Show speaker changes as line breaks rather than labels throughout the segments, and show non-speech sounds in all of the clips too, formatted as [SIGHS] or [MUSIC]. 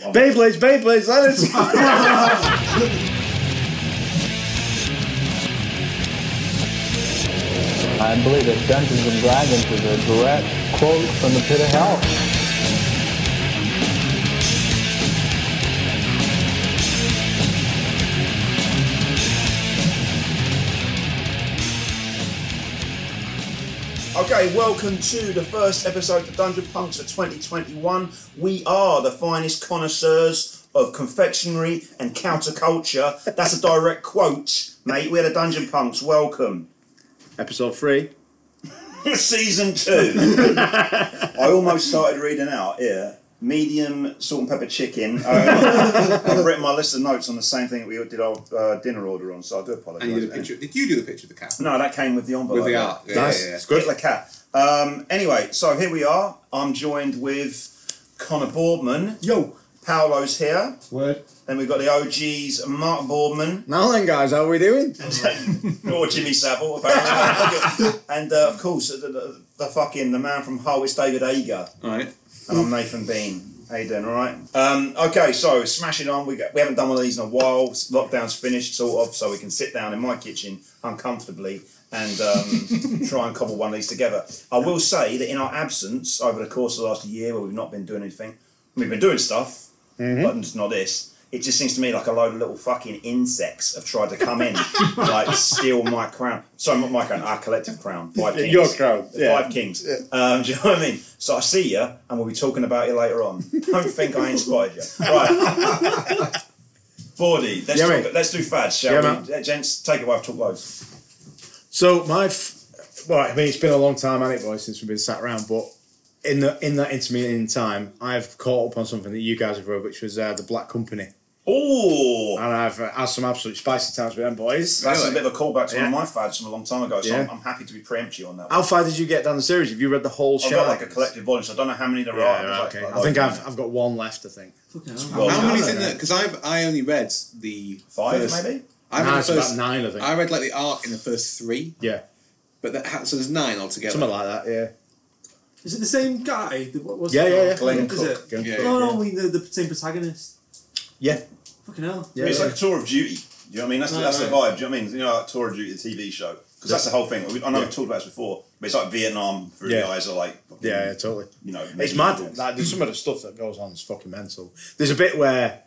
Beyblades, Beyblades, let [LAUGHS] us.
I believe that Dungeons and Dragons is a direct quote from the pit of hell.
okay, welcome to the first episode of Dungeon Punks of 2021. We are the finest connoisseurs of confectionery and counterculture. That's a direct quote, mate. We're the Dungeon Punks. Welcome.
Episode three.
[LAUGHS] Season two.
[LAUGHS]
I almost started reading out here. Medium salt and pepper chicken. Uh, I've written my list of notes on the same thing that we did our uh, dinner order on, so I do apologise.
And you did a
mate.
picture. Did you do the picture of the cat?
No, that came with the envelope.
With the art. Yeah,
Nice.
yeah, yeah.
It's good.
Hitler cat. Um, anyway, so here we are. I'm joined with Connor Boardman.
Yo.
Paolo's here.
Word.
Then we've got the OGs, Mark Boardman,
Now then, guys, how are we doing?
[LAUGHS] or Jimmy Savile, apparently. and uh, of course, the, the, the fucking the man from Hull is David Ager,
Right.
and
Mm.
I'm Nathan Bean. How you doing? All right. Um, okay, so smashing on. We got, we haven't done one of these in a while. Lockdown's finished, sort of, so we can sit down in my kitchen uncomfortably and
[LAUGHS]
um, try and cobble one of these together. I will say that in our absence over the course of the last year, where we've not been doing anything, we've been doing stuff,
Mm-hmm.
but it's not this. It just seems to me like a load of little fucking insects have tried to come
[LAUGHS]
in, like steal my crown. Sorry, not my crown, our collective
[LAUGHS]
crown. Five kings.
Your crown,
The
yeah.
Five kings. Um, [LAUGHS] do you know what I mean? So I see you, and we'll be talking about you later on. Don't think I ain't spotted
[LAUGHS]
you. Right. Bordy, let's,
Yeah,
talk-
mate.
let's do fads, shall
Yeah,
we?
man.
Uh, Gents, take it away. I've talked loads.
So my, f- well, I mean, it's been a long time, hasn't it, boys, since we've been sat around. But in the in that intermediate time, I've caught up on something that you guys have read, which was uh, the Black Company,
Oh,
and I've uh, had some absolute spicy times with them boys.
that's
really?
a bit of a callback to
Yeah.
one of my fads from a long time ago. So
Yeah. Oh,
I'm, I'm happy to be preemptive on that. One.
How far did you get down the series? Have you read the whole
I've
show?
got like a collective volume, so I don't know how many there
Yeah,
are.
right,
Like,
okay.
like,
I think
like,
I've I've got one left. I think.
well,
How
yeah,
many's
I
in
don't
there?
know.
Because I've I only read the
Five,
first-
maybe?
I
Nah,
read
it's
the first
about nine, I think.
I read like the arc in the first three,
Yeah,
but that, ha- so there's nine altogether.
something like that. Yeah.
Is it the same guy? The- What was
Yeah,
it
yeah,
called?
yeah.
Glenn
Is
Cook.
it?
Go on.
Yeah.
No, no, we the, the same protagonist.
Yeah.
Fucking hell.
Yeah.
it's like a tour of duty. Do you know what I mean? That's,
Right,
that's the
right.
vibe. Do you know what I mean? You know, like tour of duty, the TV show. Because that's the whole thing. I know
Yeah.
we've talked about this before, but it's like Vietnam through
Yeah.
the eyes of like, fucking,
Yeah, yeah, totally.
you know,
It's
medieval
mad.
things.
Like, there's some of the stuff that goes on is fucking mental. There's a bit where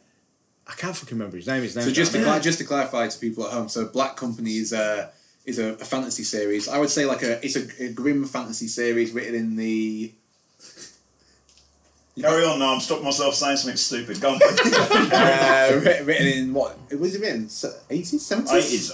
I can't fucking remember his name. His name.
So just to cla- just to clarify to people at home, so Black Company is a is a, a fantasy series. I would say like a it's a, a grim fantasy series written in
[LAUGHS]
the
Carry on now. I'm stopping myself saying something stupid.
[LAUGHS]
Go on. [LAUGHS] 80s,
uh, writ- written in what it was it written eighties seventies.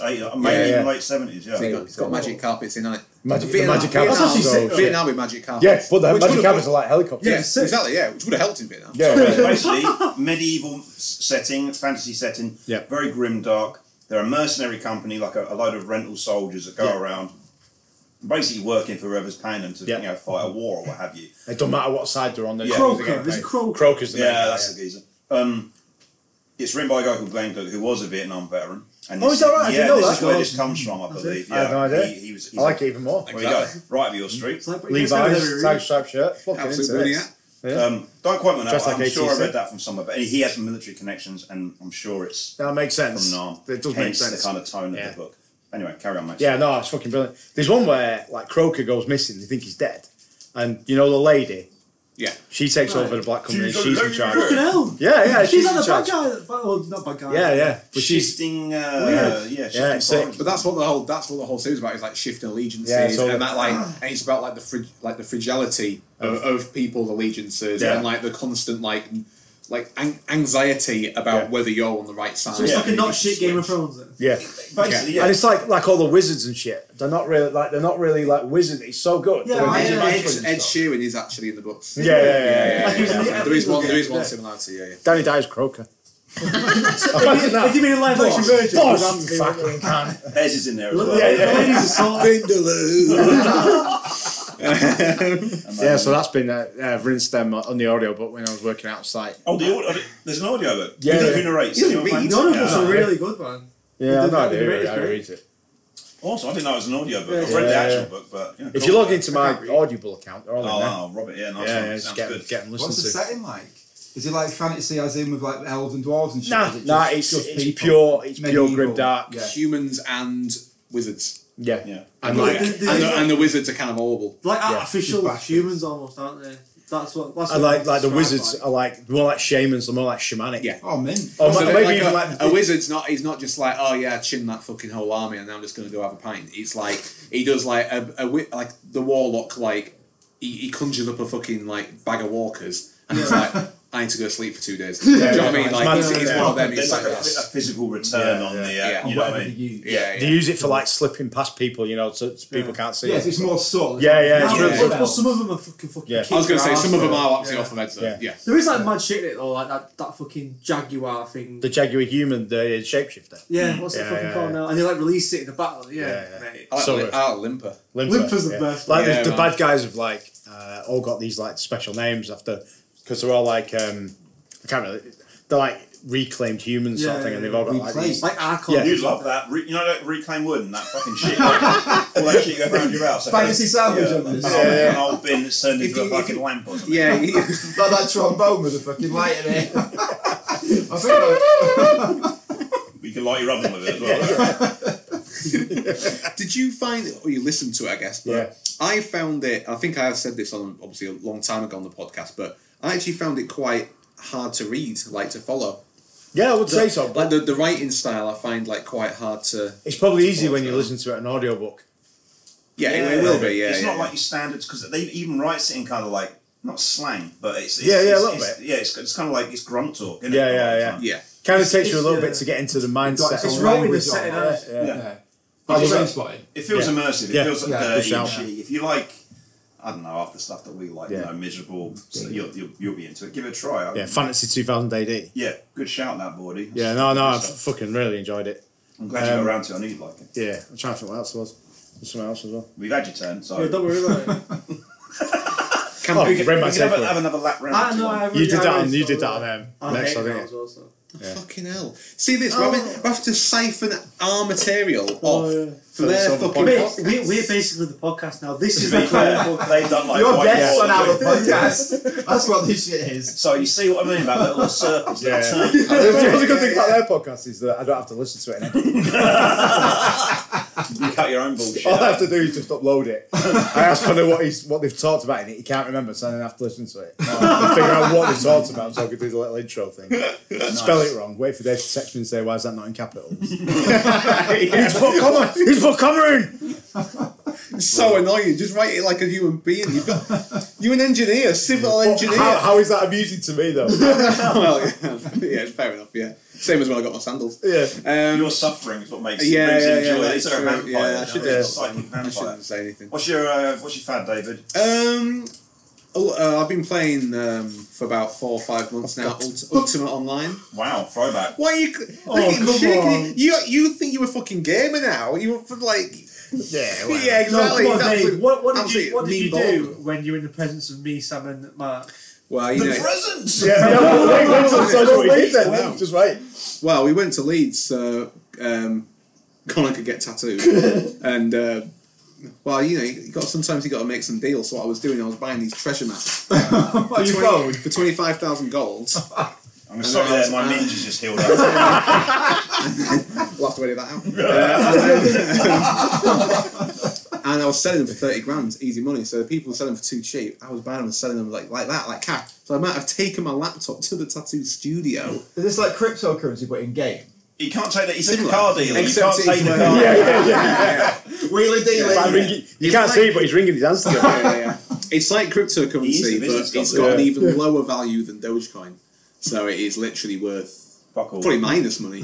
80s, uh, maybe
Yeah,
even
yeah.
late 70s. Yeah.
It's got magic carpets in it.
Magic- the
Vietnam,
magic carpets.
Vietnam,
That's actually sick.
Vietnam with magic carpets.
yeah, but the
Which
magic
would've-
cameras are like helicopters.
Yeah,
sick.
exactly. Yeah, which would have helped in Vietnam.
[LAUGHS]
Yeah, [LAUGHS]
So it's
yeah.
basically medieval s- setting, fantasy setting,
Yeah.
very grim, dark. They're a mercenary company, like a, a load of rental soldiers that go
Yeah.
around, basically working for whoever's paying them to
Yeah.
you know fight a war or what have you.
It don't matter what side they're on. They're
Yeah.
Croaker. There's a croaker.
Croaker's the
Yeah,
main guy,
that's the geezer. Um, it's written by a guy called Glenn Cook, who was a Vietnam veteran. And
Oh,
this
is that right? I
Yeah,
didn't know
this is
that. Oh,
where this comes from, I believe.
I had
Yeah.
no idea.
He, he was. He's
I like it Mm-hmm. even more.
There you go. Right up your street.
It's like
Levi's tag stripe shirt. Fucking into
Absolutely. Yeah.
this. Yeah.
Um, don't quote me on that.
Just
one.
like
I'm sure I
ATC.
read that from somewhere, but he has some military connections, and I'm sure it's
that makes
from
sense.
Nam.
It does make
hence
sense.
the kind of tone
Yeah.
of the book. Anyway, carry on, mate.
Yeah, no, it's fucking brilliant. There's one where like Croker goes missing. They think he's dead, and you know the lady.
Yeah.
She takes
Right.
over the black company. and
She's a
She's, in
lady.
charge.
Fucking hell.
Yeah, yeah,
She's,
she's
like
in
the bad
charge.
guy. that- Well, not bad guy.
Yeah, yeah. But she's
shifting.
Weird.
Uh, yeah, shifting
Yeah, it's sick.
priorities.
But that's what the whole that's what the whole series is about is like shifting allegiances
Yeah, it's all-
and that
[CLEARS THROAT]
like and it's about like the frig, like the fragility of, of people's allegiances
Yeah.
and like the constant like like an- anxiety about
Yeah.
whether you're on the right side.
So it's
Yeah.
like a not shit Game of Thrones. Then.
yeah.
basically, yeah.
And it's like like all the wizards and shit. They're not really like they're not really like wizards. It's so good.
Yeah,
They're
I-
Ed,
amazing
Yeah.
Ed,
wizards and
Ed
stuff.
Sheeran is actually in the books.
Yeah, yeah, yeah, yeah,
Like he was in the
There is
Epic
one. There is
Book,
one
yeah.
similarity. Yeah, yeah.
Danny Dyer's Croker.
If you- if you mean a live action version,
Boss, you fucking cunt.
Bez is in there as well.
yeah,
[LAUGHS]
yeah. The ladies
[LAUGHS]
are
Yeah, so that's been uh, uh, rinsed them on the audio, but when I was working outside.
Oh, the audio, there's an audio book.
Yeah,
who,
yeah.
who narrates?
He doesn't
Anyone
read.
fancy?
None of us
Yeah.
are really good, man.
Yeah,
The-
no, I
the-
do.
the-
I read it.
Awesome. I didn't know it was an audio book. I've
Yeah.
read the
Yeah.
actual book, but you know,
If
cool.
you log into my Audible account, they're all in
Oh,
there.
wow, Robert, yeah, nice
yeah,
one.
yeah, just
Sounds
get,
good.
get them
What's the
listened to.
setting like?
Is it like fantasy, as in with like elves and dwarves and shit?
Nah,
Is it
nah,
just-
it's,
just
it's
people?
pure, it's pure
Medieval.
grim dark.
Yeah.
humans and wizards.
Yeah.
Yeah.
And
Like,
like,
Yeah.
and, the, and the wizards are cannibal.
Like
Yeah.
artificial
Bastards.
humans almost, aren't they? That's what. That's
I
what
like, like the
described
wizards
like.
are like more like shamans, they're more like shamanic.
Yeah.
Oh, mint.
Or
So
ma-
they're
maybe
like
even
a,
like
a wizard's not. He's not just like, oh yeah, I chin that fucking whole army, and I'm just going to go have a pint. It's like he does like a, a wi- like the warlock. Like he, he conjures up a fucking like bag of walkers, and he's like, I need to go sleep for two days.
[LAUGHS]
Do you know what I mean?
it's
Like
mad-
he's, he's one of them.
There's
He's
like
like,
a, a
that.
physical return
Yeah,
on
yeah.
the, uh,
Yeah.
you know what
Whatever
I
you
mean?
use.
yeah,
they
yeah.
use it for like slipping past people, you know, so so people can't see.
Yes,
it.
it's more subtle.
Yeah, yeah,
Now,
it's
really
well,
subtle.
well, some of them are fucking fucking.
Yeah.
kick
I was going to
your
say
ass
some of them
though.
are actually
Yeah.
off the meds. though.
Yeah.
Yeah,
There is like mad shit in it though, like that, that fucking jaguar thing.
The jaguar human, the uh, shapeshifter,
yeah, what's
Yeah,
it fucking
yeah,
called
yeah.
now? And they like release it in the battle. Yeah,
Yeah, yeah.
mate.
I like,
So
li-
good.
I like limper.
Limper.
Limper's the
yeah.
best.
Like
Yeah,
the, the
man.
bad guys have like uh, all got these like special names after because they're all like um, I can't really. They're like reclaimed humans sort of
Yeah,
thing, and
yeah,
they've all got like
reclaimed.
these
Like Archon.
Yeah.
You'd love that. Re- you know that reclaimed wood and that fucking shit. [LAUGHS] all that shit you go around your house. I
Fantasy
think.
salvage
Yeah,
on this.
an old-
Yeah,
An old bin that's turned
If
into a
you- if
fucking
you-
lamp or something.
Yeah,
[LAUGHS]
he-
Like that trombone with a fucking light in it. I think that-
You can light your oven with it as well.
[LAUGHS]
Did you find or you listened to it? I guess. But
Yeah.
I found it. I think I have said this on obviously a long time ago on the podcast, but I actually found it quite hard to read, like to follow.
Yeah, I would say so.
Like
But
the, the writing style, I find like quite hard to.
it's probably easy
Well,
when you
no.
listen to it in an audiobook.
Yeah, it, it will be. Yeah,
It's
yeah,
not
yeah.
like your standards because they even writes it in kind of like not slang, but it's, it's
Yeah, yeah, a
it's-
little
it's-
bit.
Yeah, it's, it's kind of like it's grunt talk. Isn't
Yeah,
it,
yeah,
all the
yeah.
time?
yeah.
Kind of takes you a little
yeah.
bit to get into the
Like,
mindset.
it's
of-
right with the
language
setting
on it.
up.
Yeah.
Yeah.
But
Like
it's
train
like-
spotting.
It feels
Yeah.
immersive. It
Yeah.
feels like
Yeah,
dirty
good
and
shout.
shitty. If you like, I don't know, half the stuff that we like,
Yeah.
you know, miserable, so you'll, you'll, you'll be into it. Give it a try. I-
Yeah, Fantasy 2000 AD.
yeah, good shout, that, Bordy.
Yeah, no, no, I
So,
fucking really enjoyed it.
I'm glad you
um,
got around to it. I knew you'd like it.
Yeah, I'm trying to think what else was. There's something else as well.
We've had your turn, so.
Yeah, don't worry
[LAUGHS]
about it.
Can
Oh,
we get-
read my
we can have, a,
takeaway.
have another lap round.
Ah,
I
if
know.
want.
Ah, I
You did
I
that on,
really
you did that
saw
on them.
I
Next, I
hated that
think.
as well. So.
Fucking hell! See this? We're,
Oh.
having, we're having to siphon our material off
yeah.
for their
some
fucking.
point.
Mate, we, we're basically the podcast
[LAUGHS]
now. This is
To
the
be fair,
podcast.
they've done like
You're
white
guests
water
on our
too.
podcast. That's what this shit is.
So you see what I mean about that
[LAUGHS]
little circles?
Yeah.
Yeah. Turn,
[LAUGHS] The good thing about their podcast is that I don't have to listen to it. anymore.
you cut your own bullshit.
All I
out.
have to do is just upload it. I ask Connor what he's what they've talked about in it. He can't remember, so I then have to listen to it. [LAUGHS] And figure out what they've talked about, so I could do the little intro thing. Spell it wrong. Wait for Dave to text me and say, "Why is that not in capitals?" [LAUGHS] He's put comma. He's put comma in.
It's so annoying. Just write it like a human being. You've got
[LAUGHS]
you're an engineer, civil engineer.
How, how is that amusing to me [LAUGHS] though?
[LAUGHS] well, yeah, yeah, fair enough. Yeah, same as when I got my sandals.
yeah.
Um,
Your suffering is what makes
Yeah,
brings
yeah,
you
yeah,
joy.
that's
Is there a
true.
vampire?
Yeah, I
now? Is
should do
there a
it.
psychic
I
vampire.
shouldn't say anything.
What's your uh, What's your fad, David?
Um, oh, uh, I've been playing um, for about four or five months now. Ult- Ultimate Online. Oh,
Wow, throwback.
Why are you? c- fucking
come
shaking
on.
it? You you think you were fucking gamer now? You were f- like
Yeah. well,
yeah exactly.
No, come on,
That's
Dave.
like-
What, what did
absolute
you, what did
mean
you
ball.
do when you were in the presence of me, Sam, and Mark?
Well,
The
you know.
presents.
Yeah, no, wait, wait, till- so don't wait then.
Wow.
Just wait.
Well, we went to Leeds so um, Connor could get [LAUGHS] tattooed, and uh, well, you know, you got sometimes you got to make some deals. So what I was doing, I was buying these treasure [LAUGHS] maps for,
What, your phone?
for twenty five thousand golds.
I'm sorry, there, my ninjas just healed up. [LAUGHS]
We'll have to edit that out. Uh,
[LAUGHS]
and, then- and I was selling them for 30 grand, easy money. So the people were selling them for too cheap. I was buying them and selling them like, like that, like cash. So I might have taken my laptop to the
[LAUGHS]
tattoo studio.
Is this like cryptocurrency but in game?
You can't take that. He's a
Similar.
car dealer. You
Except
can't take
it's
the
like-
car.
Yeah, yeah, yeah.
Wheelie dealing.
But I'm ringing- you can't see, it, but he's ringing his hands
[LAUGHS]
together.
Yeah, yeah, yeah. It's like
He is a
cryptocurrency,
business
but it's
guy.
got an
Yeah.
even lower value than Dogecoin. So it is literally worth
Fuck all.
probably minus money.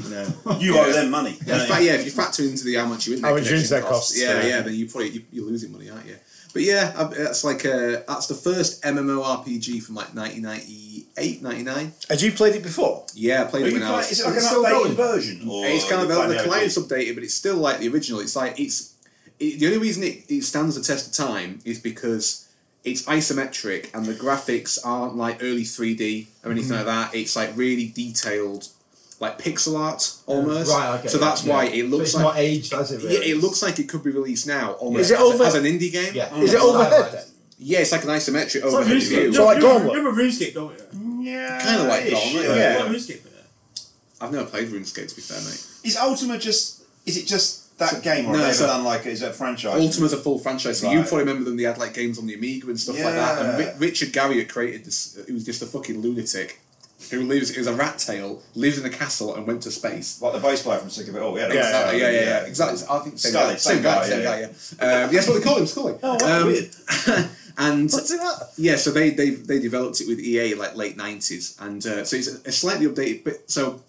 You owe them money.
Yeah,
don't
in
you?
fact, yeah, if you factor into the how much your internet
How much your
connection
internet
costs,
costs,
yeah,
yeah.
yeah, then you probably you- you're losing money, aren't you? But yeah, I- that's like uh that's the first MMORPG from like 1998, 99.
[LAUGHS] Had you played it before?
Yeah, I played
Are
it
you
when I
playing-
was.
Is it Oh, like an
It's still
updated
going.
version? Or
It's kind of
you
the
playing
client's
original?
updated, but it's still like the original. It's like it's it, the only reason it, it stands the test of time is because it's isometric and the graphics aren't like early three D or anything like that. It's like really detailed, like pixel art almost.
Right, okay.
so that's
yeah.
why it looks
so it's
like
not aged, has it? Really?
yeah, it looks like it could be released now almost
Is it
as, a-
over-
as an indie game. Oh
Yeah.
Yeah,
Is it overhead then?
it's like an isometric
It's like
overhead
RuneScape.
view.
So like
You
Gauntlet?
remember RuneScape, don't you?
Yeah.
Kinda like Dawn,
yeah.
like, yeah.
What RuneScape with it?
I've never played RuneScape to be fair, mate.
Is Ultima just? Is it just that
So-
game, or
no,
have they
so-
ever done like is it a franchise?
Ultima's a full franchise, so you
Right.
probably remember them. They had like games on the Amiga and stuff like that. And
Yeah.
Ri- Richard Garriott created this. He was just a fucking lunatic who lives. It was a rat tail. Lived in a castle and went to space.
Like the bass player from Sick of It All. Yeah. that's-
Exactly, yeah, yeah, yeah, exactly. I think same
Scully,
guy, same guy, same guy. Yeah, um, yes, what they call him, Scully. Oh,
wow, weird.
[LAUGHS] and
What's in that?
yeah, so they they they developed it with EA like late nineties, and uh, so it's a, a slightly updated. But so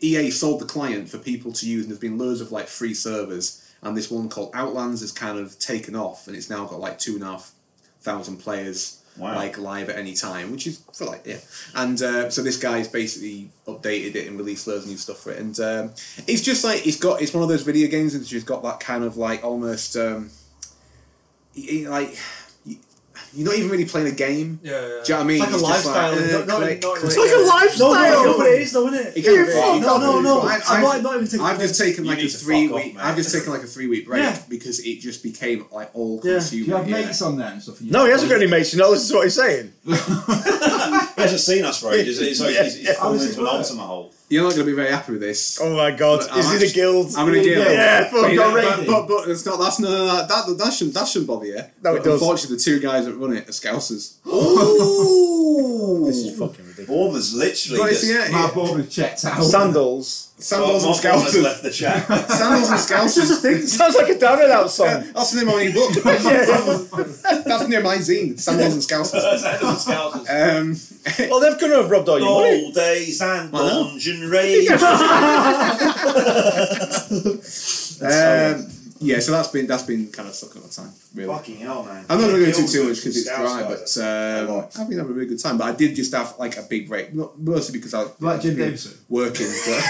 EA sold the client for people to use, and there's been loads of like free servers, and this one called Outlands has kind of taken off, and it's now got like two and a half thousand players.
Wow.
Like live at any time, which is for like yeah, and uh, so this guy's basically updated it and released loads of new stuff for it, and um, it's just like it's got it's one of those video games that's just got that kind of like almost um, y- y- like y- you're not even really playing a game.
Yeah, yeah.
Do you know what I mean?
It's like a
It's just
lifestyle.
like,
not-
uh,
not-
click,
not
click.
like
It's like a
No,
lifestyle.
no, no, it is, though, isn't it?
It can be.
No, no, no.
I've-
I might not even take
I've just taken
You
like a
need to fuck
three
off,
week.
mate.
I've just taken like a three week break
Yeah.
because it just became like all
Yeah.
Do
consuming.
you have
yeah.
mates on there and stuff?
No, he hasn't got any mates. You know, this is what he's saying.
He hasn't seen us for ages. He's, he's, he's,
Yeah.
fallen
How does
into an
it work?
Ultima hole.
You're not going to be very happy with this.
Oh my god,
But I'm
is he
actually-
the guild?
I'm gonna get
Yeah, fuck
but, you know,
already.
but, but, but it's not. That's no, no, no that, that shouldn't that shouldn't bother you.
No, it
But
does.
Unfortunately, the two guys that run it are scousers.
This is fucking ridiculous.
Bournemouth's literally
But it's-
just
yeah,
My
yeah.
board was checked out.
Sandals. [LAUGHS]
Well,
Sandals and
Mark Bournemouth's
scousers.
left the
[LAUGHS]
chat.
Sandals and
[LAUGHS]
scousers.
Sounds like a down and out
Yeah,
song.
That's the name of my new book. That's near my zine. Sandals and scousers.
Sandals and scousers.
Um,
Well, they've come to have robbed all your money.
All days and
Well.
lingerie.
[LAUGHS] um, yeah, so that's been that's been kind of sucking up my time. Really.
Fucking hell, man.
I'm not going to go too
Gills
too
and
much because it's
Scouse
dry,
guys.
but um, I've been having a really good time. But I did just have like a big break, not mostly because I
Like Jim
been
Davidson?
working. But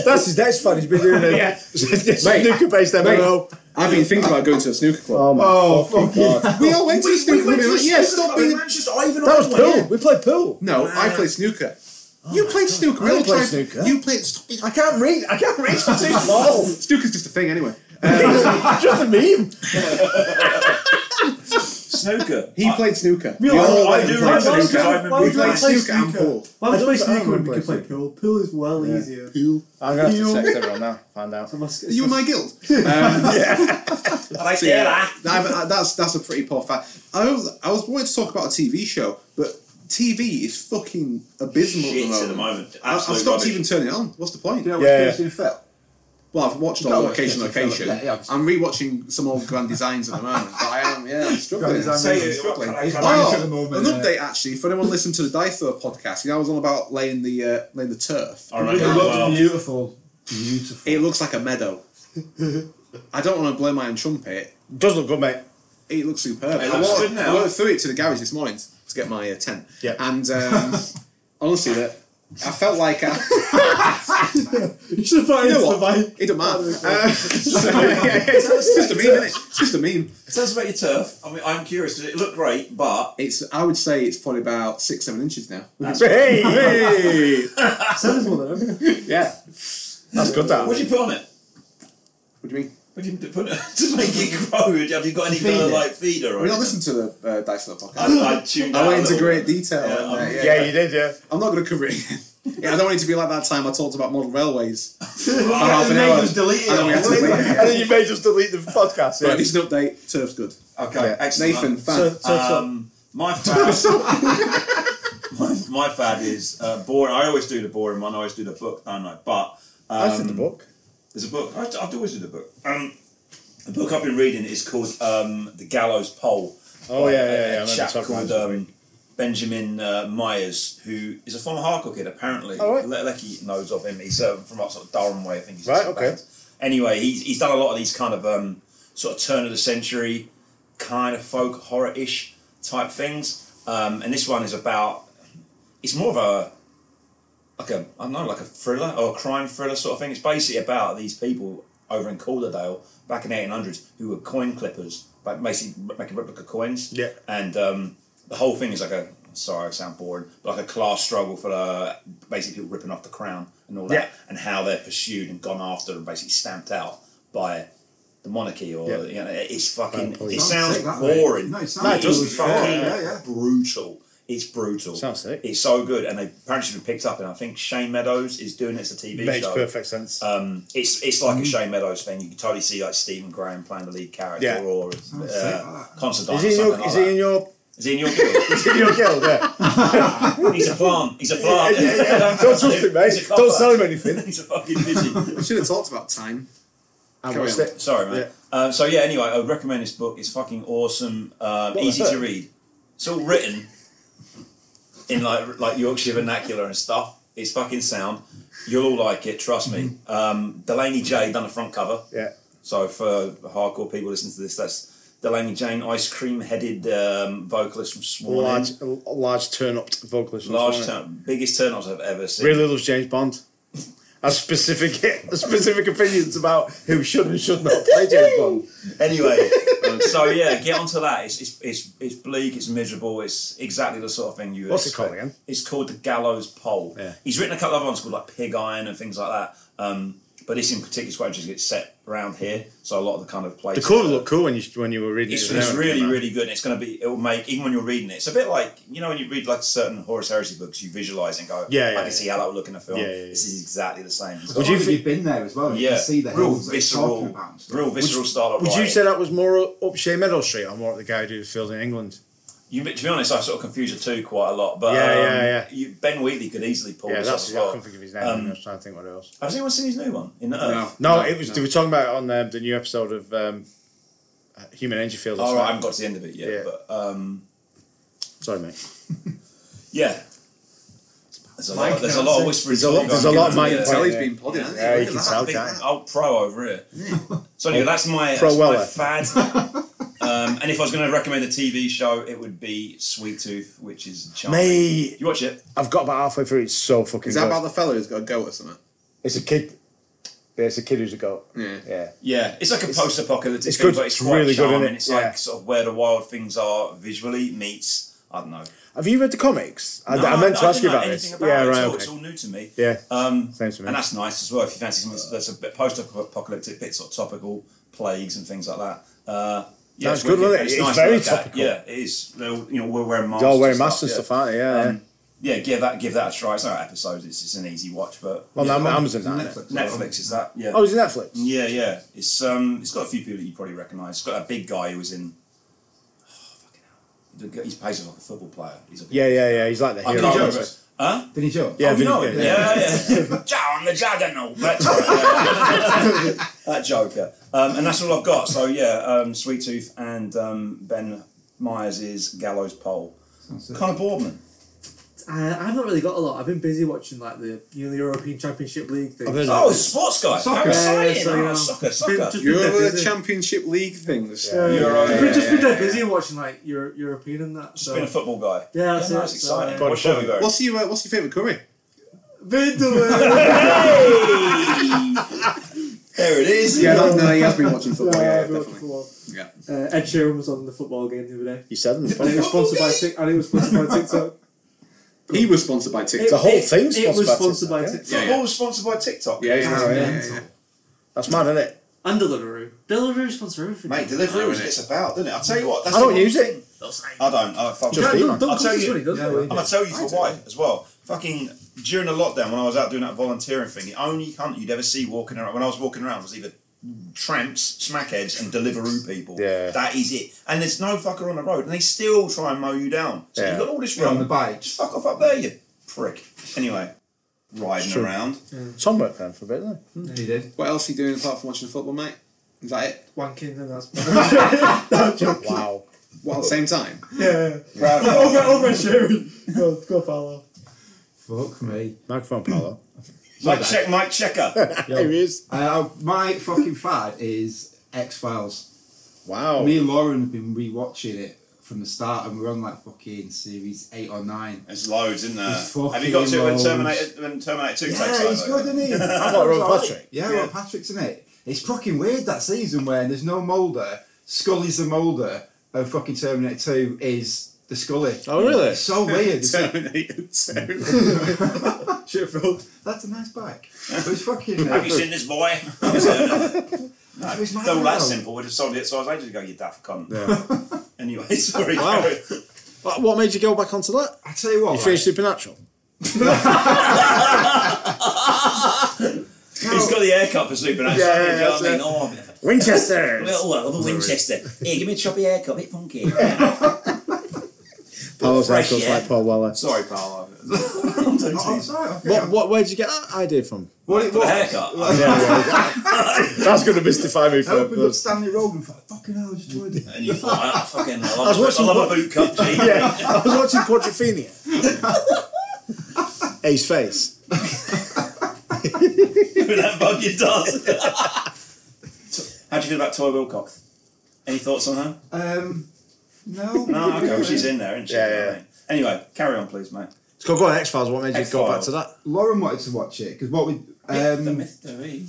[LAUGHS]
That's his next fun. He's been doing it. [LAUGHS]
Yeah. Mate.
snooker based MMO.
I've been thinking about going to a snooker club.
Oh my
Oh,
fucking
fucking
god.
we all went to a snooker club. and like, yeah, stop being. a-"
Manchester. I even
That was
owned one,
pool. We played pool.
No, I
Man.
play snooker. you played snooker.
I
we all
don't play
tried-
snooker.
You played. Stop being-
I can't read. I can't read. It's too small.
Snooker's just a thing anyway.
[LAUGHS] Just a meme.
Snooker.
He played snooker. We
I,
all
I
went
do
and played
remember
Why would
snooker. I remember we
you- why would you
played
play
play
snooker and
snooker?
pool.
Why would you
I don't- I don't
play snooker when we
play
could play
snooker.
pool? Pool is well easier.
Pool.
I'm gonna have to text everyone now. Find out.
So my sk-
You were my guild. Um,
I
So yeah, I've- I- uh, that's that's a pretty poor fact. I was I was wanting to talk about a TV show, but TV is fucking abysmal
Shit
at the moment.
moment.
I, I've
Absolute
stopped
rubbish.
even turning it on. What's the point?
Yeah,
Yeah, yeah.
yeah. Fell.
Well, I've watched
gotta
all
watch
Location
it, it's a
Location.
film. Yeah, yeah, obviously.
I'm rewatching some old Grand Designs at the moment, but I am yeah I'm struggling.
Grand Design
Say
is-
it's struggling.
It's
bangers
Oh,
at the moment,
an
yeah.
update actually. If anyone listened to the Dytho podcast, you know I was on about laying the uh, laying the turf.
All
It
right.
looked
Well,
beautiful. Beautiful.
It looks like a meadow. I don't want to blow my own trumpet.
Does look [LAUGHS] good, mate.
It looks superb.
It
I,
looks
walked,
good now.
I walked through it to the garage this morning to get my uh, tent.
Yeah.
And um, honestly, that I felt like I,
You should have put
you
it
know
into the
what?
mic.
It don't matter. Uh, so, it's just a meme, isn't it? It's just a meme.
tell us about your turf. I mean, I'm curious. Does it look great? But
It's I would say it's probably about six, seven inches now.
Hey, hey.
Send us one of them.
Yeah.
That's good. That.
what do you put on it?
What do you mean?
What do you put on it [LAUGHS] to make it grow? Have you got any
Feed
kind of
it.
like feeder?
I
Or
mean, I
anything?
listened to the uh, Dyson podcast.
I, I tuned out
I
a
went into
little
great
bit.
detail.
Yeah,
on
I'm-
there,
Yeah, you did, yeah.
I'm not going to cover it again. Yeah, I don't want it to be like that time I talked about model railways.
[LAUGHS] Oh,
I half an
name
hour.
was deleted.
I know we had to delete it.
and then you may just delete the podcast.
But
Yeah.
it's an update. Turf's good.
Okay,
Yeah.
excellent.
Nathan, fan.
So, so, so.
Um, my fad. [LAUGHS] my, my fad is uh, boring. I always do the boring one. I always do the book, don't I? But
I said the book.
there's a book. I, I've always do the book. Um, the book I've been reading is called um, The Gallows Pole.
Oh,
by uh,
yeah,
a-
yeah, yeah, I
a
remember
chap
talking
called
about this
um, Benjamin uh, Myers, who is a former Harcourt kid. Apparently,
Oh, right.
Le- Lecky knows of him. He's uh, from up sort of Durham way. I think he's
Right,
sort of
okay.
back. Anyway, he's he's done a lot of these kind of um, sort of turn of the century kind of folk horror ish type things. Um, and this one is about it's more of a like a I don't know like a thriller or a crime thriller sort of thing. It's basically about these people over in Calderdale back in the eighteen hundreds who were coin clippers, like basically r- making replica coins.
Yeah.
and um, the whole thing is like a sorry I sound boring, but like a class struggle for uh, basically people ripping off the crown and all that,
Yeah.
and how they're pursued and gone after and basically stamped out by the monarchy or
Yeah.
you know, it's fucking.
Bad police.
It
Don't
sounds
say that, mate.
boring.
No, it sounds
it is
good.
fucking
Yeah, yeah, yeah.
brutal. It's brutal.
Sounds sick.
It's so good, and they apparently been picked up. And I think Shane Meadows is doing it as a TV
Makes
show.
perfect Mm-hmm. sense.
Um, it's it's like a Shane Meadows thing. You can totally see like Stephen Graham playing the lead character,
Yeah.
or
Sounds
uh,
sick.
Constantine.
is he
or something
in your?
like
is he
that.
in your?
Is he in your guild?
[LAUGHS] Is he in your guild? Yeah.
He's a plant. He's a plant.
Yeah, yeah, yeah. Don't trust him, mate.
He's a
Don't
copper.
sell him anything.
[LAUGHS] He's a fucking bitchy.
We should have talked about time.
I
Carry
watched
on.
it.
Sorry, mate. Um, so yeah, anyway, I would recommend this book. It's fucking awesome. Um,
the
easy
fuck?
to read. It's all written in like like Yorkshire vernacular and stuff. It's fucking sound. You'll all like it. Trust me. Um, Delaney J done the front cover.
Mm-hmm. Yeah.
So for hardcore people listening to this, that's Delaney Jane, ice cream headed um, vocalist from Swan.
Large, large turn up vocalist. from
large
Swansea.
turn, biggest turnoffs I've ever seen.
Really loves James Bond. Has specific specific opinions about who should and should not play James Bond.
Anyway,
[LAUGHS]
Um, so yeah, get onto that. It's, it's it's it's bleak. It's miserable. It's exactly the sort of thing you.
What's it
expect.
called again?
It's called the Gallows Pole.
Yeah.
He's written a couple of ones called like Pig Iron and things like that. Um, but this in particular is quite interesting. It's set around here, so a lot of the kind of
The
places.
cover looked cool when you when you were reading
It's,
it.
it's really, really good. And it's going to be. It will make even when you're reading it. It's a bit like you know when you read like certain Horace Heresy books, you visualize and go,
Yeah, yeah,
I can
yeah.
see how that would look in a film.
Yeah, yeah, yeah.
This is exactly the same.
Would
you
you
thi-
have been there as well? You
yeah,
can see the
real
hills that it's talking
visceral,
about. and stuff.
real visceral style of
Would you
writing.
say that was more up Shea Meadow Street or more up the guy who did Field in England?
You, to be honest, I sort of confuse the two quite a lot. But
Yeah,
um,
yeah, yeah.
You, ben Wheatley could easily pull
Yeah,
this
that's
off
I
as well.
can't think of his name.
Um,
I was trying to think what else.
Has anyone seen his new one in the Earth?
No,
No,
it was.
no.
They were talking about it on um, the new episode of um, uh, Human Energy Field. or
All right, I haven't
something.
got to the end of it yet.
Yeah.
But um,
Sorry, mate.
yeah, there's a
Mike
lot. There's a lot
Nelson.
of whispering.
There's a lot. There's a lot of
going
Mike.
on.
Yeah.
Yeah.
Tell he's
yeah.
been plodding, hasn't he?
Yeah,
Look
you
at
can
that
tell,
Big
can't you?
old pro over here. So anyway, that's my, that's my
Pro-weller.
fad.
[LAUGHS]
um, and if I was going to recommend a TV show, it would be Sweet Tooth, which is charming.
Mate,
You watch it?
I've got about halfway through. It's so fucking.
Is that
good.
about the fella who's got a goat or something?
It's a kid. Yeah, it's a kid who's a goat.
Yeah.
Yeah.
Yeah, it's like a post-apocalyptic
it's
thing,
good.
but it's
It's
quite
really good,
charming.
isn't it?
It's
Yeah.
like sort of where the wild things are visually meets I don't know.
Have you read the comics? I,
No,
I meant to
I
ask you
didn't know
about this.
anything About
yeah,
it at
right.
all.
Okay.
It's all new to me.
Yeah.
Um,
Same to me.
And that's nice as well. If you fancy something that's- that's a bit post-apocalyptic, bit sort of topical, plagues and things like that. Uh, yeah,
That's
it's
good,
wicked.
wasn't it?
It's,
It's
nice
very
to look at.
topical.
Yeah, it is. They're all- You know, we're wearing masks.
They're all wearing
and
masks and stuff, aren't they? Yeah. yeah.
Um, yeah, give that give that a try. It's not episodes. It's just an easy watch, but
well,
yeah.
now Amazon.
It's on
now, isn't it?
Netflix.
Netflix is that. Yeah.
Oh, is it Netflix?
Yeah, yeah. It's um, it's got a few people that you probably recognise. It's got a big guy who was in. Oh, fucking hell. He plays like a football player. He's a
Yeah, yeah, yeah. He's like the
I
hero.
can't
Jones.
remember. Huh?
Didn't he jump?
Yeah,
oh, you know
Vin-
him.
yeah,
Yeah, yeah. [LAUGHS] John the Juggernaut. That's right. [LAUGHS] that Joker. Um, and that's all I've got. So yeah, um, Sweet Tooth and um, Ben Myers is Gallows Pole.
Sounds sick.
Kind of Boardman.
I, I haven't really got a lot. I've been busy watching like the you know the European Championship League thing.
I've heard
Oh, sports guy. How
Soccer.
Yeah, yeah,
exciting.
so, you know,
oh, soccer,
just been-
soccer.
just-
Euro
Yeah.
Championship League things.
Euro,
I've
yeah,
been- just been
yeah,
dead
yeah.
busy watching like Euro, European and that.
Just
So.
been a football guy.
Yeah, that's
yeah, no,
it,
it's
so-
exciting.
Got a
What show we
football.
got?
[LAUGHS] What's your uh, What's your favourite curry?
Vindaloo!
There it is.
Yeah, that, no, he has been watching football.
[LAUGHS] Yeah,
yeah,
I've been watching
definitely.
football.
Yeah.
Uh, Ed Sheeran was on the football game the other day.
You said in the
And it
podcast.
was sponsored by Tik- and it was sponsored by TikTok.
He was sponsored by
It-
TikTok.
The whole
it-
thing's
It was
sponsored
sponsored
by
by
TikTok,
TikTok.
yeah.
Football was sponsored by Tiktok.
Yeah, yeah, yeah, yeah,
mental.
yeah.
That's mad, isn't it?
And Deliveroo. Deliveroo sponsor everything.
Mate, delivery was
Oh,
gets about, doesn't it? I'll tell you what. That's
I don't
the
use
one
it.
thing- I don't. I fuck
Just
it.
Yeah,
Elon.
don't, don't
I'll
cost
tell
us
you-
money, does
yeah,
it?
we
I'm gonna tell you for why as well. Fucking during the lockdown when I was out doing that volunteering thing, the only cunt you'd ever see walking around when I was walking around was either tramps, smackheads, and Deliveroo people.
Yeah.
that is it. And there's no fucker on the road, and they still try and mow you down. So
Yeah.
you've got all this
You're on
room
the bike.
Just fuck off up there, you prick. Anyway, riding
Sure.
around.
Tom worked for them for a bit, didn't he?
He did.
What else are you doing apart from watching football, mate? Is that it?
Wanking and [LAUGHS] that's
Wow.
What at the same time?
Yeah.
Proud of
Over, over Sheeran. Go, go follow.
Fuck me.
Microphone, Paolo.
Mike check, Mike checker.
[LAUGHS] There he is.
Uh, my fucking fad is X Files.
Wow.
Me and Lauren have been rewatching it from the start, and we're on like fucking series eight or nine.
There's loads, isn't there?
There's
Have you got to when
fucking
Terminator when Terminator Two takes over?
isn't he? [LAUGHS]
I thought Robert Patrick.
Yeah, Robert Patrick's in it. It's fucking weird that season where there's no Mulder. Scully's the Mulder, and fucking Terminator Two is the Scully.
Oh, really?
It's so weird.
[LAUGHS]
Terminator 2.
[LAUGHS] Sheffield, that's a nice bike. But it's fucking.
Have you seen this boy? No,
It was
it's
my
not all that
role.
simple. We'd have sold it. So I was ages ago, you daft cunt.
Yeah.
[LAUGHS] Anyway, sorry. [LAUGHS]
Wow.
Gary.
Like, what made you go back onto that?
I tell you what,
You
right,
finished Supernatural.
no,
He's got the haircut for Supernatural.
Yeah, yeah,
do you know
that's
what I mean?
it.
Oh, I'm a bit of a-
Winchester.
Well, well, I'm a Winchester. Here, give me a choppy haircut, bit funky.
[LAUGHS] Paolo's
Fresh,
haircut's
yeah.
like Paul Weller.
Sorry, Paolo. [LAUGHS]
[LAUGHS]
I'm so
oh,
teased.
sorry, okay.
What, what, where'd you get that idea from?
What it
For the
was,
haircut.
like,
[LAUGHS] That's going to mystify me
I
for
opened up Stanley Rogan and thought, fucking hell, I just tried it.
And you thought, I fucking I
was
love, a, I
watching-
love a boot cut, G.
[LAUGHS] [LAUGHS] Yeah, I was watching Quadrophenia. [LAUGHS] Ace face.
With that fucking does. [LAUGHS] How do you feel about Toy Wilcock? Any thoughts on her?
Um,
[LAUGHS]
no.
No, okay, well, she's in there, isn't she?
Yeah, yeah, yeah.
Anyway, carry on, please, mate.
So go on, X Files. What made you go back
X-Files.
to that?
Lauren wanted to watch it because what we
the
[LAUGHS] um,
mystery.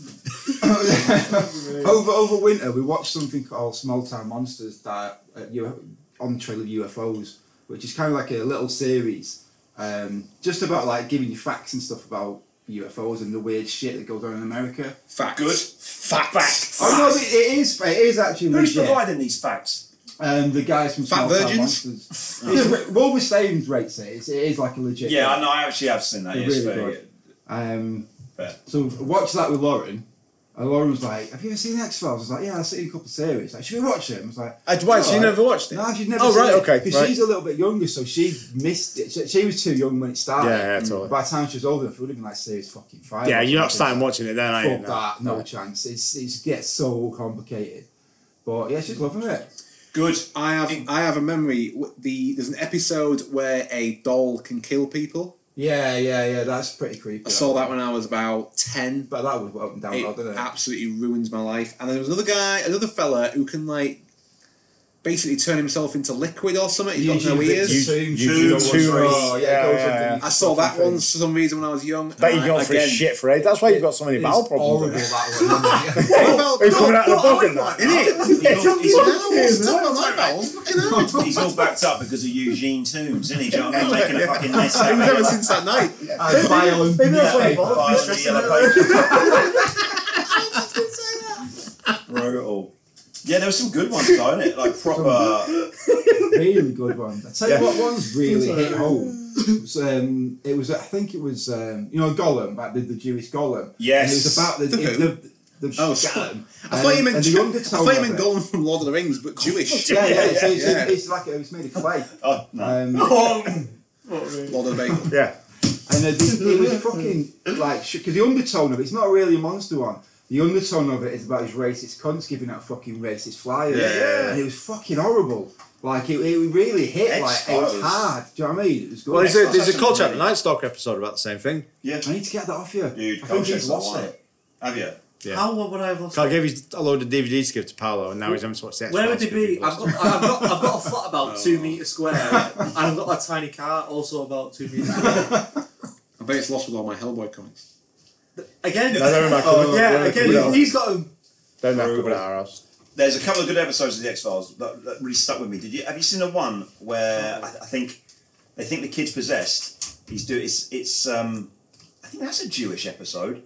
[LAUGHS] over over winter we watched something called Small Town Monsters that uh, U- on the trail of UFOs, which is kind of like a little series, um, just about like giving you facts and stuff about UFOs and the weird shit that goes on in America.
Fact.
Good. Facts.
Oh no, it it is it is actually
Who's
legit.
providing these facts?
Um, the guys from
Fat
Small Town
virgins?
Monsters. it's, Wilbur Staines rates it. It's, it is like a legit.
Yeah, I know, I actually have seen that.
They're
Yes,
really
fair,
good. Um,
Fair.
so watch that with Lauren. And Lauren was like, "Have you ever seen X Files?" I was like, "Yeah, I've seen a couple of series." Like, should we watch them? I was like,
I'd watched.
"No,
Uh, you
I-
never watched it.
No, she'd never.
Oh,
seen
right,
it.
okay,
'Cause
right.
she's a little bit younger, so she missed it. She, she was too young when it started. Mm.
Yeah, yeah, totally.
By the time she was old enough, it would have been like series fucking five.
Yeah,
or
you're not
something.
starting watching it then, are you?
Fuck that, no chance. It's it gets so complicated. But yeah, she's loving it.
Good.
I have I have a memory. W- The there's an episode where a doll can kill people.
Yeah, yeah, yeah. That's pretty creepy.
I saw that when I was about ten.
But that was up and down,
it
didn't it?
absolutely ruins my life. And then there was another guy, another fella who can like basically turn himself into liquid or something. He's got no
Eugene
ears.
Victor.
Two,
You,
two,
Oh,
yeah,
yeah, goes
yeah,
under
yeah.
these
I saw that
fucking
one for some reason when I was young.
Bet
and
you're
I-
going for a
again,
shit for aid. That's why you've got so many
It's
bowel [LAUGHS]
horrible
problems.
that
[LAUGHS]
one. isn't
Are you coming out of the bog and that?
He's all- he's all-
It's not on that bell. Fucking hell.
He's all backed up because of Eugene Toombs, isn't he? Do you know what I mean? Making a fucking mess out
I've
of
never
it.
since that night.
it? And violent.
Maybe that's why
Yeah.
it bothers
File on the yellow pages. [LAUGHS] Brutal. Yeah, there were some good ones though, innit? Like proper.
really good one. I tell you
Yeah.
what one's really hit home. It was, um, it was I think it was um, you know Gollum, like the, the Jewish Gollum.
Yes.
And it was about the
The
the,
who?
the, the
Oh,
Gollum.
I thought you
And-
meant.
and the
I
undertone
thought you
of
meant
it.
Golem from Lord of the Rings, but Jewish.
Yeah, yeah, yeah. So it's,
Yeah.
it's like it was made of clay.
Oh no.
Um,
Lord of the Bagel.
Yeah.
And it, it was fucking like because the undertone of it's not really a monster one. The undertone of it is about his racist cunts giving out fucking racist flyers.
Yeah.
And it was fucking horrible. Like it, it really hit. Like it was
Exposed.
hard. Do you know what I mean? It was good.
Well, there's a, there's a
That's
culture at
really-
the Night Stalker episode about the same thing.
Yeah.
I need to get that off you.
Dude,
I
go
think
check
he's
that
lost
one.
it.
Have you?
Yeah.
How would I have lost?
So I gave you a load of DVDs to give to Paolo, and now he's having to watch the
Where
X-Files
would it
because he
be? I've
loves
got, I've got, I've got a flat about two metre square, and I've got a tiny car also about two metres square.
I bet it's lost with all my Hellboy comics.
Again, Oh,
No, they're in my cupboard.
yeah,
They're in my
again,
cupboard.
he's got them.
it. Don't knock
Brutal.
up at our house.
There's a couple of good episodes of the X Files that, that really stuck with me. Did you? Have you seen the one where I, I think they think the kid's possessed? He's do it's it's um I think that's a Jewish episode.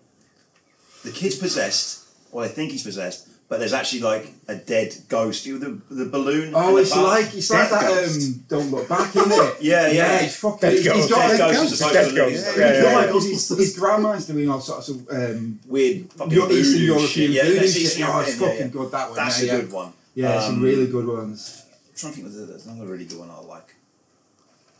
The kid's possessed, or they think he's possessed, but there's actually like a dead ghost. You know, the the balloon. and
Oh,
the
it's
bus?
like it's like
Dead
that.
ghost.
Um, don't look back, isn't it?
[LAUGHS] Yeah, yeah.
It's fucking. He's
Dead
he's got
Dead
a
ghost
ghost.
as opposed to
Dead
living
ghost.
stuff.
Yeah, yeah, yeah.
Like, his, his grandma's doing all sorts of um,
weird fucking
Eastern
voodoo
European
shit. Yeah,
voodoo
that's
shit.
Eastern
Oh,
European,
it's
yeah,
fucking
yeah.
good, that one,
That's a
yeah, yeah.
good one.
yeah, some
Um,
really good ones.
I'm trying to think whether there's another really good one I like.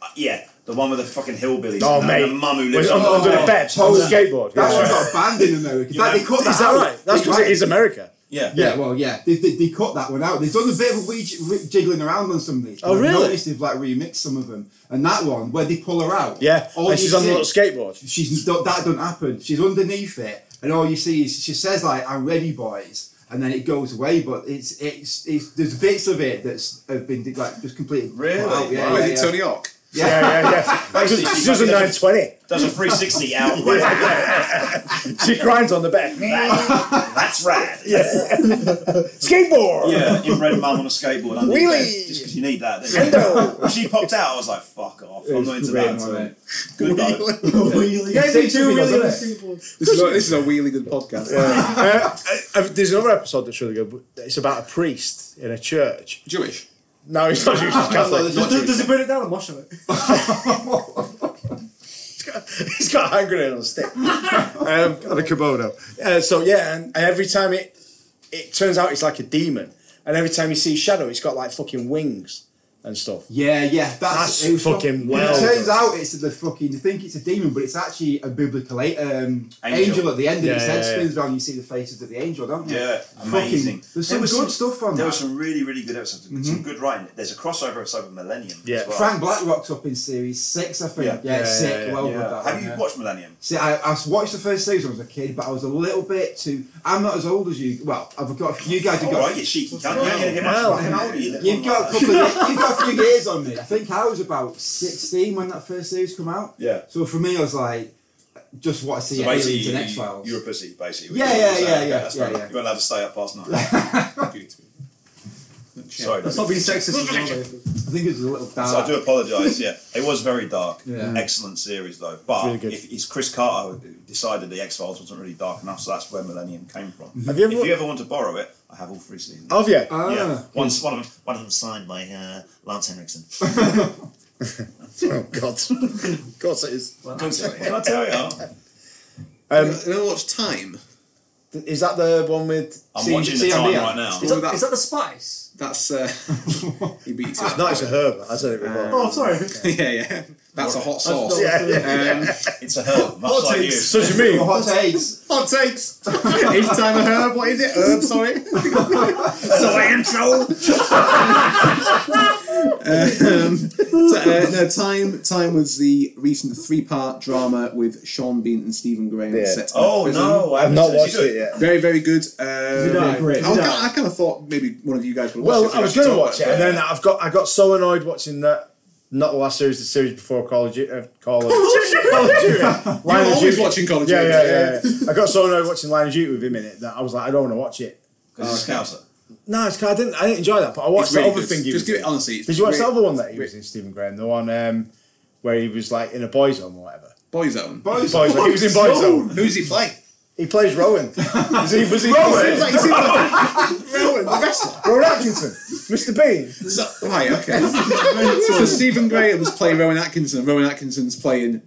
Uh, yeah, the one with the fucking hillbillies.
Oh,
and the-
mate.
the mum who
Was
lives
it under,
on
under
the
the
farm.
bed, on the skateboard.
Oh, That's
Yeah.
yeah. got banned in America.
You
That-
know-
they cut that
Is that
out.
right? That's
They
because
cut-
it is America.
Yeah.
Yeah, well, yeah, they, they, they cut that one out. They've done a bit of a wee j- ri- jiggling around on some of these.
Oh,
I've
really?
Noticed they've like remixed some of them, and that one where they pull her out.
Yeah,
all
and
you
she's on the
see-
little skateboard.
She's that doesn't happen. She's underneath it, and all you see is she says like, "I'm ready, boys," and then it goes away. But it's it's, it's there's bits of it that's have been like just completely cut
Really?
out. Yeah,
Oh,
yeah,
is it
yeah.
Tony Hawk?
Yeah, yeah, [LAUGHS] yeah.
Basically,
She
she
does a
does-
920.
Does a 360
[LAUGHS]
out.
[LAUGHS] She grinds on the back.
That's rad.
Skateboard!
Yeah, inbred mum on a skateboard. underneath
Wheelie.
bed, Just because you need that. don't you? When she popped out, I was like, fuck off. I'm not into that. at all. [LAUGHS] Good though.
You guys need two really
This is, a, this is a really good podcast.
Uh, uh, there's another episode that's really good. but It's about a priest in a church.
Jewish.
No, he's not Jewish, he's Catholic.
Does, does he burn it down and wash it?
[LAUGHS] He's got a hand grenade on a stick [LAUGHS] um, and a kimono. Uh, so yeah, and, and every time it it turns out it's like a demon, and every time you see Shadow, it's got like fucking wings and stuff.
Yeah, yeah, that's,
That's
it was
fucking
fuck-
well
It turns
done.
out it's the fucking. You think it's a demon, but it's actually a biblical a- um, angel.
Angel.
at the end, and
Yeah,
its head
yeah, yeah.
spins round. You see the faces of the angel, don't you?
Yeah,
[LAUGHS] Fucking-
amazing.
There's
There
some
was
good
some-
stuff on
There
that. Mm-hmm.
was some really, really good episodes. Some good writing. There's a crossover episode with Millennium.
Yeah.
as well.
Frank Blackrock's up in series six, I think.
Yeah.
Yeah,
Yeah,
sick.
yeah, yeah,
well
Yeah.
done. that
Have
one,
you
yeah.
watched Millennium?
See, I, I watched the first series when I was a kid, but I was a little bit too. I'm not as old as you. Well, I've got a few- you guys. have
All
got
right, you cheeky cunt. You're
wrong?
going to get much
Well,
fucking older. You little
You've got a
mother.
couple of, ye- you've got a few years on me. I think I was about sixteen when that first series come out.
Yeah.
So for me, I was like, just want to see
So
aliens
basically,
and X
you,
Files.
you're a pussy, basically.
Yeah,
You're
yeah,
saying,
yeah,
okay,
yeah,
that's
yeah,
right.
yeah.
You're allowed to stay up past night.
[LAUGHS]
Sorry.
That's not being sexist as well, though.
I think it was a little dark.
So I do apologise. Yeah, it was very dark. Mm.
Yeah.
Excellent series though. But
Really good.
if it's Chris Carter who decided the X Files wasn't really dark enough, so that's where Millennium came from.
Mm-hmm.
Have you
if
ever-
you ever want to borrow it, I have all three seasons.
Have you?
Ah,
yeah, one's, one of them, one of them signed by uh, Lance
[LAUGHS]
Henriksen.
Oh [LAUGHS] God, of course it is.
Can I tell you?
Um,
Um,
I watch Time.
is that the one with?
I'm
See-
watching
see,
the
I'm
time
here.
right now.
Is
Well,
that,
that-
is that the spice?
That's uh, [LAUGHS] he beats it.
No, it's a herb. I said it before.
Uh,
Oh, sorry.
[LAUGHS] yeah, yeah. That's a hot sauce.
Yeah, yeah.
Um,
It's a herb, much like
[LAUGHS]
Uh,
you.
[LAUGHS] So do you mean?
Hot takes.
hot takes. Each time a herb. [LAUGHS] What is it? Herb. Sorry.
[LAUGHS]
intro.
[LAUGHS] T- uh, no, time. Time was the recent three-part drama with Sean Bean and Stephen Graham.
Yeah.
Set in a
Oh
prison.
no, I
I've
haven't
not
seen it.
watched
Is
it
good?
yet.
Very, very good. Uh,
Zidane,
I,
great,
was-
Zidane.
I kind of thought maybe one of you guys would. watch
Well,
it,
I was
so we
going
could
to watch it,
talk
and
about
then I have got I got so annoyed watching that. Not the last series, the series before Call of Duty. Uh,
[LAUGHS]
Call of Call of Duty. Line
You're
of
always
Duty.
watching Call of
Yeah,
Duty.
yeah, yeah, yeah. I got so annoyed watching Line of Duty with him in it that I was like, I don't want to watch it.
'Cause it's Scouser.
No, it's 'cause I didn't. I didn't enjoy that. But I watched
It's really
the other
good.
thing. He
Just
was
give it
in.
honestly. it's
Did you watch the
great.
other one that he was in, Stephen Graham? The one um, where he was like in a boys' home or whatever.
Boyzone.
Boys'
[LAUGHS]
home. He was in boys' home.
Who's he play?
He
[LAUGHS]
plays Rowan. Was he? Was he?
Seems like- seems like- [LAUGHS]
Rowan, the wrestler. Rowan Atkinson, Mr. Bean.
So, [LAUGHS] right,
[LAUGHS]
okay. so Stephen Graham's playing Rowan Atkinson. Rowan Atkinson's playing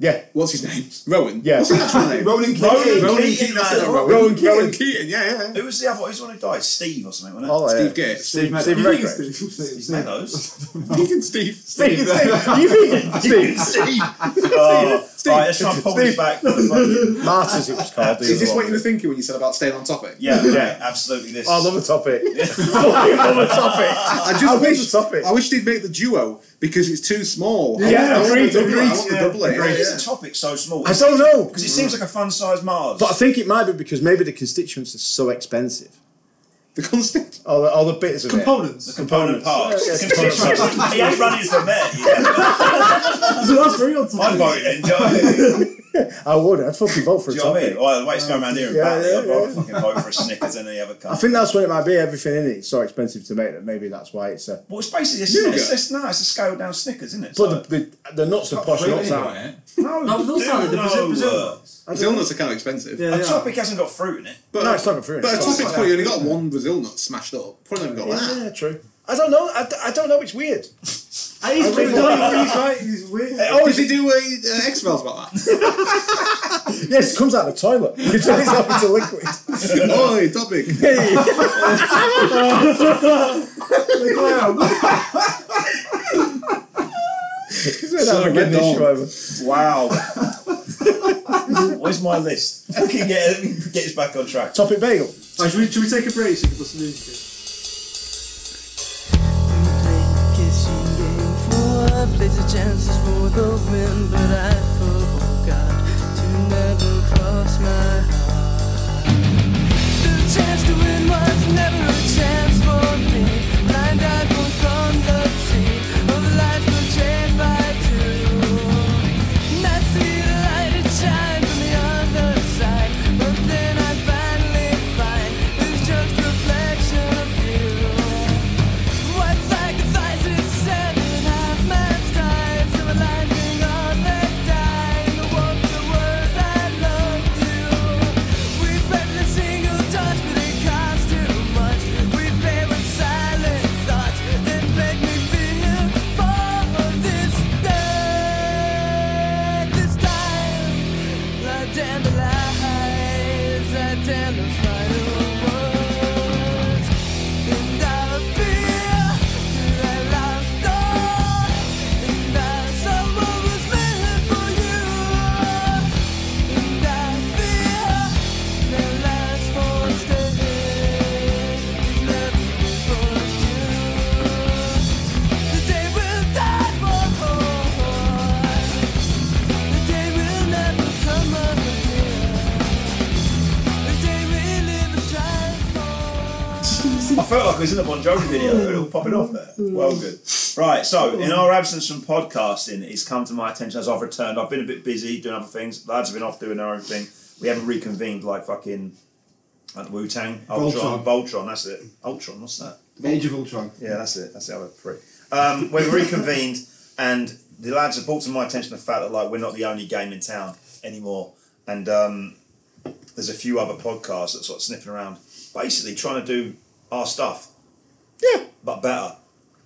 Yeah,
what's his name? [LAUGHS] Rowan.
yeah.
What's his actual name?
Ronan
Ronan
Keating.
Keating.
that's not
man.
Rowan.
Rowan Keating.
Rowan Keating. Yeah, yeah.
Who was the other one? Who's the one who died? Steve or something, wasn't it?
Oh, yeah.
Steve Gates.
Steve,
Steve
Steve
Mac-
Redgrave.
Steve
[LAUGHS]
Meadows.
Keating. Steve.
Steve, Steve,
[LAUGHS]
you vegan? Steve,
Oh, right, let's try and pull this back.
Martyrs, it was called.
Is this what you were thinking when you said about staying on topic?
Yeah,
Yeah.
yeah, absolutely. This.
Oh, I love
[LAUGHS]
a topic. Fucking love a topic.
I just
I wish-
wish.
topic.
I wish they'd make the duo because it's too small. I
Yeah,
want- I want
agreed,
the double- I
agreed.
want the double A.
Why
Yeah,
is
yeah.
the topic so small?
I don't know,
Because it seems like a fun-sized Mars.
but I think it might be because maybe the constituents are so expensive.
The constant.
All the, all the bits of
the
Components.
component parts.
Yeah, yeah.
The component
[LAUGHS]
parts. he ain't running for mayor. Yeah.
So that's very on time.
I'd vote in.
[LAUGHS]
Do you know what I mean? Do
it. I would. I'd fucking vote for a
you know what I mean?
topic.
Well, the way it's going around here in
Yeah,
Batley,
yeah,
I'd rather
yeah.
fucking vote for a Snickers than any other
I
cunt.
think that's what it might be. Everything in it is so expensive to make that maybe that's why it's a.
Well, it's basically a
Nougat.
It's, it's, no, it's a scaled down Snickers, isn't it?
But the, the, the nuts are posh nuts, aren't they?
Right.
no,
No, those are the
no,
Brazil- Brazil
uh,
ones.
Brazil nuts are kind of expensive.
Yeah,
A
they are.
topic hasn't got fruit in it.
But,
No, it's not got fruit in
But
it.
a topic's probably only got one Brazil nut smashed up. Probably not even got that.
Yeah, true. I don't know. I, d- I don't know.
[LAUGHS]
It's weird.
And he's
really
really
like-
he's right. He's weird.
Oh,
Did they do a uh, X Files [LAUGHS] about that?
Yes, it comes out of the toilet. [LAUGHS] You can turn itself into liquid. [LAUGHS]
Oi, topic.
Sorry,
get on.
Wow. Where's my list? [LAUGHS] Okay, yeah, let me get this back on track.
Topic bagel.
Right, should, we, should we take a break so we can listen to music?
Kissing game for I played the chances for the win, but I forgot to never cross my heart. The chance to win was never a chance for me. Blind eyed was on the scene of life were changed by
felt like I was in a Bon Jovi video. It all popping off there. Well, good. Right. So, in our absence from podcasting, it's come to my attention as I've returned. I've been a bit busy doing other things. Lads have been off doing their own thing. We haven't reconvened like fucking like Wu Tang, Ultron,
Voltron.
Voltron. That's it. Ultron. What's that?
Age of Ultron.
Yeah, that's it. That's the other prick. Um, we've reconvened, and the lads have brought to my attention the fact that like we're not the only game in town anymore, and um, there's a few other podcasts that sort of sniffing around, basically trying to do our stuff.
Yeah.
but better.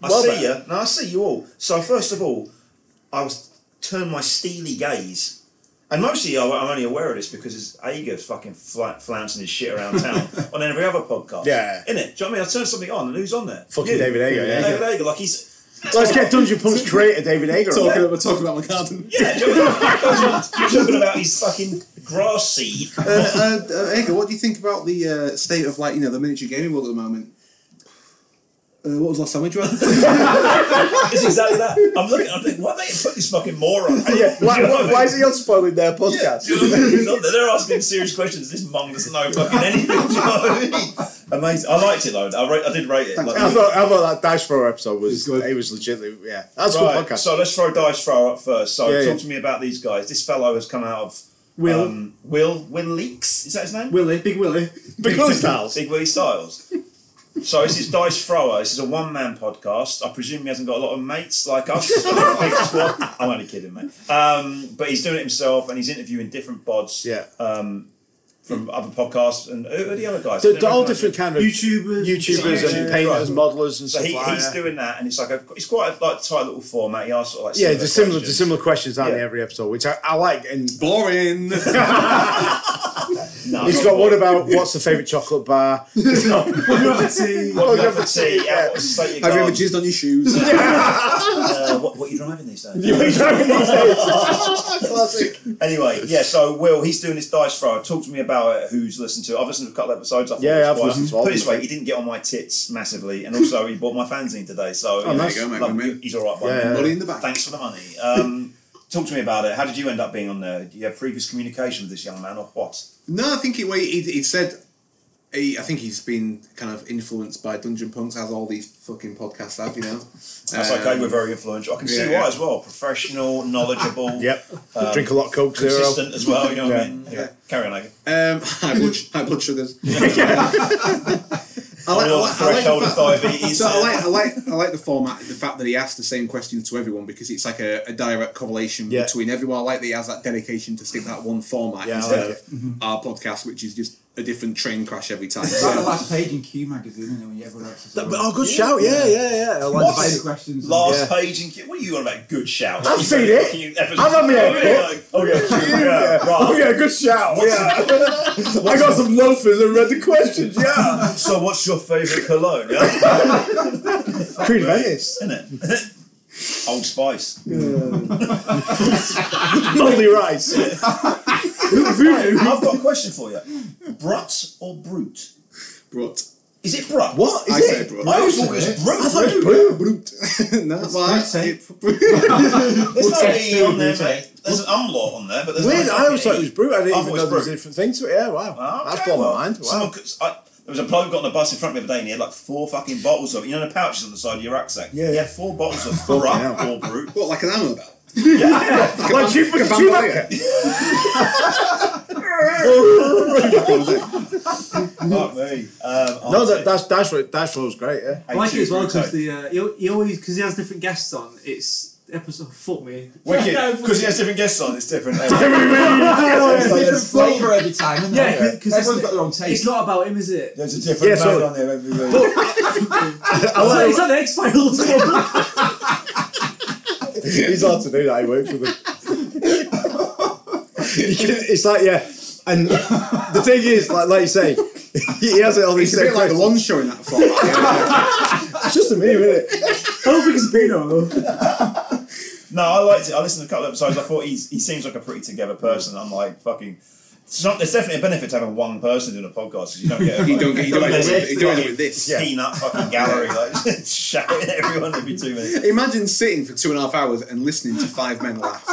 I
Well
see
better.
you. No, I see you all. So first of all, I was turn my steely gaze and mostly I- I'm only aware of this because it's Aga's fucking fla- flouncing his shit around
[LAUGHS]
town on every other podcast.
Yeah.
Innit? Do you know what I mean? I turn something on and who's on there?
Fucking
You.
David Ager, yeah.
David Ager, like he's.
Let's get Dungeon Punch creator David Ager. on
Talking,
there.
we're talking about the garden.
Yeah, do you know what I mean? You're talking about his fucking grass seed.
uh, uh, Edgar, what do you think about the uh, state of like you know the miniature gaming world at the moment? Uh, what was the last time we drank?
It's exactly that. I'm looking, I'm thinking, why they put this fucking moron?
Yeah. Why, why, why is he on spoiling their podcast?
Do you know what I mean? He's on there. They're asking him serious questions. This mong doesn't know fucking anything. Do you know what I mean? Amazing. I liked it though. I, ra- I did rate it. Like,
[LAUGHS] I thought, I thought that Dice Thrower episode was
It's good.
it was legitimately yeah. That's a
Right,
good podcast.
so let's throw Dice Thrower up first. So
Yeah,
talk
yeah.
to me about these guys. This fellow has come out of
Will.
um, Will Will Leaks. Is that his name?
Willie, Big Willie.
Big Willie Styles.
Big Willie Styles. so this is Dice Thrower. This is a one man podcast. I presume he hasn't got a lot of mates like us. We're a big squad. I'm only kidding, mate. Um, but he's doing it himself and he's interviewing different bods
Yeah.
um, from other podcasts and who are the other guys? I
They're
didn't
all
recognise
different kind of
YouTubers.
YouTubers and
Yeah.
painters, modelers and
So
stuff
he,
like
he's
that.
doing that, and it's like a, it's quite a like tight little format. He asks sort of like
yeah, the similar, the
questions.
similar questions aren't
Yeah.
in every episode, which I, I like. And
[LAUGHS] Boring.
No,
he's
not
got
quite.
one about what's the favourite chocolate [LAUGHS] bar. [LAUGHS]
What do you
Have
have for tea? Yeah, what's the state of your
Have you ever
garden?
jizzed on your shoes?
Uh, what, what are you driving these
[LAUGHS]
days? [LAUGHS]
Classic.
Anyway, yeah, so Will, he's doing this dice throw. Talk to me about it, who's listened to it. I've listened to a couple of episodes. I thought it was
Yeah, I've
quite-
listened to all
Put it
of
this way, he didn't get on my tits massively, and also he bought my fanzine today, so you know,
Oh, nice.
There you go, mate,
love-
good man.
he's all right.
Yeah,
buddy.
yeah.
Money in the bank.
Thanks for the money. Um, talk to me about it. How did you end up being on there? Do you have previous communication with this young man, or what?
No, I think he, well, he, he said. He, I think he's been kind of influenced by Dungeon Punks, as all these fucking podcasts have, you know.
That's
Um,
okay. We're very influential. I can see
yeah,
why
yeah.
as well. Professional, knowledgeable,
[LAUGHS] Yep. Drink a lot of Coke Zero.
consistent as well. You know what I
Yeah.
mean? Yeah. Carry on, Aga.
Um, [LAUGHS] high blood, high blood sugars. [LAUGHS] I
[LAUGHS]
like, I
We're on the
like, I like the
threshold of
fact-
diabetes.
So I like, I like, I like the format, the fact that he asks the same questions to everyone because it's like a, a direct correlation
Yeah.
between everyone. I like that he has that dedication to stick that one format
Yeah, I
instead
like
of our podcast, which is just a different train crash every time.
It's like the
So,
last page in Q magazine, isn't it, when you ever access it?
Oh, good shout! Yeah, yeah, yeah. I like
What?
that.
Find the questions.
Last page in Q. What are you on about? Good shout.
I've
You
seen
said
it.
fucking episodes.
I've had my
Oh,
head
yeah,
[LAUGHS]
like, Oh yeah, yeah,
Oh
right.
yeah, good shout. [LAUGHS] Yeah. I got some loafers and read the questions. Yeah,
Um, So what's your favourite cologne? Yeah,
Queen Venice,
isn't it? [LAUGHS] Old Spice.
[LAUGHS] Moldy Rice. [LAUGHS]
I've got a question for you. Brut or brute?
Brut.
Is it brut?
What is
I
it?
say brut.
I always thought it was brut.
[LAUGHS]
Blue.
no, well,
Brute, eh?
it- brute.
There's no E on there,
brute, eh?
mate. There's an umlaut on there, but there's
Weird.
no
I always thought it was brute. I
I've
didn't even
always
know there was
brute.
different things to it. Yeah, wow.
Ah, Okay,
That's blown
well,
my mind.
Someone
Wow.
could, I, there was a bloke got on the bus in front of me the other day and he had like four fucking bottles of it. You know the pouches on the side of your rucksack?
Yeah,
He
yeah.
had four bottles of
hell.
Brut or Brute.
what, like an ammo bell?
Like Chewbacca. Chewbacca.
Fuck me. Oh, Um,
[LAUGHS] No,
I'll
that,
take
that's that's what that's what was great. Yeah.
I like it as well
82
because the uh, he, al- he always because he has different guests on. It's episode. Fuck me. [LAUGHS]
Wicked, because he has different guests on. It's different.
It's like a flavour every time, isn't it?
Yeah, because
Everyone's got their own taste.
It's not about him, is it?
There's a different
Yeah, so- man on
there every week.
I like-
Is that the X Files?
He's hard to do that. He works with them. You can- it's like yeah, and the thing is, like like you say, he has it all these
It's a bit
things.
like
Like
a long show in that format. [LAUGHS] yeah.
it's just a meme, isn't it?
I don't think it's Pino though.
No, I liked it. I listened to a couple of episodes. I thought he's, he seems like a pretty together person. I'm like, fucking. It's not, there's definitely a benefit to having one person doing a podcast because you don't get
You don't get-
[LAUGHS]
you don't
like,
get it with- you don't get it with this.
fucking peanut fucking gallery like [LAUGHS] shouting at everyone every two minutes.
Imagine sitting for two and a half hours and listening to five men laugh.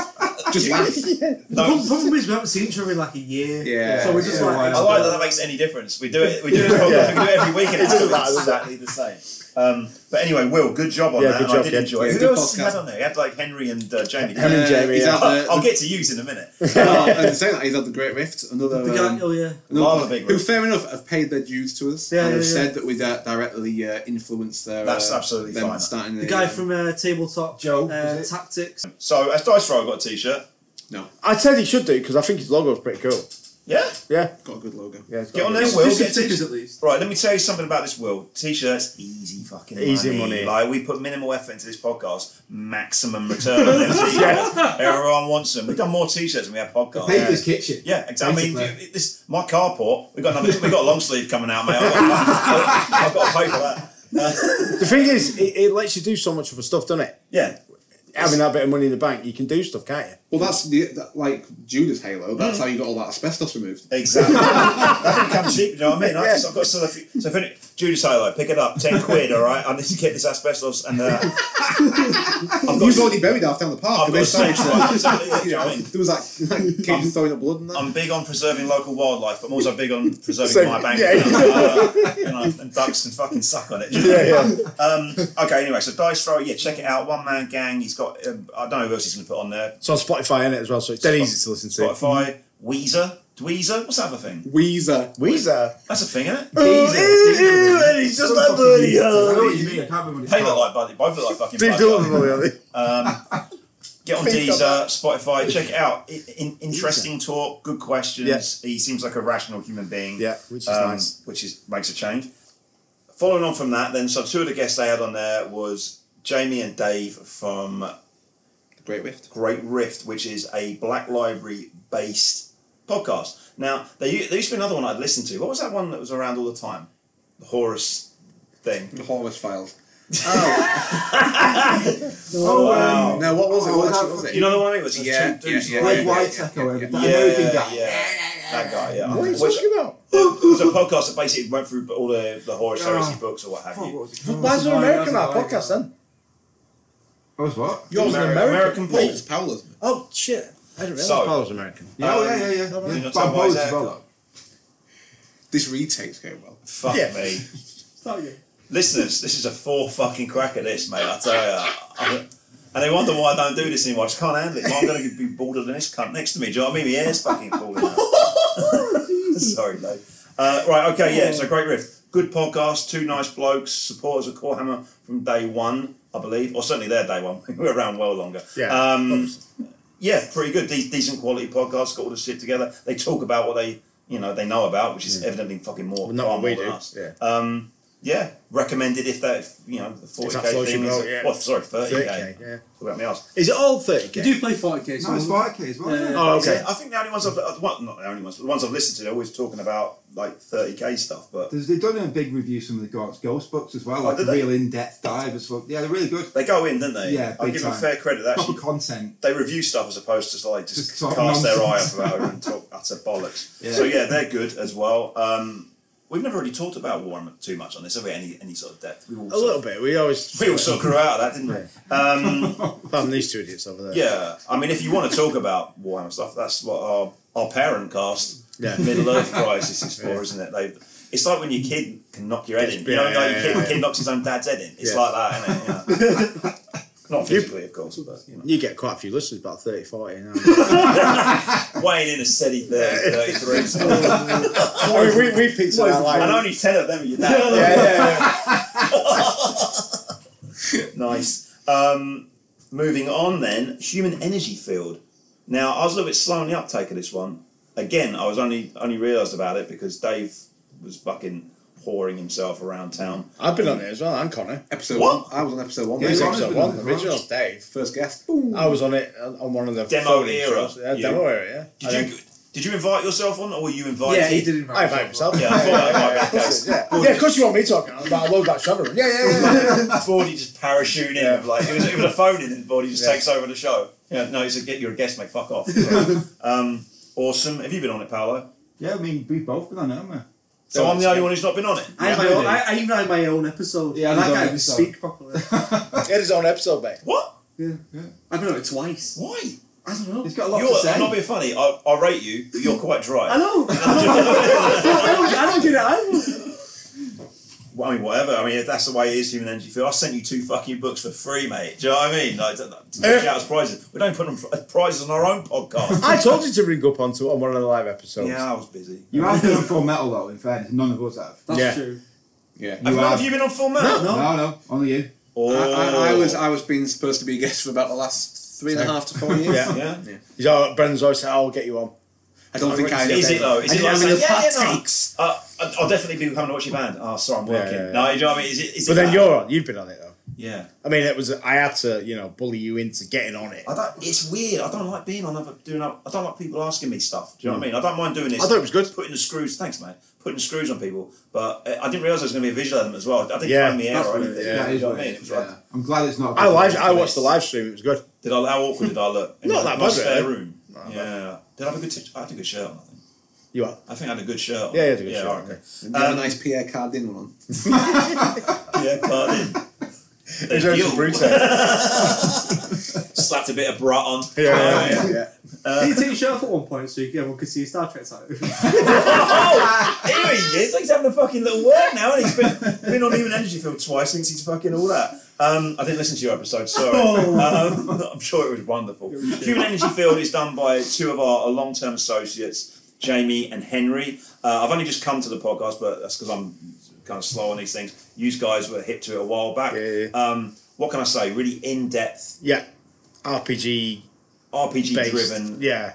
Just laugh.
The problem problem is we haven't seen each other in like a year.
Yeah.
So we're just
Yeah,
like.
I like that that makes any difference. We do it. We do it. We do it every week, and it doesn't matter. Exactly the same. Um, but anyway, Will, good job on
Yeah,
that.
good
and I
job,
did
yeah.
enjoy
Yeah,
it. Who
good
else
podcast.
had on there? You had like Henry and uh, Jamie.
Henry and
Uh,
Jamie,
he's
yeah.
had the-
I'll get to yous in a minute.
Oh, and saying that he's had the Great Rift, another,
The guy,
um,
oh yeah.
another
Lava
pod-
Big
who
Rift.
fair enough have paid their dues to us.
Yeah,
and have
yeah, yeah.
said that we di- directly uh, influenced their.
That's
uh,
absolutely
them
fine.
Starting
The guy from uh, Tabletop
Joe,
uh,
was it?
Tactics.
So, as Dice Roll, I got a T-shirt.
I said he should do because I think his logo's pretty cool.
Yeah,
Yeah,
got a good logo.
yeah. it's
get
got
on
a-
there, Will.
Just
Get a
stickers
t-shirt.
at least.
Right, let me tell you something about this, Will. T-shirts, easy fucking
Easy money.
Like we put minimal effort into this podcast, maximum return on them t-shirts. Everyone wants them. We've done more T-shirts than we have podcasts.
Pay for his kitchen.
Yeah, exactly. I mean,
Basically.
you- this my carport. We got another. we got a long sleeve coming out, mate. I've got, [LAUGHS] I've got to pay for that.
The thing is, it, it lets you do so much of the stuff, doesn't it?
Yeah,
Having that bit of money in the bank, you can do stuff, can't you?
Well, that's the that, like Judas Halo. That's
Mm.
how you got all that asbestos removed.
exactly. that didn't come cheap. You know what I mean? I just, I've got to sell a few. So, if any, Judas Halo, pick it up, ten quid. All right, I need to get this asbestos and. Uh, I've
You've
got.
already buried half down the park.
I've got
and they
a
started to-
Exactly, yeah, do you
you
know
know,
what I mean?
[LAUGHS] there was that like, kid throwing up blood and that.
I'm big on preserving local wildlife, but I'm also big on preserving
So,
my bank.
yeah.
account. Uh, you know, and ducks can fucking suck on it.
yeah.
Um, okay, anyway, so Dice Throw, yeah, check it out. One Man Gang, he's got, um, I don't know who else he's going to put on there.
It's on Spotify in it as well, so it's dead easy to listen to.
Spotify, Weezer, Dweezer, what's that other thing?
Weezer.
Weezer.
That's a thing, isn't
[LAUGHS]
it?
Deezer.
he's just
Some
like
fucking
bloody
Deezer. I know
hell.
what you mean. I can't remember what it's
They look
called.
like bloody, both look like fucking
Deep
bloody-
Dylan, really.
Get on
Think of
Deezer, Spotify, check it out. I- in- interesting talk, good questions. He seems like a rational human being. um,
Yeah, Um, which is nice.
Which is makes a change. Following on from that, then so two of the guests they had on there was Jamie and Dave from
Great Rift.
Great Rift, which is a Black Library based podcast. Now, there, u- there used to be another one I'd listened to. What was that one that was around all the time? The Horus thing.
The Horus Files.
Oh, wow.
No, what was it? What
Oh,
actually
that-
was it?
you know the one I mean? It was just
Yeah,
two dudes
yeah,
like-
Greg Whitehead or whatever.
yeah,
That American guy.
yeah. That guy, yeah.
What are you
Which-
talking about?
it was a podcast that basically went through all the, the horror series
Oh.
books or what have
Fuck,
you.
what was it called?
Why is there
Oh, yeah,
American
that's
that
what I
podcast
got.
then?
That was what?
Yours was
Ameri- American
American.
Paul.
It's Powell's.
Oh, shit. I didn't realise
So-
Paul's American.
Yeah, oh, yeah, yeah, yeah.
Um,
yeah.
you know,
Bob
Tom
Bowles
Isaac.
as well.
This retake's going well.
Fuck
Yeah.
me.
Start again.
Listeners, this is a four fucking crack at this, mate. I tell you. and they wonder why I don't do this anymore. I just can't handle it. Well, I'm going to be bolder than this cunt next to me. Do you know what I mean? My hair's fucking falling out. [LAUGHS]
[LAUGHS]
Sorry, Dave. Uh, right, okay, yeah, so Great Rift. Good podcast, two nice blokes, supporters of Core Hammer from day one, I believe, or certainly their day one. [LAUGHS] we were around well longer.
Yeah.
Um, yeah, pretty good. De- decent quality podcasts, got all the shit together. They talk about what they, you know, they know about, which is evidently fucking more,
Mm. Well, not
far
what we
more than
do,
us.
yeah.
Um, yeah, recommended if that, if, you know, the forty
that
k
floats your
thing. Is,
boat, yeah.
Well, sorry, thirty
30k,
k.
yeah.
About me ass.
Is it all 30k?
You do play 40k. So
No, it's Barclay as well.
Yeah.
yeah.
Oh,
Okay.
okay.
I think the only ones I've uh, well, not the only ones, but the ones I've listened to, they're always talking about like thirty k stuff. But
Mm.
There's- They've done a big review of some of the Ghost, ghost books as well,
Oh,
like
did
a
they?
real in-depth dive as well. Yeah, they're really good.
they go in, don't they?
Yeah,
I
big
give them
time.
fair credit. They
[LAUGHS]
Proper
Actually,
content.
they review stuff as opposed to like just,
Just talk
cast their eye up
nonsense.
about it and talk utter
[LAUGHS]
bollocks.
Yeah.
So yeah, they're good as well. Um, we've never really talked about Warhammer too much on this, have we? Any any sort of depth? We all
A
sort
little
of-
bit. We always.
[LAUGHS] We all sort of grew out of that, didn't we? Um,
Apart from these two idiots over there.
Yeah, I mean, if you want to talk about Warhammer stuff, that's what our, our parent cast
Yeah.
Middle
[LAUGHS]
Earth Crisis is for, isn't it? They, it's like when your kid can knock your head in. You know,
Yeah,
like
yeah,
your kid,
yeah.
kid knocks his own dad's head in. It's
Yeah.
like that, isn't it? You know? Not physically, of course, but you know.
You get quite a few listeners, about 30, 40 [LAUGHS] now.
weighing in a steady 30, 33.
[LAUGHS] I mean, we, we picked it out like.
and only 10 of them are your dad.
Yeah, yeah,
[LAUGHS] Nice. Um, moving on then, human energy field. Now I was a little bit slow on the uptake of this one. Again, I was only only realised about it because Dave was fucking whoring himself around town.
I've been on it as well. I'm Connor.
Episode
What?
one. I was on episode one.
Yeah,
He's
you
mate.
are.
episode
been
one,
on it
the
as well.
original Dave.
First guest. Boom.
I was on it on on one of the
Demo
folding
era,
shows. Yeah,
you-
demo era. Yeah.
Did you did you invite yourself on or were you invited?
Yeah, he did invite
I invite myself.
Yeah, I thought that might be the
[LAUGHS]
case.
Yeah, [LAUGHS] yeah, of course you want me talking about I love that Shadowrun. Yeah, yeah, yeah. [LAUGHS] yeah.
Bordy just parachute in
Yeah.
like it was, it was a phone in and Bordy just
Yeah.
takes over the show. Yeah, no, he's a get you're a guest, mate, fuck off. um, awesome. Have you been on it, Paolo?
Yeah, I mean, we've both been on it, haven't we?
So
Yeah,
I'm the only one who's not been on it.
I, had my
Yeah,
own,
I
I, I even had my own episode.
Yeah, I
and I
did
can't
that
even
episode. [LAUGHS]
speak properly.
It is on episode, mate.
What?
I've been on it twice.
Why?
I don't know.
He's got a lot
You're,
to say.
I'm not being funny. I, I rate you. But you're quite dry.
I know. [LAUGHS] I don't. I don't get it. I
Well, I mean, whatever. I mean, if that's the way it is, human energy field. I sent you two fucking books for free, mate. Do you know what I mean? Like, don't- don't
Eh.
shout out as prizes. We don't put them as prizes on our own podcast.
I told you to ring up onto on one of the live episodes.
yeah, I was busy. [LAUGHS]
You have been on full metal though. In fairness, none of us have.
That's
Yeah.
true.
Yeah.
Have,
You
none of
have.
you been on Full Metal?
No.
No, no, only you.
Oh.
I, I, I was [LAUGHS] I was being supposed to be a guest for about the last three and a half to four years.
Yeah.
[LAUGHS] Yeah.
He's all, Brendan's always said, I'll get you on.
I don't think I
Is it though? Is
I
it
didn't
like
have
saying,
any
yeah, yeah, no.
takes.
Uh, I- I'll definitely be coming to watch your band. Oh, sorry, I'm
Yeah,
working.
yeah, yeah.
No, you know what I mean? Is it? Is it
But then
that?
you're on. You've been on it though.
Yeah.
I mean, it was I had to, you know, bully you into getting on it.
I don't. It's weird. I don't like being on other doing. Other, I don't like people asking me stuff. Do you know what I mean? I don't mind doing this.
Hmm. I thought it was good.
Putting the screws. Thanks, mate. Putting the screws on people, but uh, I didn't realise there was going to be a visual element as well. I didn't
Yeah.
time the air
That's
or
what it
anything.
is. Yeah,
Do
it
you
is
know what
what
I mean?
it
It was
is,
like,
yeah. I'm glad it's not. a
I live,
podcast.
I watched
[LAUGHS]
the live stream. It was good.
did I, how awkward did I look? In
[LAUGHS]
my-
Not that eh?
my
bad,
spare
really.
room. yeah. Did I have a good? T- I had a good shirt on. I think.
You are.
I think I had a good shirt. On.
Yeah, you had a good
yeah,
shirt
all right,
on,
Okay. Um,
You have a nice Pierre Cardin one.
Yeah, cut in.
It was
Thank
actually
you.
brutal.
Slapped a bit of brat on. Um,
Yeah,
[LAUGHS]
yeah, yeah, yeah.
Uh,
Did you take your shirt off at one point so you, everyone could see your Star Trek sign?
[LAUGHS]
Oh, here he is. He's having a fucking little work now, and he's been been on Human Energy Field twice since he's fucking all that. Um, I didn't listen to your episode, sorry.
Oh.
Um, I'm sure it was wonderful. Human Energy Field is done by two of our long term associates, Jamie and Henry. Uh, I've only just come to the podcast, but that's because I'm kind of slow on these things. You guys were hip to it a while back.
Yeah, yeah.
Um, what can I say? Really in depth,
Yeah. RPG
RPG
based.
driven
Yeah.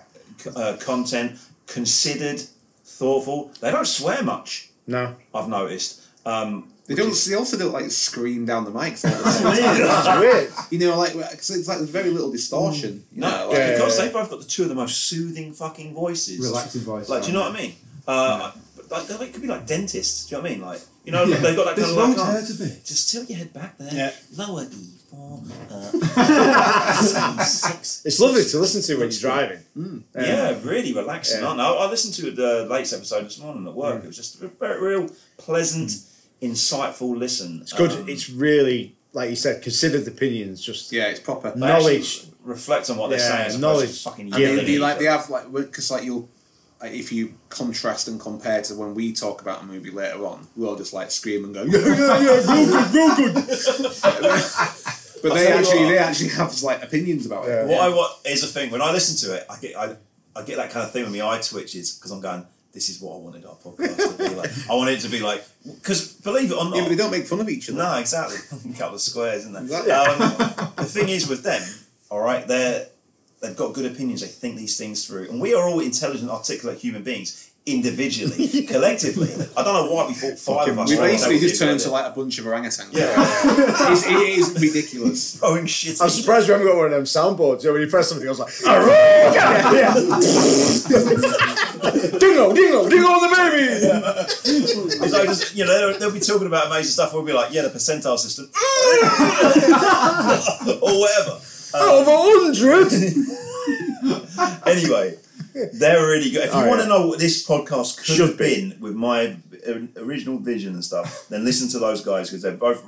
uh, content, considered, thoughtful. They don't swear much. [LAUGHS]
No.
I've noticed. Um,
They don't. [LAUGHS] They also don't like scream down the mics. All the time.
It's weird.
You know, like because it's like there's very little distortion.
Mm.
You
no,
know,
like,
like,
yeah,
because
yeah.
they've both got the two of the most soothing fucking voices.
Relaxing voice,
Like, do you know what I mean? Uh, but Like, they could be like dentists. Do you know what I mean? Like, you know, they've got that
This
kind of like,
won't
oh,
hurt a bit.
just tilt your head back there,
Yeah.
lower E four, uh, seven, six.
It's lovely to listen to when you're driving.
Yeah, really relaxing,
Yeah.
aren't they? I, I listened to the latest episode this morning at work. It was just a very real pleasant, insightful listen. Um,
It's good. it's really, like you said, considered opinions. Just
yeah, it's proper.
they actually
knowledge.
Reflect on what they're
Yeah,
saying. as opposed to
knowledge.
Fucking
I mean,
yelling
they
at
like
each
they
other.
have like because like you'll like, if you contrast and compare to when we talk about a movie later on, we'll just like scream and go yeah yeah yeah real good real
[LAUGHS]
good. but they
tell you
actually
what.
they actually have like opinions about it.
What I want is a thing. When I listen to it, I get I, I get that kind of thing when my eye twitches because I'm going. This is what I wanted our podcast to be
[LAUGHS]
like. I wanted it to be like because believe it or not,
Yeah, but they don't make fun of each
[LAUGHS]
other.
no, exactly. a couple of squares, isn't there?
Exactly. [LAUGHS]
Um, the thing is with them, all right, they're they've got good opinions. They think these things through, and we are all intelligent, articulate human beings.
[LAUGHS]
Individually, collectively, I don't know why we thought five of us.
We
were all
basically
that would
just
be a
turn
good
into
idea.
like a bunch of orangutans. [LAUGHS]
yeah,
it's, it
[LAUGHS]
is ridiculous.
throwing shit.
I'm surprised we haven't got one of them soundboards. You know, when you press something, I was like, [LAUGHS] "Arrgh!" yeah, yeah. dingo, dingo, dingo on the baby.
It's like, just, you know, they'll, they'll be talking about amazing stuff. We'll be like, yeah, the percentile system, [LAUGHS] or whatever.
Out of a hundred.
Anyway, they're really good. If you
Oh,
want to
yeah.
know what this podcast could
Should
have been with my uh, original vision and stuff, then listen to those guys because they're both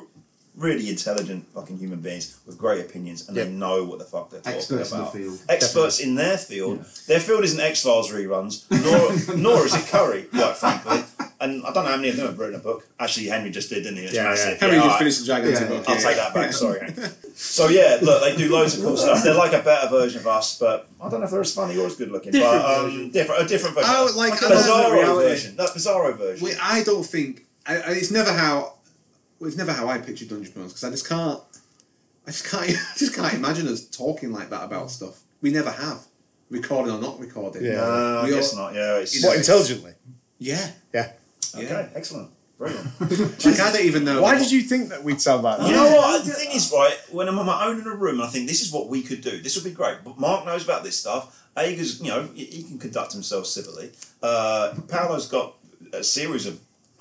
really intelligent fucking human beings with great opinions and they know what the fuck they're talking
Experts in the
about.
field.
Experts in their field. Their field isn't X Files reruns, nor nor is it Curry, quite frankly. And I don't know how many of them have written a book. Actually, Henry just did, didn't he? It's
Yeah, yeah.
massive.
Harry
all
just
right.
finished the Dragon
Yeah,
Tattoo
yeah,
book,
I'll
yeah,
take that back. Sorry. Hank. so yeah, look, they do loads of cool stuff. They're like a better version of us, but I don't know if they're as funny or as good looking.
Different
but, um,
version.
Different, a different version.
I would Oh, like- I love the
Bizarro
reality.
version. That's Bizarro version. Uh,
We, I don't think I, I, it's never how well, it's never how I picture Dungeon Bones because I just can't I just can't [LAUGHS] I just can't imagine us talking like that about stuff we never have recording or not recording
Yeah.
Uh, I
We all-
guess not. Yeah. It's,
What intelligently?
yeah
Yeah.
okay.
yeah.
Excellent. Brilliant.
like I don't even know
Why did you think that we'd sound like that?
You know what? The thing is, right, when I'm on my own in a room and I think this is what we could do, this would be great. But Mark knows about this stuff. Ager's, you know, he he can conduct himself civilly. Uh, Paolo's got a series of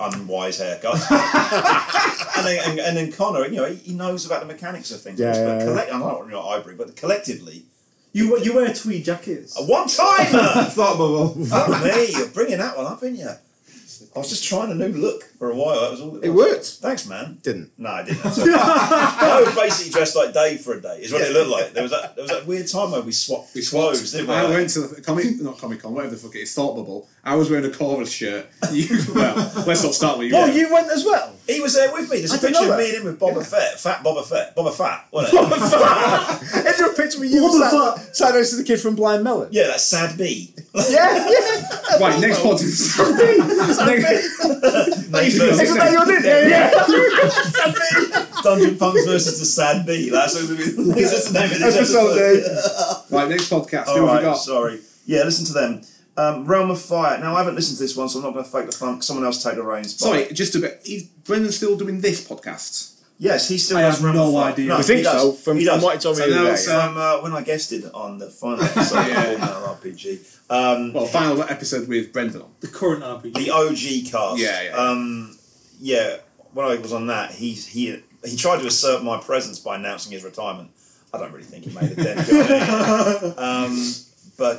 unwise haircuts. [LAUGHS] and, then, and, and then Connor, you know, he, he knows about the mechanics of things.
Yeah,
but
yeah,
collect- I'm not, not ivory, but collectively,
[LAUGHS] You wear- you wear tweed jackets.
one timer! [LAUGHS]
Thought bubble.
Fuck me, you're bringing that one up, aren't you?
It's,
I was just trying a new look for a while. That was all.
It worked.
Thanks, man.
Didn't.
No, I didn't. That's okay. I was basically dressed like Dave for a day. Is what it looked like. There was that. There was that weird time where we swapped
we
clothes,
swapped.
didn't we?
I
Like,
went to the comic, not Comic Con, whatever the fuck it is, Thought Bubble. I was wearing a Corvus shirt. [LAUGHS] You well, let's not start with you.
Oh, you went as well.
He was there with me. There's a
I didn't
picture
know
of me
that.
and him with Boba Fett, Fat Boba Fett, Boba Fat. Boba Fett.
Is there a picture of you
What the
sat, [LAUGHS] sat next to the kid from Blind Melon?
[LAUGHS] Yeah, that's sad me.
yeah. yeah.
right, next pod. Next-
Dungeon
Isn't that
Punks-
your name? Yeah,
[LAUGHS]
yeah. [LAUGHS]
Dungeon Punks versus the sad me. That's what we [LAUGHS] because that's the name of this
Episode
episode.
eight.
right, next podcast.
All
who have
right,
we got?
sorry. Yeah, listen to them. Um, Realm of Fire. Now I haven't listened to this one, so I'm not going to fake the funk. Someone else take the reins. But-
Sorry, just a bit. Is Brendan still doing this podcast?
Yes, he still
I
has
have
Realm of
no
Fire.
idea.
No,
I
I think
he does.
so. From,
he
from
does.
what he told me
So now
today.
it's, uh,
Um, uh, when I guested on the
[LAUGHS]
final episode of Full Metal RPG, um,
Well, final episode with Brendan on.
The current RPG.
the OG cast.
Yeah, yeah, yeah.
Um, yeah. When I was on that, he he he tried to assert my presence by announcing his retirement. I don't really think he made it then. do you know what I
[LAUGHS]
mean? um, but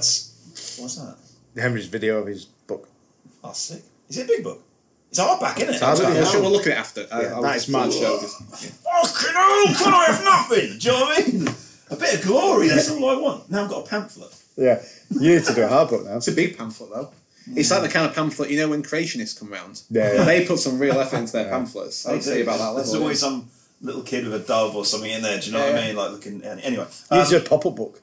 what's that?
Henry's video of his book.
Oh, sick. Is it a big book? It's hardback, isn't it?
hard,
I'm
yeah.
sure we'll look at it after. I-
Yeah,
I'll
that is mad.
show this.
Fucking hell, can I have nothing? Do you know what I mean? A bit of glory, that's all I want. Now I've got a pamphlet.
Yeah. You need to do a hard book now.
It's a big pamphlet though. It's like the kind of pamphlet you know when creationists come round.
Yeah, yeah.
They put some real effort into
[LAUGHS]
their pamphlets. I'd say about that
Oh, There's
level.
always some little kid with a dove or something in there, do you know what I mean? Like looking. Anyway.
You
Um,
need to do a pop up book.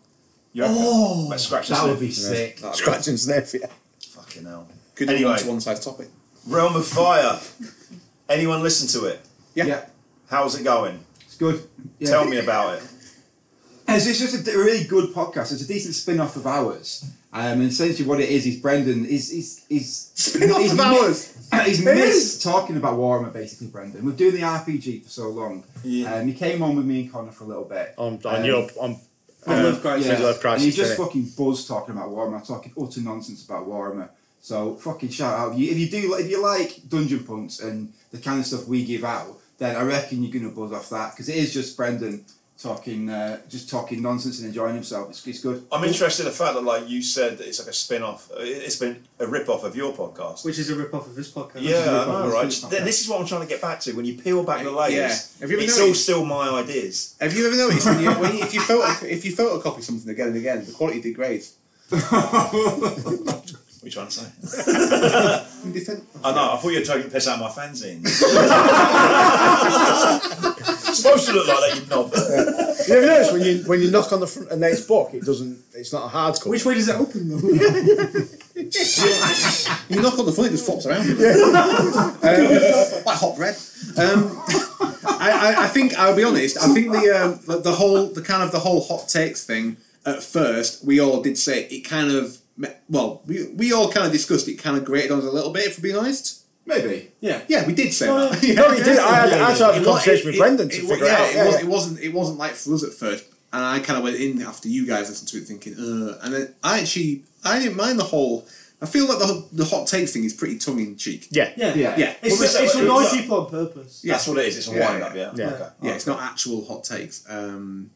you reckon?
Oh,
Like scratch and
that would
sniff.
be sick.
That'd be-
Scratch and sniff, yeah.
Fucking hell.
Could
Anyway.
anyway. one to one size topic.
Realm of Fire. Anyone listen to it?
Yeah.
Yeah,
How's it going?
it's good. Yeah.
Tell me about it.
It's just, it's just a d- really good podcast. It's a decent spin off of ours. Um, and essentially, what it is is Brendan is is is spin
off of ours?
[LAUGHS] He's missed talking about Warhammer, basically. Brendan, we've doing the RPG for so long.
Yeah.
Um, he came on with me and Connor for a little bit.
On, on
Um,
your. On,
I
um,
love Crisis.
Yeah.
Middle Earth Crisis,
And you just
innit?
fucking buzz talking about Warhammer, talking utter nonsense about Warhammer. So fucking shout out if you if you do if you like Dungeon Punks and the kind of stuff we give out, then I reckon you're gonna buzz off that because it is just Brendan talking, uh, just talking nonsense and enjoying himself. It's, it's good.
I'm interested in the fact that, like you said, that it's like a spin off. It's been a rip off of your podcast.
Which is a rip off of this podcast.
Yeah, I
rip-off
know,
of
right?
this podcast.
Th- This is what I'm trying to get back to. When you peel back the layers,
Yeah. Have you ever
it's
noticed-
all still my ideas.
Have you ever noticed when you, when you, if you photo, if you photocopy something again and again, the quality degrades.
What are you trying to say?
Independent.
Oh, I know. I thought you were taking the piss out of my [LAUGHS] fanzine. supposed to look like that, you knob.
You ever notice when you when you knock on the front of Nate's book, it doesn't. It's not a hard cover.
Which way does it open though?
You knock on the phone, it just flops around. [LAUGHS] um, like hot bread. Um, I, I, I think I'll be honest. I think the um, the- the whole the kind of the whole hot takes thing at first we all did say it kind of me- well we, we all kind of discussed it kind of grated on us a little bit if we're being honest.
Maybe.
yeah.
Yeah, we did say [LAUGHS]
Well,
that. Yeah,
no, [LAUGHS] you did. I had, I had to have
It
a
wa-
conversation
it-
with
it-
Brendan to
it wa-
figure
yeah,
it out.
It,
Yeah,
was,
yeah.
it wasn't. It wasn't like for us at first, and I kind of went in after you guys listened to it, thinking, "Uh." And then I actually, I didn't mind the whole. I feel like the whole- the hot takes thing is pretty tongue in cheek.
Yeah.
Yeah.
Yeah.
Yeah.
It's,
Well,
it's,
that's-
to annoy
yeah.
people on purpose.
That's what it is. It's a
Yeah,
wind up, yeah.
yeah.
Okay.
Yeah, it's not actual hot takes. Um,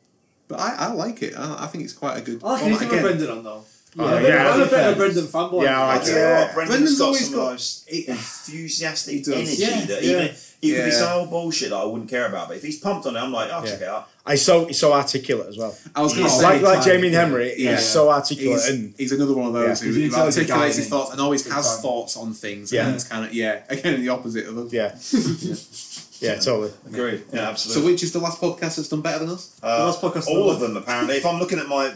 but I, I like it. I, I think it's quite a good.
Oh,
Oh,
I like
format
anything with
again.
Brendan on though.
Oh,
I'm a
yeah.
bit of a Brendan fanboy.
Yeah, I
I
do.
tell you
Yeah.
what, Brendan's
Brendan's
got
always
some
got-
of those
He
enthusiastic
does.
energy
Yeah,
that
yeah.
even if it could be
Yeah.
some old bullshit that I wouldn't care about. But if he's pumped on it, I'm like, I'll check it out.
He's so he's so articulate as well.
I was going to
Yeah.
say,
Like like
time.
Jamie and Henry,
Yeah.
he's so articulate
he's,
and
he's another one of those
Yeah.
who,
He's an
who articulates
intelligent
his
guy,
thoughts and always has
time.
thoughts on things.
Yeah.
and it's kind of yeah, [LAUGHS] again the opposite of us.
[LAUGHS] yeah, yeah, totally.
Agreed. Yeah,
So
absolutely.
which is the last podcast that's done better than us?
Uh,
The last podcast on
all
the
of them, apparently. If I'm looking at my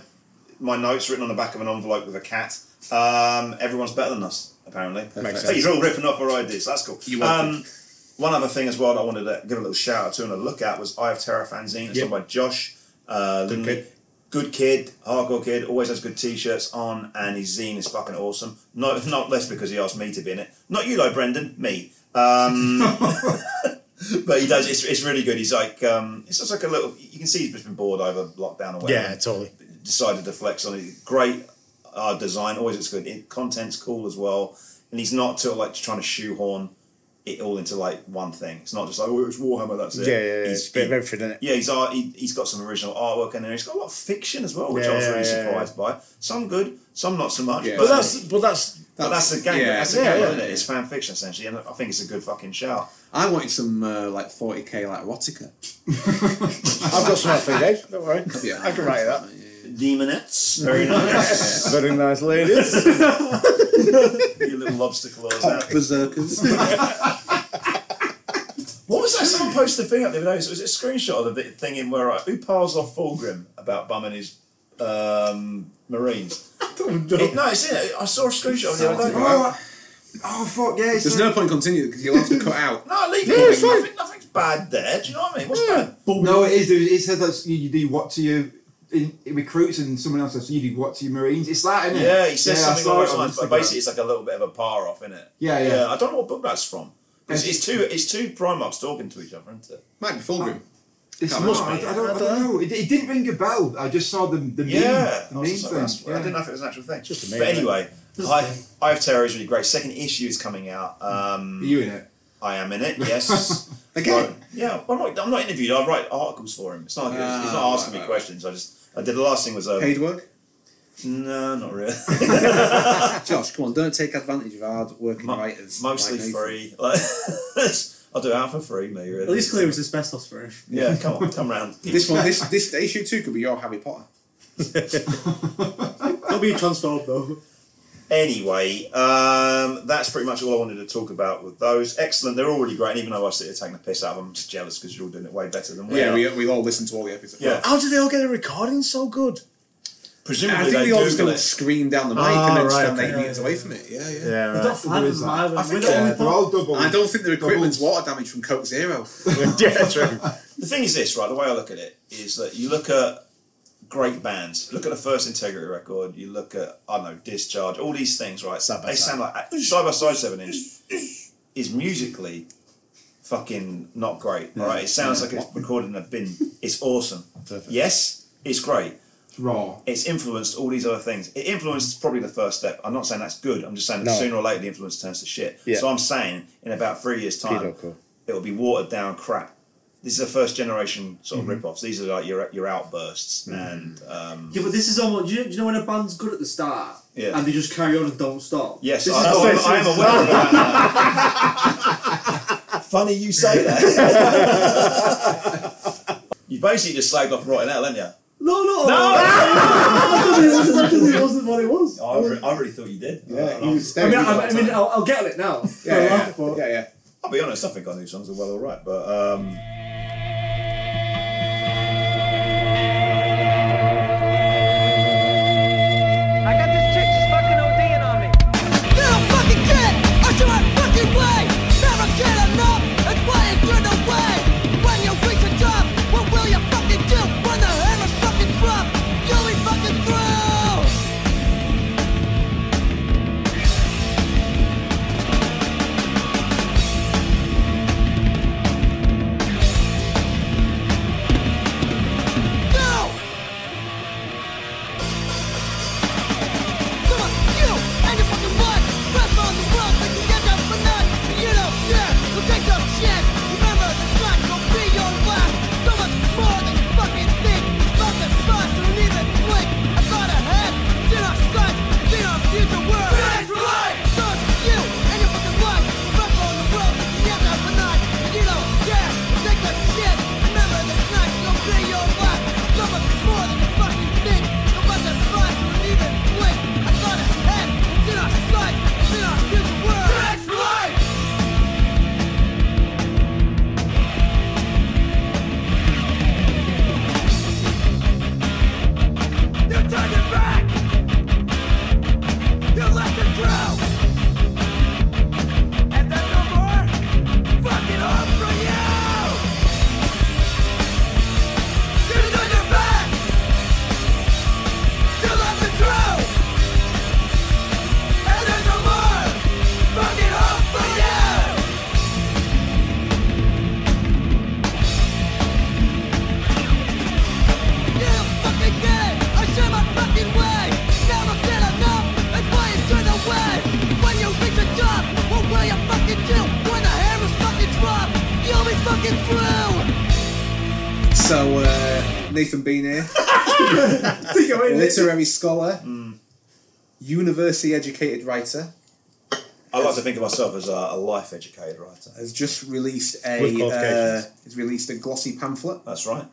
my notes written on the back of an envelope with a cat, um, everyone's better than us, apparently.
Makes
so
sense.
you're all ripping off our ideas. That's cool.
You're welcome.
um, one other thing as well that I wanted to give a little shout out to and a look at was I Have Terror fanzine. It's
Yep.
done by Josh. Uh, good
kid.
Good kid, hardcore kid, always has good t-shirts on, and his zine is fucking awesome. Not [LAUGHS] not less because he asked me to be in it. Not you though, Brendan. Me. Um, But he does. It's, it's really good. He's like, um, it's just like a little. You can see he's just been bored over lockdown or whatever.
Yeah, totally.
Decided to flex on it. Great uh, design. Always looks good. It, content's cool as well. And he's not too like trying to shoehorn it all into like one thing. It's not just like oh, it's Warhammer. That's
Yeah,
it.
yeah, yeah.
He's-
It's a bit of
he-
everything, innit?
yeah, he's art, he, he's got some original artwork in there. He's got a lot of fiction as well, which I was
Yeah,
really
yeah, yeah,
surprised by. Some good, some not so much.
Yeah.
But
But that's but that's
But that's the game.
yeah,
that's the
yeah,
game,
yeah,
isn't it?
yeah.
It's fan fiction essentially, and I think it's a good fucking shout.
I wanted some uh, like 40k like erotica.
I've got some for you, Dave. Don't worry.
Yeah.
I can write that.
Demonettes, [LAUGHS] very nice.
Very nice ladies.
Your little lobster claws out.
[LAUGHS]
Berserkers.
What was that? Someone posted a thing up the other day. So was it a screenshot of the bit- thing in where I, who piles off Fulgrim about bumming his um, Marines? It- no, it's in it. I saw a screenshot of it the other day.
Oh, oh fuck yeah!
There's no point continuing because you'll have to cut out.
No, leave
Yeah,
it.
it's fine.
Nothing, nothing's bad there. Do you know what I mean? What's bad?
No, it is. Dude. It says that you, you do what to you in, it recruits, and someone else says you do what to your Marines. It's that, isn't it?
Yeah, he says
Yeah, I
something
saw
along
it
those
on
lines, but
Instagram.
basically it's like a little bit of a par off, isn't it?
Yeah, yeah.
I don't know what book that's from. It's, it's two. It's two Primarchs talking to each other, isn't it?
Might be
[LAUGHS]
Fulgrim.
It's
Can't
not.
remember.
I, I don't, I don't know. It, it didn't ring a bell. I just saw the the meme.
Yeah,
the
I,
meme
was just like,
thing.
that's- I
yeah.
didn't know if it was an actual thing.
Just
but
amazing.
anyway, I, I have terror is really great. Second issue is coming out.
Are
Um,
you in it?
I am
[LAUGHS]
in it. Yes.
Again?
Right. yeah. Well, I'm not, I'm not interviewed. I write articles for him. It's not. Like he's- he's
Ah,
not asking
right,
me
right.
questions. I just. I did the last thing was a.
Paid work. Ah,
No, not really. [LAUGHS]
Josh, come on, don't take advantage of hard working [LAUGHS] writers.
Mostly
like Nathan.
free. [LAUGHS] Like, I'll do out for free, me. Really.
At least clear was asbestos for him.
[LAUGHS]
Yeah. Come on. Come round.
This one, this this issue two could be your Harry Potter.
Don't be transformed though.
Anyway, um, that's pretty much all I wanted to talk about with those. Excellent. They're all really great. And even though I sit here taking the piss out of them, I'm just jealous because you're all doing it way better than we
Yeah,
are.
we, we all listen to all the episodes.
Yeah.
How did they all get a recording so good?
Presumably
I think
they
we all just
Google
gonna
it.
scream down the mic
Ah,
and then
right,
stand
okay.
eight meters away from it. Yeah, yeah.
Yeah,
We've got
right. [LAUGHS]
five of
is
them
that.
either.
I think,
We're the
uh,
only
They're all
pod-
double.
I don't think the equipment's
Doubles.
water damage from Coke Zero.
yeah, true.
The thing is this, right? The way I look at it is that you look at great bands, look at the first Integrity record, you look at I don't know Discharge, all these things, right?
Side by
they
Side.
sound like side by side seven inch is musically fucking not great, right? It sounds like it's recorded in a bin.
[LAUGHS]
It's awesome.
Perfect.
Yes, it's great.
It's raw.
It's influenced all these other things. It influenced probably the first step. I'm not saying that's good. I'm just saying that
No.
sooner or later the influence turns to shit.
Yeah.
So I'm saying in about three years' time,
Pinocchio.
it'll be watered down crap. This is a first generation sort of
Mm-hmm.
rip-offs. These are like your your outbursts and um,
Yeah, but this is almost. Do you, do you know when a band's good at the start
Yeah.
and they just carry on and don't stop?
yes,
This
I,
is
I-
almost-
I am aware of that. [LAUGHS] Funny you say that. [LAUGHS] you basically just slagged off Rotten Hell, haven't you?
No, no, oh, [LAUGHS] it wasn't what it was.
I, re- I really thought you did.
Yeah,
Uh,
he was
I
staring
mean,
at
I,
us
I mean, I'll, I'll get it [LAUGHS] now.
Yeah,
I'll
yeah,
laugh about it.
yeah, yeah.
I'll be honest. I think our new songs are well, all right, but. Um,
I got this chick, she's fucking ODing on me.
You're a fucking kid, I do it fucking way. Never get enough, that's why you turn away. When you reach a top, what will you fucking do? When the hammer's fucking drop, you'll be fucking through. No! Come on, you and your fucking wife. Rest on the world like you end up for none. You don't care, so take your chance. Remember, this not gonna be your last. So much more than you fucking think. Love and trust, you don't even blink. I thought ahead, seen our sights, seen our future world. Rise for life! So it's you and your fucking wife. Rest on the world like you end up for none. You don't care, so take your chance. Remember, this not gonna be your last. So much more than you fucking think. So much and trust, you don't even blink. I thought ahead, seen our sights, seen our future world. Rise for life! You turned it back! You left it through! And then no more fucking hope from you! You turned it back! You left it through! And there's no more fucking hope for you! You fucking gay, I share my fucking way. Never feel enough, that's why you turn away. When you reach the top, what will you fucking do? When the hair is fucking drop, you'll be fucking through.
So uh, Nathan Bean here, literary scholar, university educated writer,
I like to think of myself as a, a life educator. I think.
has just released
With
a uh,
qualifications.
has released a glossy pamphlet.
That's
[LAUGHS]
right.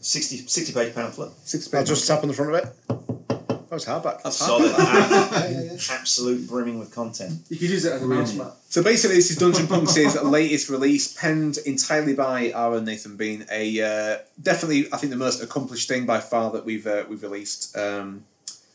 60, 60 page pamphlet.
Six
I'll
pages.
just tap on the front of it. That was hardback.
That's hard. [LAUGHS]
Solid. ab- Absolute brimming with content.
You could use it as a mouse mat.
So basically, this is Dungeon Punks' [LAUGHS] latest release, penned entirely by our Nathan Bean. A uh, definitely, I think, the most accomplished thing by far that we've uh, we've released. Um,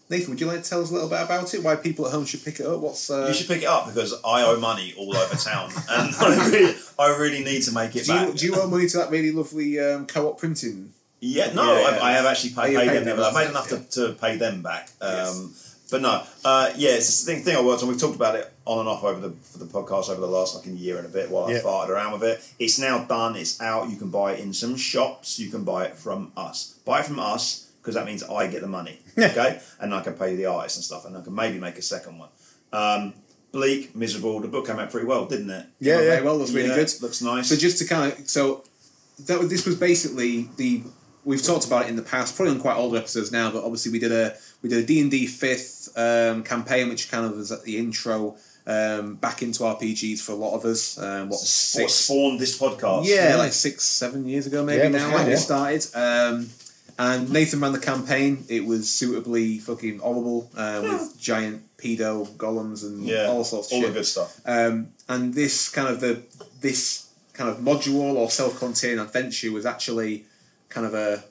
Nathan, would you like to tell us a little bit about it? Why people at home should pick it up? What's uh,
You should pick it up because I owe money all over town,
[LAUGHS]
and I really, I really need to make it
do
back.
you, do you owe money to that really lovely um, co-op printing?
Yeah, no,
Yeah,
I,
yeah.
I have actually
Oh,
paid,
you
paid
paid
them.
them
I've made
off,
enough
yeah.
to, to pay them back. Um,
Yes.
But no, uh, yeah, it's the thing, thing I worked on. We've talked about it on and off over the for the podcast over the last like a year and a bit while
Yeah.
I farted around with it. It's now done. It's out. You can buy it in some shops. You can buy it from us. Buy it from us because that means I get the
[LAUGHS]
money. Okay, and I can pay the artists and stuff, and I can maybe make a second one. Um, Bleak, miserable. The book came out pretty well, didn't it?
yeah, yeah.
Very well, that's really
Yeah,
good.
Looks nice.
So just to kind of so that was, this was basically the we've talked about it in the past, probably on quite older episodes now, but obviously we did a we did a D and D fifth um, campaign, which kind of was at the intro um, back into RPGs for a lot of us. Um, what
Sp- what
six?
spawned this podcast?
Yeah, like six, seven years ago, maybe
Yeah,
now
must
when
be,
it started. Um, and Nathan ran the campaign. It was suitably fucking horrible uh, with giant pedo golems and
yeah,
all sorts of
all
shit
the good stuff.
um, and this kind of the this kind of module or self-contained adventure was actually kind of a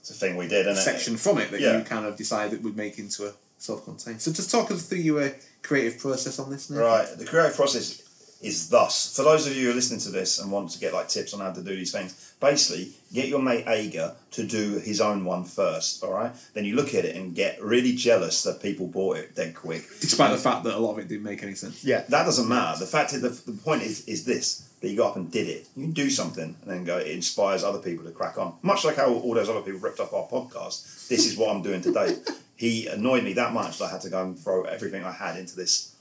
It's a thing we did, isn't it?
section from it that
Yeah.
you kind of decided would make into a self-contained. So just talk us through your creative process on this. Now.
Right. The creative process is thus. For those of you who are listening to this and want to get like tips on how to do these things, basically get your mate Ager to do his own one first, all right? Then you look at it and get really jealous that people bought it dead quick.
Despite the fact that a lot of it didn't make any sense.
yeah.
That doesn't matter. The fact is, the, the point is, is this that you go up and did it. You can do something and then go, it inspires other people to crack on. Much like how all those other people ripped off our podcast, this is what I'm doing today. he annoyed me that much that I had to go and throw everything I had into this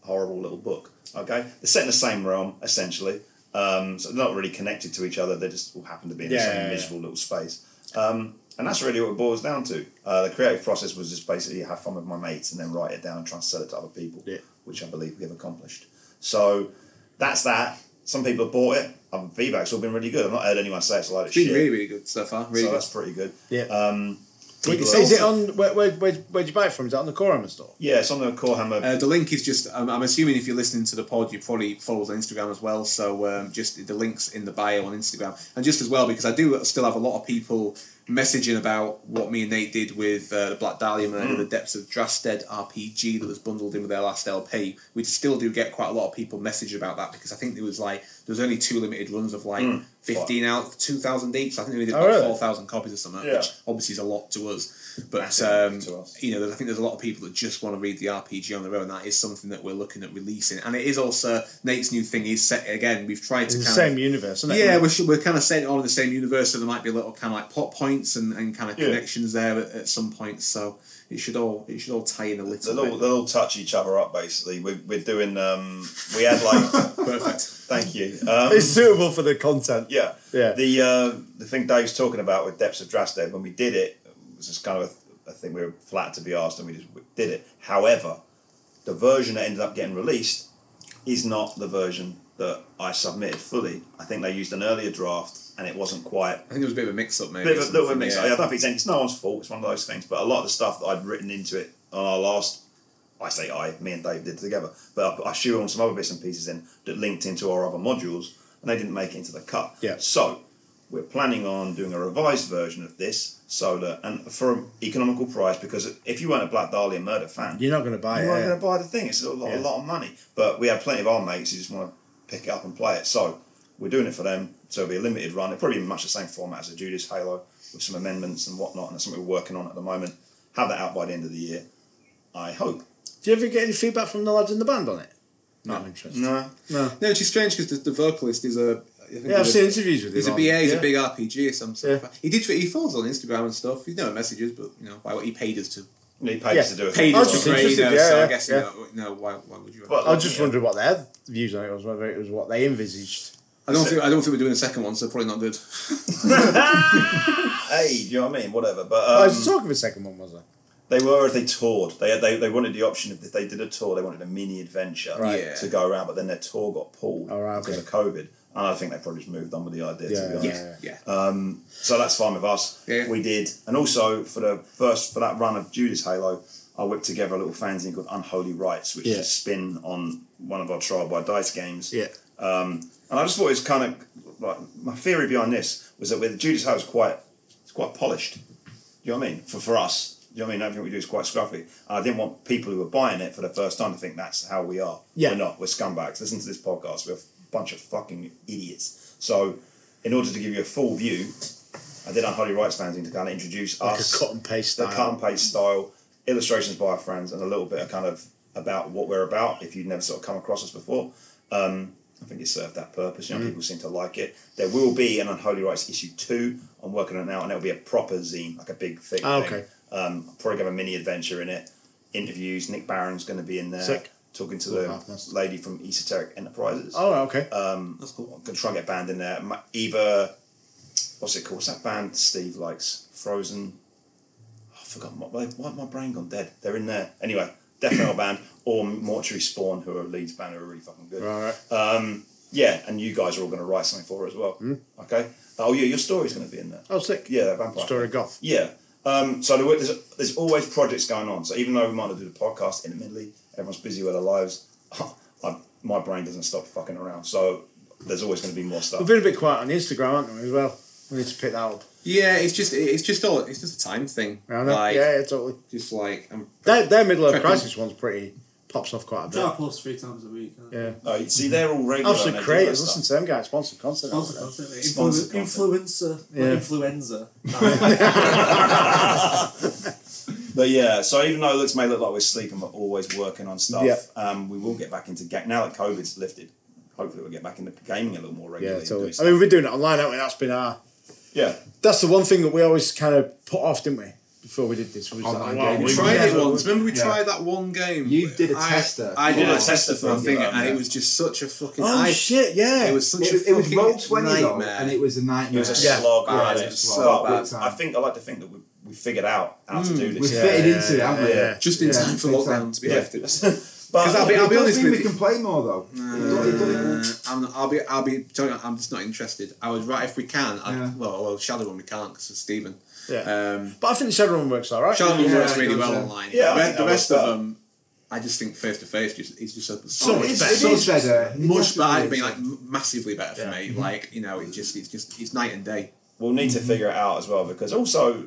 horrible little book. Okay? They're set in the same realm, essentially. Um, so they're not really connected to each other, they just all happen to be in the
Yeah,
same
yeah, yeah.
miserable little space. Um, and that's really what it boils down to. Uh, the creative process was just basically have fun with my mates and then write it down and try and sell it to other people,
Yeah.
which I believe we have accomplished. So that's that. Some people have bought it. Um, feedback's all been really good. I've not heard anyone say it's a load of
It's been
shit.
really, really good so far. Really
so
good.
that's pretty good.
Yeah.
Um, people
Is,
are-
it on? Where, where, where, where'd you buy it from? Is that on the Core Hammer store?
Yeah, it's on the Core Hammer.
Uh, the link is just. I'm, I'm assuming if you're listening to the pod, you probably follow us on Instagram as well. So um, just the links in the bio on Instagram, and just as well because I do still have a lot of people messaging about what me and Nate did with uh, the Black Dahlium
Mm.
and I did the Depths of Drasted RPG that was bundled in with their last LP. We still do get quite a lot of people messaging about that because I think there was like there was only two limited runs of like 15 out, 2,000 each. So I think we did
Mm. Oh,
about
really?
4,000 copies or something,
Yeah.
which obviously is a lot to us. But
Massive
um,
to us.
you know, I think there's a lot of people that just want to read the RPG on their own. That is something that we're looking at releasing, and it is also Nate's new thing. Is set again. We've tried
It's
to
the
kind
same
of.
universe, isn't it?
Yeah, we're, sh- we're kind of setting it all in the same universe, so there might be little kind of like plot points and, and kind of
Yeah.
connections there at, at some points. So it should all it should all tie in a little
They'll all,
bit.
they'll all touch each other up basically. We're, we're doing, um, we had
[LAUGHS]
like,
Perfect.
thank you. Um,
It's suitable for the content.
Yeah.
Yeah.
The uh, the thing Dave's talking about with Depths of Drasted, when we did it, it was just kind of a, I think we were flat to be asked and we just did it. However, the version that ended up getting released is not the version that I submitted fully. I think they used an earlier draft and it wasn't quite
I think there was a bit of a mix-up, maybe.
bit
or
of a, little bit
something,
mixed. I don't think it's, any- it's no one's fault. It's one of those things. But a lot of the stuff that I'd written into it on our last, I say I, me and Dave did together, but I, I shoe on some other bits and pieces in that linked into our other modules, and they didn't make it into the cut.
Yeah.
So we're planning on doing a revised version of this so that and for an economical price because if you weren't a Black Dahlia murder fan,
You're not going to buy
you
it.
weren't
yeah.
going to buy the thing. It's a lot, a
Yeah.
lot of money. But we have plenty of our mates who just want to pick it up and play it. So we're doing it for them. So it'll be a limited run. It'll probably be much the same format as a Judas Halo with some amendments and whatnot. And that's something we're working on at the moment. Have that out by the end of the year. I hope.
Do you ever get any feedback from the lads in the band on it? Not interested.
No.
No.
No, it's just strange because the, the vocalist is a. I think
Yeah, I've
he's a-
seen interviews with him.
He's a
on-
BA, he's
yeah.
a big RPG or something.
Yeah.
He did. He follows on Instagram and stuff. He never messages, but you know, why what he paid us to
He paid
Yeah.
us to do it.
paid
I was
us
just
to grade
interested,
us,
yeah,
so
yeah,
I guess
yeah.
you know, no, why, why would you?
Well,
I was just
Yeah.
wondering what their views on it was, whether it was what they envisaged.
I don't think I don't think we're doing a second one, so probably not good.
Hey, do you know what I mean? Whatever. But um,
I was talking of a second one, was I?
They were if they toured. They, they they wanted the option of if they did a tour, they wanted a mini adventure
Right. Yeah.
to go around, but then their tour got pulled
Oh, right,
because
okay.
of COVID. And I think they probably just moved on with the idea to be
Yeah,
honest.
Yeah,
yeah,
yeah.
So that's fine with us.
Yeah.
We did. And also for the first for that run of Judas Halo, I whipped together a little fanzine called Unholy Rites, which is
Yeah.
a spin on one of our Trial by Dice games.
Yeah.
And I just thought it was kind of like my theory behind this was that with Judas Halo is quite it's quite polished. Do you know what I mean? For for us. Do you know what I mean? Everything we do is quite scruffy. And I didn't want people who were buying it for the first time to think that's how we are.
Yeah.
We're not. We're scumbags. Listen to this podcast. We're a bunch of fucking idiots. So, in order to give you a full view, I did Unholy Rights fanzine to kind of introduce
Like
us.
a cut and paste
the
style.
cut and paste style, illustrations by our friends, and a little bit of kind of about what we're about if you'd never sort of come across us before. Um, I think it served that purpose. You
Mm.
know, people seem to like it. There will be an Unholy Rights issue two. I'm working on it now, and it'll be a proper zine, like a big thick
Ah,
thing.
okay.
Um, I'll probably have a mini adventure in it. Interviews. Nick Barron's going to be in there
Sick.
talking to
Cool,
the
half mast.
lady from Esoteric Enterprises.
Oh, okay.
That's cool.
I'm gonna try and get a band in there. Ma- Either what's it called? What's that band Steve likes? Frozen. Oh, I forgot. My, why why my brain gone dead? They're in there anyway. Death metal band or Mortuary Spawn, who are a Leeds band, who are really fucking good.
All right.
Yeah, and you guys are all going to write something for her as well.
Hmm.
Okay. Oh yeah, your story's going to be in there.
oh, sick.
Yeah, that vampire.
Story of goth.
Yeah. Um, so there were- there's, there's always projects going on. So even though we might not do the podcast, admittedly, everyone's busy with their lives. [LAUGHS] I, my brain doesn't stop fucking around. So there's always going to be more stuff.
We've been a bit quiet on Instagram, aren't we? As well. We need to pick that up.
Yeah, it's just it's just all it's just a time thing.
I know.
Like,
yeah, yeah, totally.
just like I'm
Their, their middle earth
Prepping.
crisis one's pretty pops off quite a
Try
bit.
to post three times a week. huh?
Yeah.
Oh, you see, they're all regular. and they
Absolute
do
creators.
that
Listen
stuff.
to them guys. Sponsor content.
Sponsor
out
content, mate.
Sponsor
Influ- influencer,
Yeah.
Not [LAUGHS] influenza.
But yeah, so even though it looks may look like we're sleeping, we're always working on stuff.
Yeah.
Um, we will get back into ga- now that COVID's lifted. Hopefully, we'll get back into gaming a little more
there.
regularly.
Yeah,
and
totally.
do
I
stuff.
mean, we've been doing it online, haven't we? That's been our.
yeah.
That's the one thing that we always kind of put off, didn't we? Before we did this, was
Online
like, wow,
gaming.
We
we
tried it
never-
once. Remember we
yeah.
tried that one game.
You did a
I-
tester.
I did
Yeah.
a tester for that
Yeah.
thing, and
Yeah.
it was just such a fucking.
Oh
I,
shit! Yeah,
It was such
It,
a
was- it was
fucking
roll twenty though,
nightmare.
and it was a nightmare.
It was a
Yeah.
slog.
Bad.
wasn't
It was so
But we-
bad.
I think I like to think that we, we figured out how to
Mm,
do
we
this.
fitted
yeah,
into it, haven't we?
yeah.
just in
Yeah,
time for
big
lockdown
time.
to be
Yeah.
lifted.
But
I'll be- I'll
It does
honest
mean
with
we
you.
can play more though. It does- it does-
Uh, I'm, I'll be, I'll be telling you, I'm just not interested. I would right if we can. I'd,
Yeah.
Well, well, Shadow one we can't because of Stephen.
Yeah.
Um,
but I think the shadow one works all right.
Shadow one
Yeah,
works
it
really
does,
well
yeah.
online.
Yeah, I
the, re-
think
the
that
rest
works
of
better.
them, I just think face to face just it's just a,
So much
it is-
better.
It is better. It
much
definitely
better. I
is.
mean, like m- massively better for
Mm-hmm.
me. Like you know, it just it's just it's night and day.
we'll need to figure it out as well because also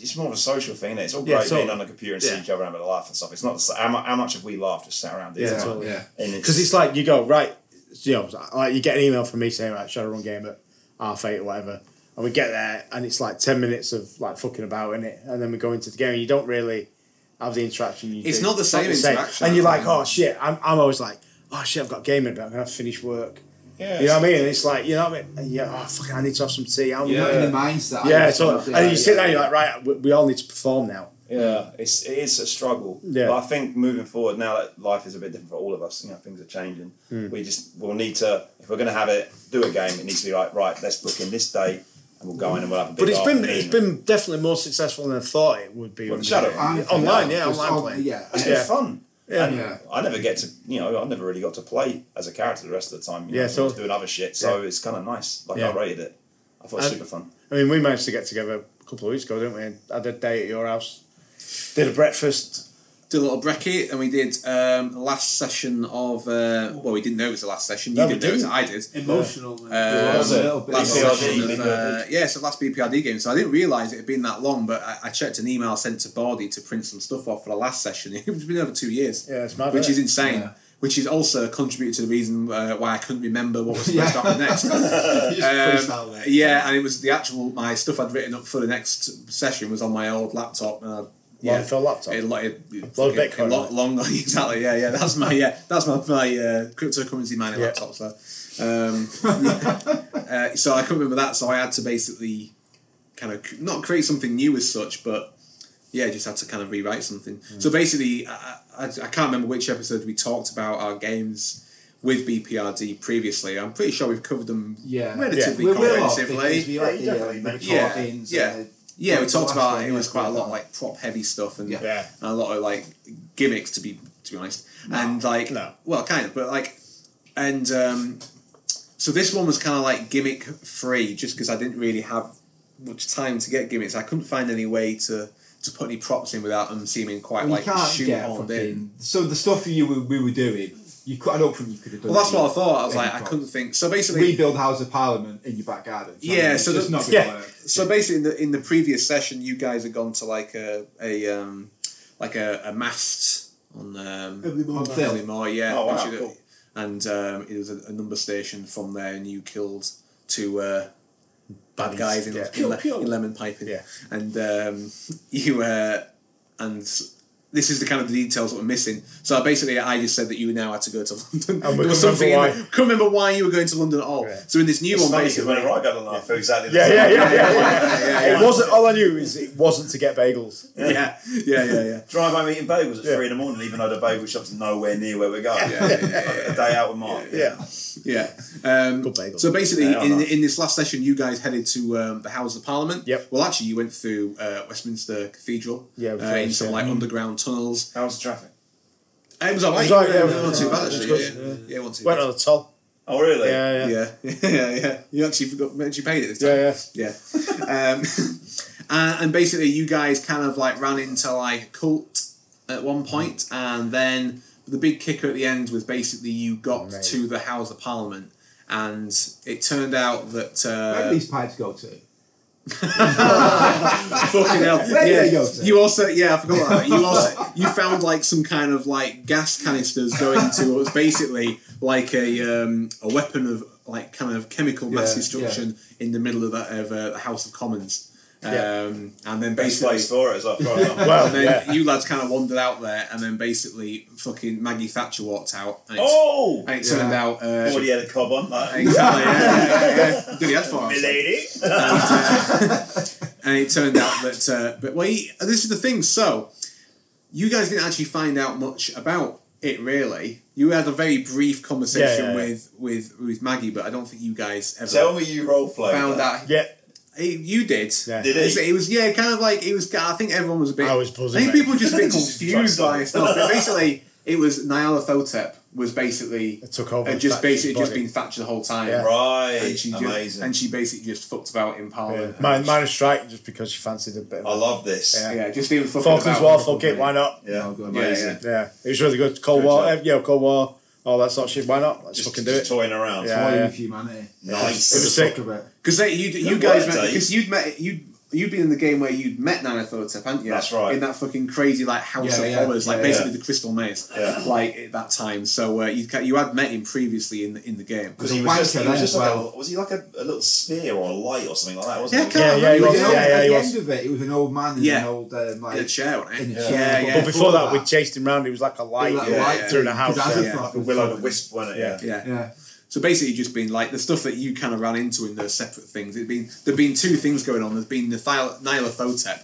it's more of a social thing. Isn't it? It's all great
Yeah,
being
totally.
on the computer and
Yeah.
seeing each other and having a laugh and stuff. It's not the sa- how, mu- how much have we laughed just sat around.
Yeah,
isn't it?
totally.
Yeah.
And it's,
Because it's like you go right, you know, like you get an email from me saying like Shadowrun game at half eight or whatever, and we get there and it's like ten minutes of like fucking about in it, and then we go into the game. and You don't really have the interaction. You
It's
do.
not the same interaction.
and you're like, oh shit, I'm, I'm always like, oh shit, I've got a game in, but I'm gonna have to finish work.
yeah,
You know what I mean? And it's like, you know what I mean? And yeah, oh, fucking, I need to have some tea. I'm
You're not in the
yeah.
mindset.
Yeah, so,
Yeah,
and you sit
yeah.
there and you're like, right, we, we all need to perform now.
Yeah, it's it is a struggle.
Yeah.
But I think moving forward now that life is a bit different for all of us, you know, things are changing.
Mm.
We just we'll need to if we're gonna have it do a game, it needs to be like, right, let's book in this day and we'll go in and we'll have a big
But it's been
afternoon.
it's been definitely more successful than I thought it would be.
Well,
when
Shadow-
we did it.
I'm-
online, yeah,
just
online
on-
play.
Yeah,
it's
yeah.
been
yeah.
fun.
Yeah.
And
Yeah.
I never get to you know, I never really got to play as a character the rest of the time. You know,
Yeah,
I was
totally.
doing other shit. So it's kinda nice. Like
Yeah.
I rated it. I thought it was
And-
super fun.
I mean, we managed to get together a couple of weeks ago, didn't we? And had a day at your house, did a breakfast.
Did a little brekkie, and we did um, last session of uh, well, we didn't know it was the last session. You
No, we
didn't know it was
didn't.
I did.
Emotional, man.
Um,
was it?
little bit
last
BPRD,
session of, uh,
BPRD.
yeah, so last BPRD game. So I didn't realise it had been that long, but I, I checked an email sent to Bardi to print some stuff off for the last session. [LAUGHS] It's been over two years,
Yeah, it's mad.
which
isn't
is
it?
insane.
Yeah.
Which is also contributed to the reason uh, why I couldn't remember what was supposed to
Yeah.
happen next.
[LAUGHS]
You just freestyle
Um,
there.
yeah, and it was the actual my stuff I'd written up for the next session was on my old laptop. And I, yeah,
for a laptop?
It, lo- it, it,
Lot of
it-
Bitcoin,
it lo-
right?
long, [LAUGHS] exactly. Yeah, yeah. That's my yeah. That's my my uh, cryptocurrency mining
Yeah.
laptop. So, um, [LAUGHS] uh, so I couldn't remember that. So I had to basically kind of c- not create something new as such, but yeah, just had to kind of rewrite something. So basically, I, I, I can't remember which episode we talked about our games with BPRD previously. I'm pretty sure we've covered them
Yeah.
relatively
We will have, because
comprehensively.
we like
Yeah,
the, uh,
definitely.
the
Yeah,
recordings
yeah.
and the
Yeah, we
The
talked
uh, last
about
one,
it. It
yeah,
was quite a lot of,
that.
like prop heavy stuff and,
Yeah.
Yeah.
and a lot of like gimmicks to be to be honest. and like
no.
well kind of but like and um, so this one was kind of like gimmick free just because I didn't really have much time to get gimmicks. I couldn't find any way to to put any props in without them seeming quite
Well,
like
you can't get
shoehorned in.
fucking. So the stuff you were, we were doing, you could, I don't think you could have done.
Well, that's
any-
what I thought. I was
any
like, I
props.
couldn't think. So basically,
rebuild House of Parliament in your back garden.
Yeah,
It's
so
just
the-
not gonna
yeah.
work.
So basically, in the in the previous session, you guys had gone to like a a um, like a, a mast on um,
Moor.
on
Hill.
Headley Moor, yeah.
Oh, wow,
Actually,
cool.
And um, it was a, a number station from there, and you killed two uh, bad guys in,
yeah.
in,
Pew,
le-
pew.
in lemon piping.
Yeah.
And um, [LAUGHS] you uh, and this is the kind of the details that were missing. So basically, I just said that you now had to [LAUGHS] go to London.
And we
there was
couldn't remember
something. in
why.
there- couldn't remember why you were going to London at all.
Yeah.
So in this new
It's
one,
funny because
basically.
when I go to London, I feel exactly the
Yeah,
same.
yeah, yeah, [LAUGHS] yeah, yeah.
yeah,
It wasn't all I knew is it wasn't to get bagels.
yeah, yeah, yeah, yeah.
[LAUGHS] Drive home eating bagels at
Yeah.
three in the morning, even though the bagel shop's nowhere near where we're going.
Yeah, yeah, yeah,
Like [LAUGHS] a day out with Mark.
Yeah,
Yeah. Um,
Good bagel.
so basically,
Yeah, I
in,
know.
in this last session, you guys headed to um, the House of Parliament.
Yep.
Well, actually, you went through uh, Westminster Cathedral.
Yeah, we
Uh, in
finished,
some
yeah.
like underground tunnels. Uh,
How's the traffic?
It was alright.
It was alright, yeah,
yeah,
it
not
was
too
alright.
bad actually.
It was
yeah, yeah.
good.
yeah, it wasn't too
went
bad.
on the toll.
Oh, really?
Yeah, yeah,
Yeah, [LAUGHS] yeah, yeah. You actually forgot. You paid it this time.
yeah, yeah.
Yeah. um, [LAUGHS] and, and basically, you guys kind of like ran into like a cult at one point, and then the big kicker at the end was basically you got
Mate.
to the House of Parliament, and it turned out that
Where do
uh,
these pipes go to?
fucking hell,
Where do they
yeah.
go to?
You also, yeah, I forgot about that. You also, you found like some kind of like gas canisters going to what was basically like a um, a weapon of like kind of chemical mass
Yeah,
destruction in the middle of that of uh, the House of Commons, um,
Yeah.
and then
Best
basically
place for it, as I thought.
[LAUGHS] Well,
And then
yeah.
you lads kind of wandered out there, and then basically fucking Maggie Thatcher walked out. And it,
Oh!
and it turned
Yeah.
out. Uh,
Already had a cob on, like. [LAUGHS]
Exactly. Yeah, yeah, yeah, yeah. Did he had for us?
Milady.
And it turned out that, uh, but well, he, this is the thing. So, you guys didn't actually find out much about it, really. You had a very brief conversation
Yeah, yeah, yeah.
with with with Maggie, but I don't think you guys ever
Tell me you role played.
found out.
yeah.
Hey, you did.
Yeah.
Did
It's-
he?
It was yeah, kind of like it was. I think everyone was a bit.
I was buzzing,
I think
mate.
people were
[LAUGHS]
just a bit
Just
confused by
like-
stuff. But basically, it was Niall Thotep was basically
It took over
had just
Thatcher's
basically just
body.
been Thatcher the whole time.
Yeah.
Right.
And she just,
Amazing.
and she basically just fucked about in
Yeah.
Parliament.
Mine, mine is striking just because she fancied a bit.
I
Of
love this.
Yeah.
Yeah, just even fucking
Falklands
about
War,
with
fuck
people,
it, why not?
Yeah.
Oh, good,
Yeah,
amazing.
yeah.
Yeah, it was really good. Cold War,
job.
eh, yeah, Cold War, all that sort of shit. Why not? Let's
Just,
fucking
just
do it.
toying around.
Yeah.
Toying with humanity.
Nice.
It was sick.
Fuck about-
Because you you
Good
guys
work,
met
Dave.
because you'd met you you'd been in the game where you'd met Nana Thotep, hadn't you?
That's right.
In that fucking crazy like house
Yeah,
of
yeah,
horrors, like
yeah,
basically the crystal maze,
Yeah.
like at that time. So uh, you you had met him previously in the, in the game.
Because
It
he
was
was
wanker
just, he
then
was just
as
like,
well.
a, was he like a, a little spear or a light or something like that,
Yeah,
wasn't
I can't
Yeah, yeah, he
remember
was.
the
Yeah,
name.
Yeah, yeah,
at
he
the
was.
end of it, it was an old man and
Yeah.
an old um,
In a
like
chair, wasn't
in
it?
a
Yeah,
chair.
yeah.
But before that, we
that-
chased him round. He was like a light,
Like
a
yeah,
light.
through the house.
Because
yeah.
yeah.
that's a
he? Like a
fucking
will o' the
fuck.
wisp, wasn't it?
Yeah.
yeah.
Yeah.
So basically, just been like the stuff that you kind of ran into in those separate things. It'd been there'd been two things going on. There's been Nathal- Nyla Thotep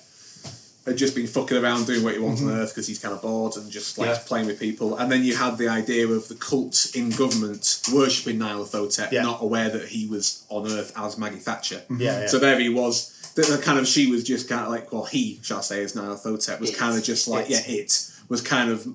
had just been fucking around doing what he wants on Earth because he's kind of bored and just like
Yeah.
playing with people. And then you had the idea of the cult in government worshipping Nyla Thotep,
Yeah. Mm-hmm.
not aware that he was on Earth as Maggie Thatcher.
Yeah, yeah.
So there he was. The, the kind of she was just kind of like, well, he shall I say, is Nyla Thotep was kind of just like, yeah, it was kind of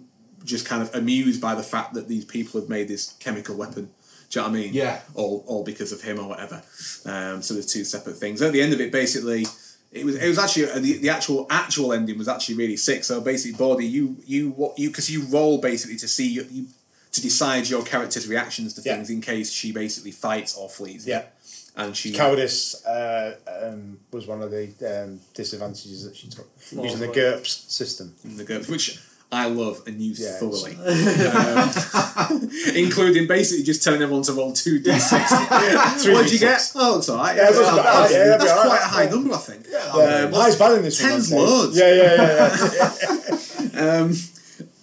just kind of amused by the fact that these people had made this chemical weapon. Do you know what I mean?
Yeah.
All, all because of him or whatever. Um, so there's two separate things. At the end of it, basically, it was it was actually uh, the, the actual actual ending was actually really sick. So basically, Bordy, you you what you because you roll basically to see you, you to decide your character's reactions to
Yeah.
things in case she basically fights or flees.
Yeah.
And she
Cowardice uh, um, was one of the um, disadvantages that she took using the
right.
GURPS system.
the GURPS, which I love and use
Yeah,
thoroughly, Um, [LAUGHS] including basically just telling everyone to roll two d6. What'd you get? Oh, it's alright.
Yeah,
that's
that's
all
about-
right.
yeah, that'd be
That's
all right.
quite a high number, I think.
Yeah,
Um,
I was bad in this one.
Tens
I'd say.
loads.
Yeah, yeah, yeah.
[LAUGHS]
yeah.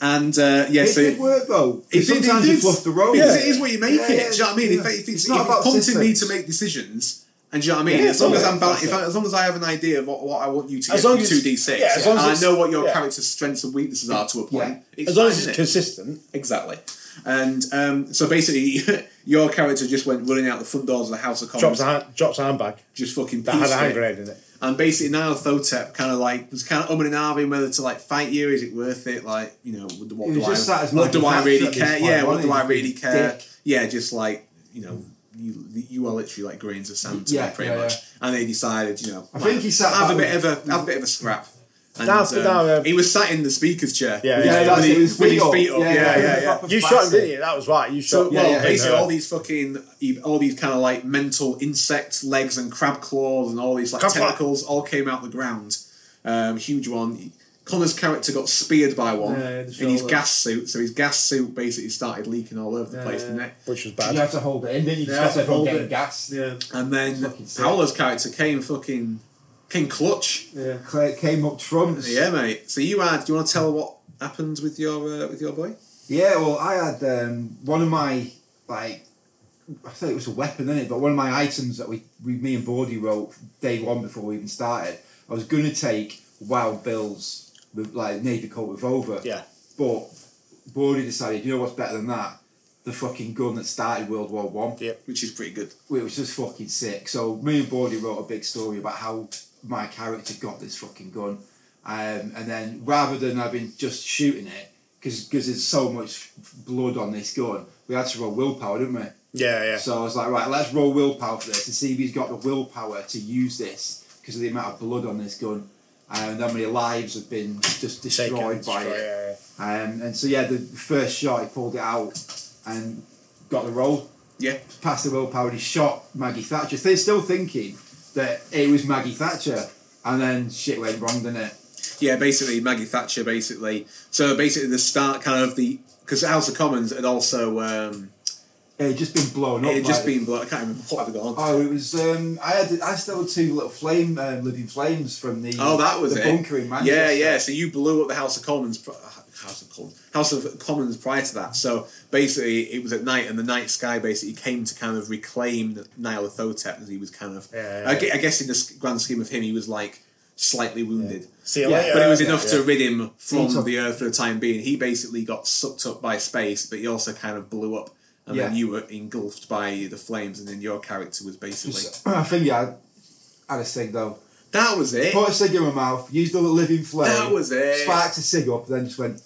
And uh, yeah,
It
so
did work though.
It did- it
sometimes
did.
you fluff the road.
Because it is what you make it.
Yeah, yeah,
do you know what I mean?
yeah.
If, if it's,
It's
if
not
it's
about
prompting me to
systems.
make decisions, and do you know what I mean?
Yeah,
as long as
yeah,
I'm bal-
that's
if I, as long as I have an idea of what, what I want you to
As
get
long
from
as
two
it's-
d six,
yeah, as long as
and I
it's-
know what your
yeah.
character's strengths and weaknesses are to a point.
Yeah.
It's
As long
fine,
as
isn't
it's
it?
consistent.
Exactly. And um, so basically, [LAUGHS] your character just went running out the front doors of the House of
Drops
Commons,
a, hand, drops a handbag
just fucking
that had
pieced
a hand
it.
grenade in it.
And basically, Niall Thotep kind of like was kind of umming and ahhing whether to like fight you. Is it worth it? Like, you know, what, what
He
do
was
I?
just sat as
what do I
Michael
really
Jackson at
care?
this
Yeah,
point,
what do
wasn't
I
he?
really care?
Dick.
Yeah, just like you know, you you are literally like grains of sand to
Yeah,
me, pretty
yeah,
much.
yeah.
And they decided, you know,
I
like,
think he sat
have a
back
bit
with-
of a have a bit of a scrap. And,
That's-
um,
no, um,
he was sat in the speaker's chair.
Yeah,
with
yeah,
his-
that's
with
it,
his, with his feet up. Yeah, yeah, yeah.
You shot him, didn't you? That was right. You
So [LAUGHS]
shot.
well,
yeah.
basically all these fucking, all these kind of like mental insect legs and crab claws and all these like
Crab claw.
tentacles all came out the ground. Um, huge one. Connor's character got speared by one
Yeah, yeah, the
in his
shoulder.
gas suit, so his gas suit basically started leaking all over the place, didn't it?
which was
You
bad.
have to hold it in, didn't you?
Yeah,
Just have to
hold
hold it.
it.
Gas.
Yeah,
And then
Fucking sick.
Paolo's character came fucking King Clutch.
yeah.
Claire came up front.
Yeah, mate. So you had. Do you want to tell what happened with your uh, with your boy?
Yeah, well, I had um, one of my like I thought it was a weapon in it, but one of my items that we, we me and Bordy wrote day one before we even started. I was gonna take Wild Bill's with like Navy Colt revolver.
Yeah.
But Bordy decided, you know what's better than that? The fucking gun that started World War One.
Yeah.
Which is pretty good.
It was just fucking sick. So me and Bordy wrote a big story about how my character got this fucking gun, um, and then rather than having just shooting it, because there's so much blood on this gun, we had to roll willpower, didn't we?
Yeah, yeah.
So I was like, right, let's roll willpower for this and see if he's got the willpower to use this because of the amount of blood on this gun Um, and how many lives have been just
Taken,
destroyed by
destroyed,
it.
yeah, yeah.
Um, and so yeah, the first shot he pulled it out and got the roll,
Yeah.
passed the willpower, and he shot Maggie Thatcher. They're still thinking that it was Maggie Thatcher, and then shit went wrong, didn't it?
Yeah, basically Maggie Thatcher. Basically, so basically the start kind of the because House of Commons had also um,
It had just been blown up.
it had just
like-
been blown. I can't remember what had gone. on.
Oh, it was. Um, I had. I still had two little flame, um, living flames from the.
Oh, that was
the
it.
bunker in Manchester.
Yeah, yeah. So you blew up the House of Commons. pr- House of Commons. House of Commons prior to that. So basically, it was at night, and the night sky basically came to kind of reclaim Niall Thotep as he was kind of.
Yeah,
I,
yeah.
gue- I guess in the s- grand scheme of him, he was like slightly wounded.
See you
Yeah,
later.
But it was enough
Yeah,
to
yeah.
rid him from
Seems-
the Earth for the time being. He basically got sucked up by space, but he also kind of blew up, and then
Yeah.
you were engulfed by the flames, and then your character was basically.
Just- I think yeah, I had a cig though.
That was it.
Put a cig in my mouth, used a living flame.
That was it.
Sparked a cig up, then just went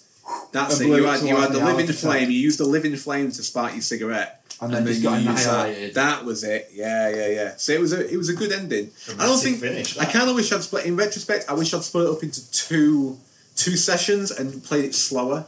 That's
and
it.
blew
You
it
had,
to
you
life
had
in
the
the
living
aftertaste.
flame. You used the living flame to spark your cigarette.
and then, just
you
got
used that.
annihilated.
That was it. Yeah, yeah, yeah. So it was a it was a good ending. I don't
massive
think
finish,
I
that.
kind of wish I'd split. In retrospect, I wish I'd split it up into two two sessions and played it slower.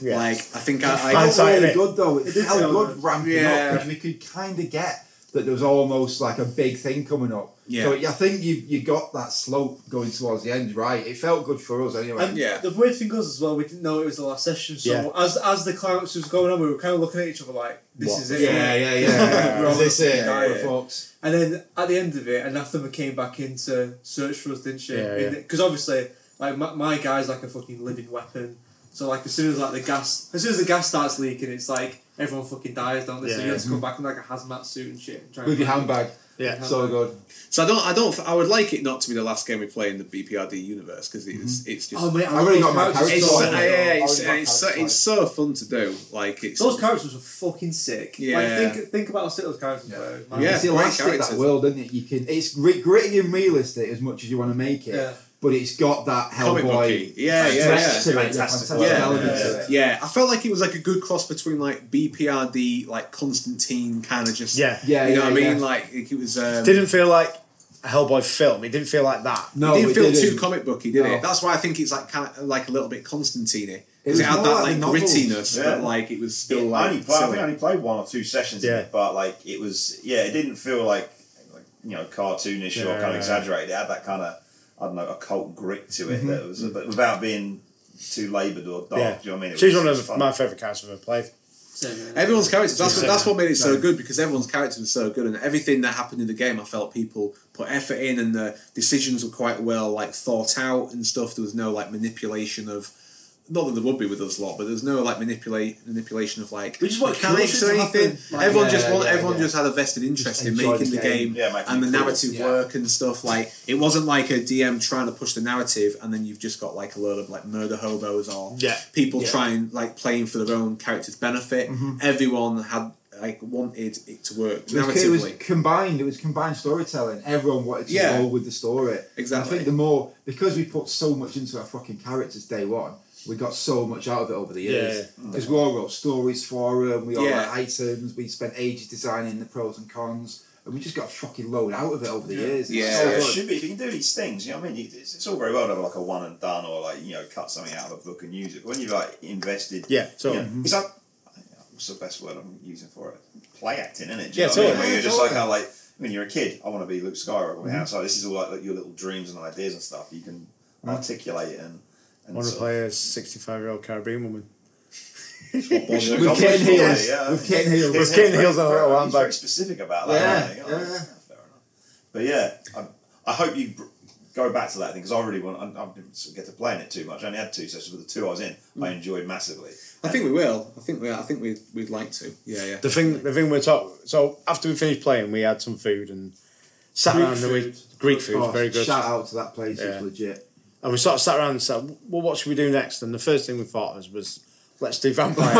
Yeah.
Like I think I,
It
I
felt
Hindsight,
really
innit?
good though. It, felt
feel
good
good.
ramping
Yeah.
up because we could kind of get that there was almost like a big thing coming up.
Yeah.
So I think you you got that slope going towards the end right. It felt good for us anyway.
And
Yeah.
the weird thing was as well, we didn't know it was the last session. So
Yeah.
as as the climax was going on, we were kind of looking at each other like, "This
What?
is it."
yeah, yeah, [LAUGHS] yeah.
We're all
this
gonna
it?
die.
We're fucked.
And then at the end of it, Anathema came back in to search for us, didn't she?
Yeah, yeah.
Because obviously, like my, my guy's like a fucking living weapon. So like as soon as like the gas, as soon as the gas starts leaking, it's like everyone fucking dies, don't they? so
Yeah,
you have
yeah.
to come back in like a hazmat suit and shit. And try
With
and
your handbag.
Yeah.
So good.
so I don't I don't I would like it not to be the last game we play in the BPRD universe because it's it's just
Oh mate,
I really got my
those
character
it's,
characters.
so,
sorted.
so-
yeah,
I
it's,
was back
it's, so,
outside.
it's so fun to do. Like it's
Those characters were fucking sick.
Yeah.
Like, think think about how sick those characters
Yeah.
were.
Yeah,
it's
great
elastic that
characters.
world, isn't it? You can it's gr- gritty and realistic as much as you want to make it,
Yeah.
but it's got that
Comic
Hellboy.
booky. Yeah, yeah, yeah.
fantastic,
Fantastic
fantastic
world.
element
Yeah.
to it.
Yeah, I felt like it was like a good cross between like BPRD, like Constantine, kind of just
Yeah.
Yeah,
you know
yeah,
what I mean?
yeah.
Like it was um,
Didn't feel like a Hellboy film. It didn't feel like that.
No,
it didn't
it
feel too
didn't.
comic booky, did
No.
it? That's why I think it's like kind of like a little bit Constantine because
was
it, had
more
that
like
like,
the novels.
grittiness,
Yeah.
but like it was still
I
like
only played, I
silly.
think I only played one or two sessions in
Yeah.
it, but like it was yeah, it didn't feel like like you know cartoonish or
Yeah.
kind of exaggerated. It had that kind of I don't know occult grit to it that was, but without being too laboured or dark.
Mm-hmm. Yeah.
Do you know what I mean? It
She's
was
one of
just
the,
fun.
my favourite characters I've ever played.
Everyone's characters. That's what,
Exactly.
that's what made it so
No.
good because everyone's characters were so good and everything that happened in the game, I felt people put effort in and the decisions were quite well like thought out and stuff. There was no like manipulation of. Not that there would be with us a lot, but there's no like manipulate manipulation of like
Which is what
mechanics
kills
or
it to
anything.
happen. Like,
everyone
yeah,
just want,
yeah,
everyone
yeah.
just had a vested interest
Just
in
enjoy
making
the
the game,
game.
Yeah, making
and the
it cool.
narrative
Yeah.
work and stuff. Like it wasn't like a DM trying to push the narrative, and then you've just got like a load of like murder hobos or
Yeah.
people
Yeah.
trying like playing for their own character's benefit. Everyone had a I wanted Mm-hmm. it to work
It was, it was
narratively.
combined. It was combined storytelling. Everyone wanted to
Yeah.
roll with the story.
Exactly.
I think the more because we put so much into our fucking characters day one, we got so much out of it over the years. Because we all wrote stories for them. We all
Mm-hmm. Yeah.
had items. We spent ages designing the pros and cons, and we just got a fucking load out of it over the years. It was
Yeah.
so
Yeah.
good.
it should be. If you can do these things, you know what I mean. You- It's, it's all very well to have like a one and done, or like you know, cut something out of a book and use it. But when you like invested,
Yeah,
you
totally.
know, it's like what's the best word I'm using for it? Play acting, isn't it?
Yeah,
know what I mean?
totally. Mm-hmm.
Where you're just like, how, like when you're a kid, I want to be Luke Skywalker. mm Outside, this is all like, your little dreams and ideas and stuff. You can articulate it and. and
want to
sort
Mm-hmm. play a 65 year old Caribbean woman.
of- Yeah,
With Ken Heels.
yeah.
With Ken Heels.
He's
With Ken
very-
Heels on a little
very-
handbag.
He's very specific about that. aren't he?
Yeah,
Like,
yeah.
fair enough. But yeah, I, I hope you br- go back to that thing because I really want. I, I didn't sort of get to playing it too much. I only had two sessions, but the two I was in, I
Mm.
enjoyed massively.
I think we will. I think we. I think we. We'd like to. Yeah, yeah.
The thing, the thing we're talking. So after we finished playing, we had some food and sat
Greek
around and we
food.
Greek food,
Oh,
very good.
Shout out to that place.
Yeah.
It's legit.
And we sort of sat around and said, "Well, what should we do next?" And the first thing we thought was, was "Let's do vampire,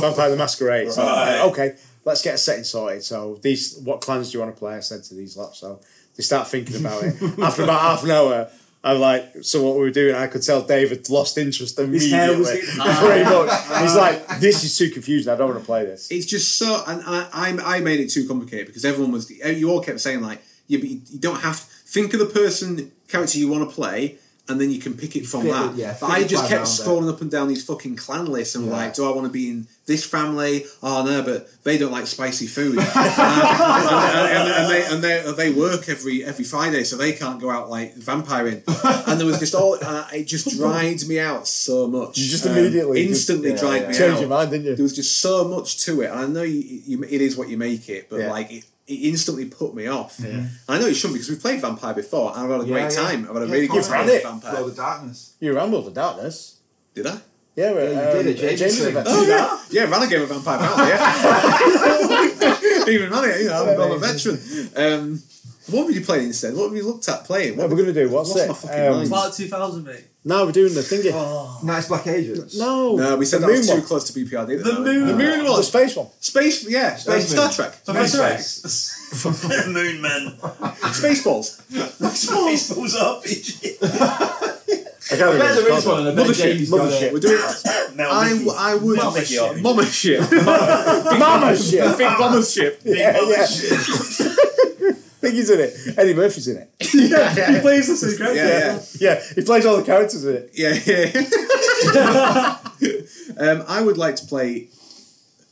vampire the masquerade." So,
Right.
uh, okay, let's get a setting sorted. So these, what clans do you want to play? I said to these lots. So they start thinking about it. After about half an hour, I'm like, "So what we were doing?" I could tell David lost interest immediately.
His hair was
[LAUGHS] Pretty much. He's like, "This is too confusing. I don't want to play this."
It's just so, and I, I, I made it too complicated because everyone was. You all kept saying like, yeah, but you, you don't have. Think of the person character you want to play, and then you can pick it from
Pick
that.
it, yeah,
but
pick
I
it
just
by
kept
round there.
scrolling up and down these fucking clan lists and like, do I want to be in this family? Oh no, but they don't like spicy
[LAUGHS]
food, Uh, and, and- and they and they and they work every every Friday, so they can't go out like vampiring. And there was
[LAUGHS]
just all uh, it just dried me out so much. Um,
You just immediately just-
instantly
yeah,
dried
yeah.
me out
Changed your mind, didn't you?
there was just so much to it. And I know you, you, it is what you make it, but
Yeah.
like it, it instantly put me off. And I know it shouldn't because we've played Vampire before and I've had a great time. I've had a really good
You've
time
had
with
it.
Vampire.
Flow the darkness.
You rambled the darkness.
Did I?
Yeah, uh, we
Yeah, you did it, James.
Oh, yeah. Yeah, ran a game of Vampire Battle, yeah. [LAUGHS] Even ran it, you know, I'm, I'm a veteran. Um, what were you playing instead? What have you looked at playing?
We're
What
gonna do what's
Lost
it?
my fucking
Um,
mind.
About 2000, [LAUGHS] mate.
no, we're doing the thingy.
Nice black agents.
No,
no, we said
the
that was
moon
too
one.
close to BPRD. didn't
The
we?
moon.
The moon
The
was.
space one.
Space, yeah, space,
Space
Star
moon.
Trek.
Professor X.
Space.
[LAUGHS]
[LAUGHS]
Moon Man
Spaceballs.
pulls up. [LAUGHS]
I can't remember
bet
what
there
it's
is
called.
one, and I bet
Mothership,
Jamie's got
mothership.
it.
We're
[LAUGHS]
doing
Mel
I,
Mickey.
w- I would
Mama shit.
Mama [LAUGHS] shit. Mama
shit.
Big mama shit.
Big
[LAUGHS] Yeah,
mother
yeah.
shit.
[LAUGHS] think he's in it. Eddie Murphy's in it.
He plays this as
[LAUGHS]
great.
Yeah,
Yeah, he plays all the characters in it.
yeah, yeah. yeah. [LAUGHS] um, I would like to play.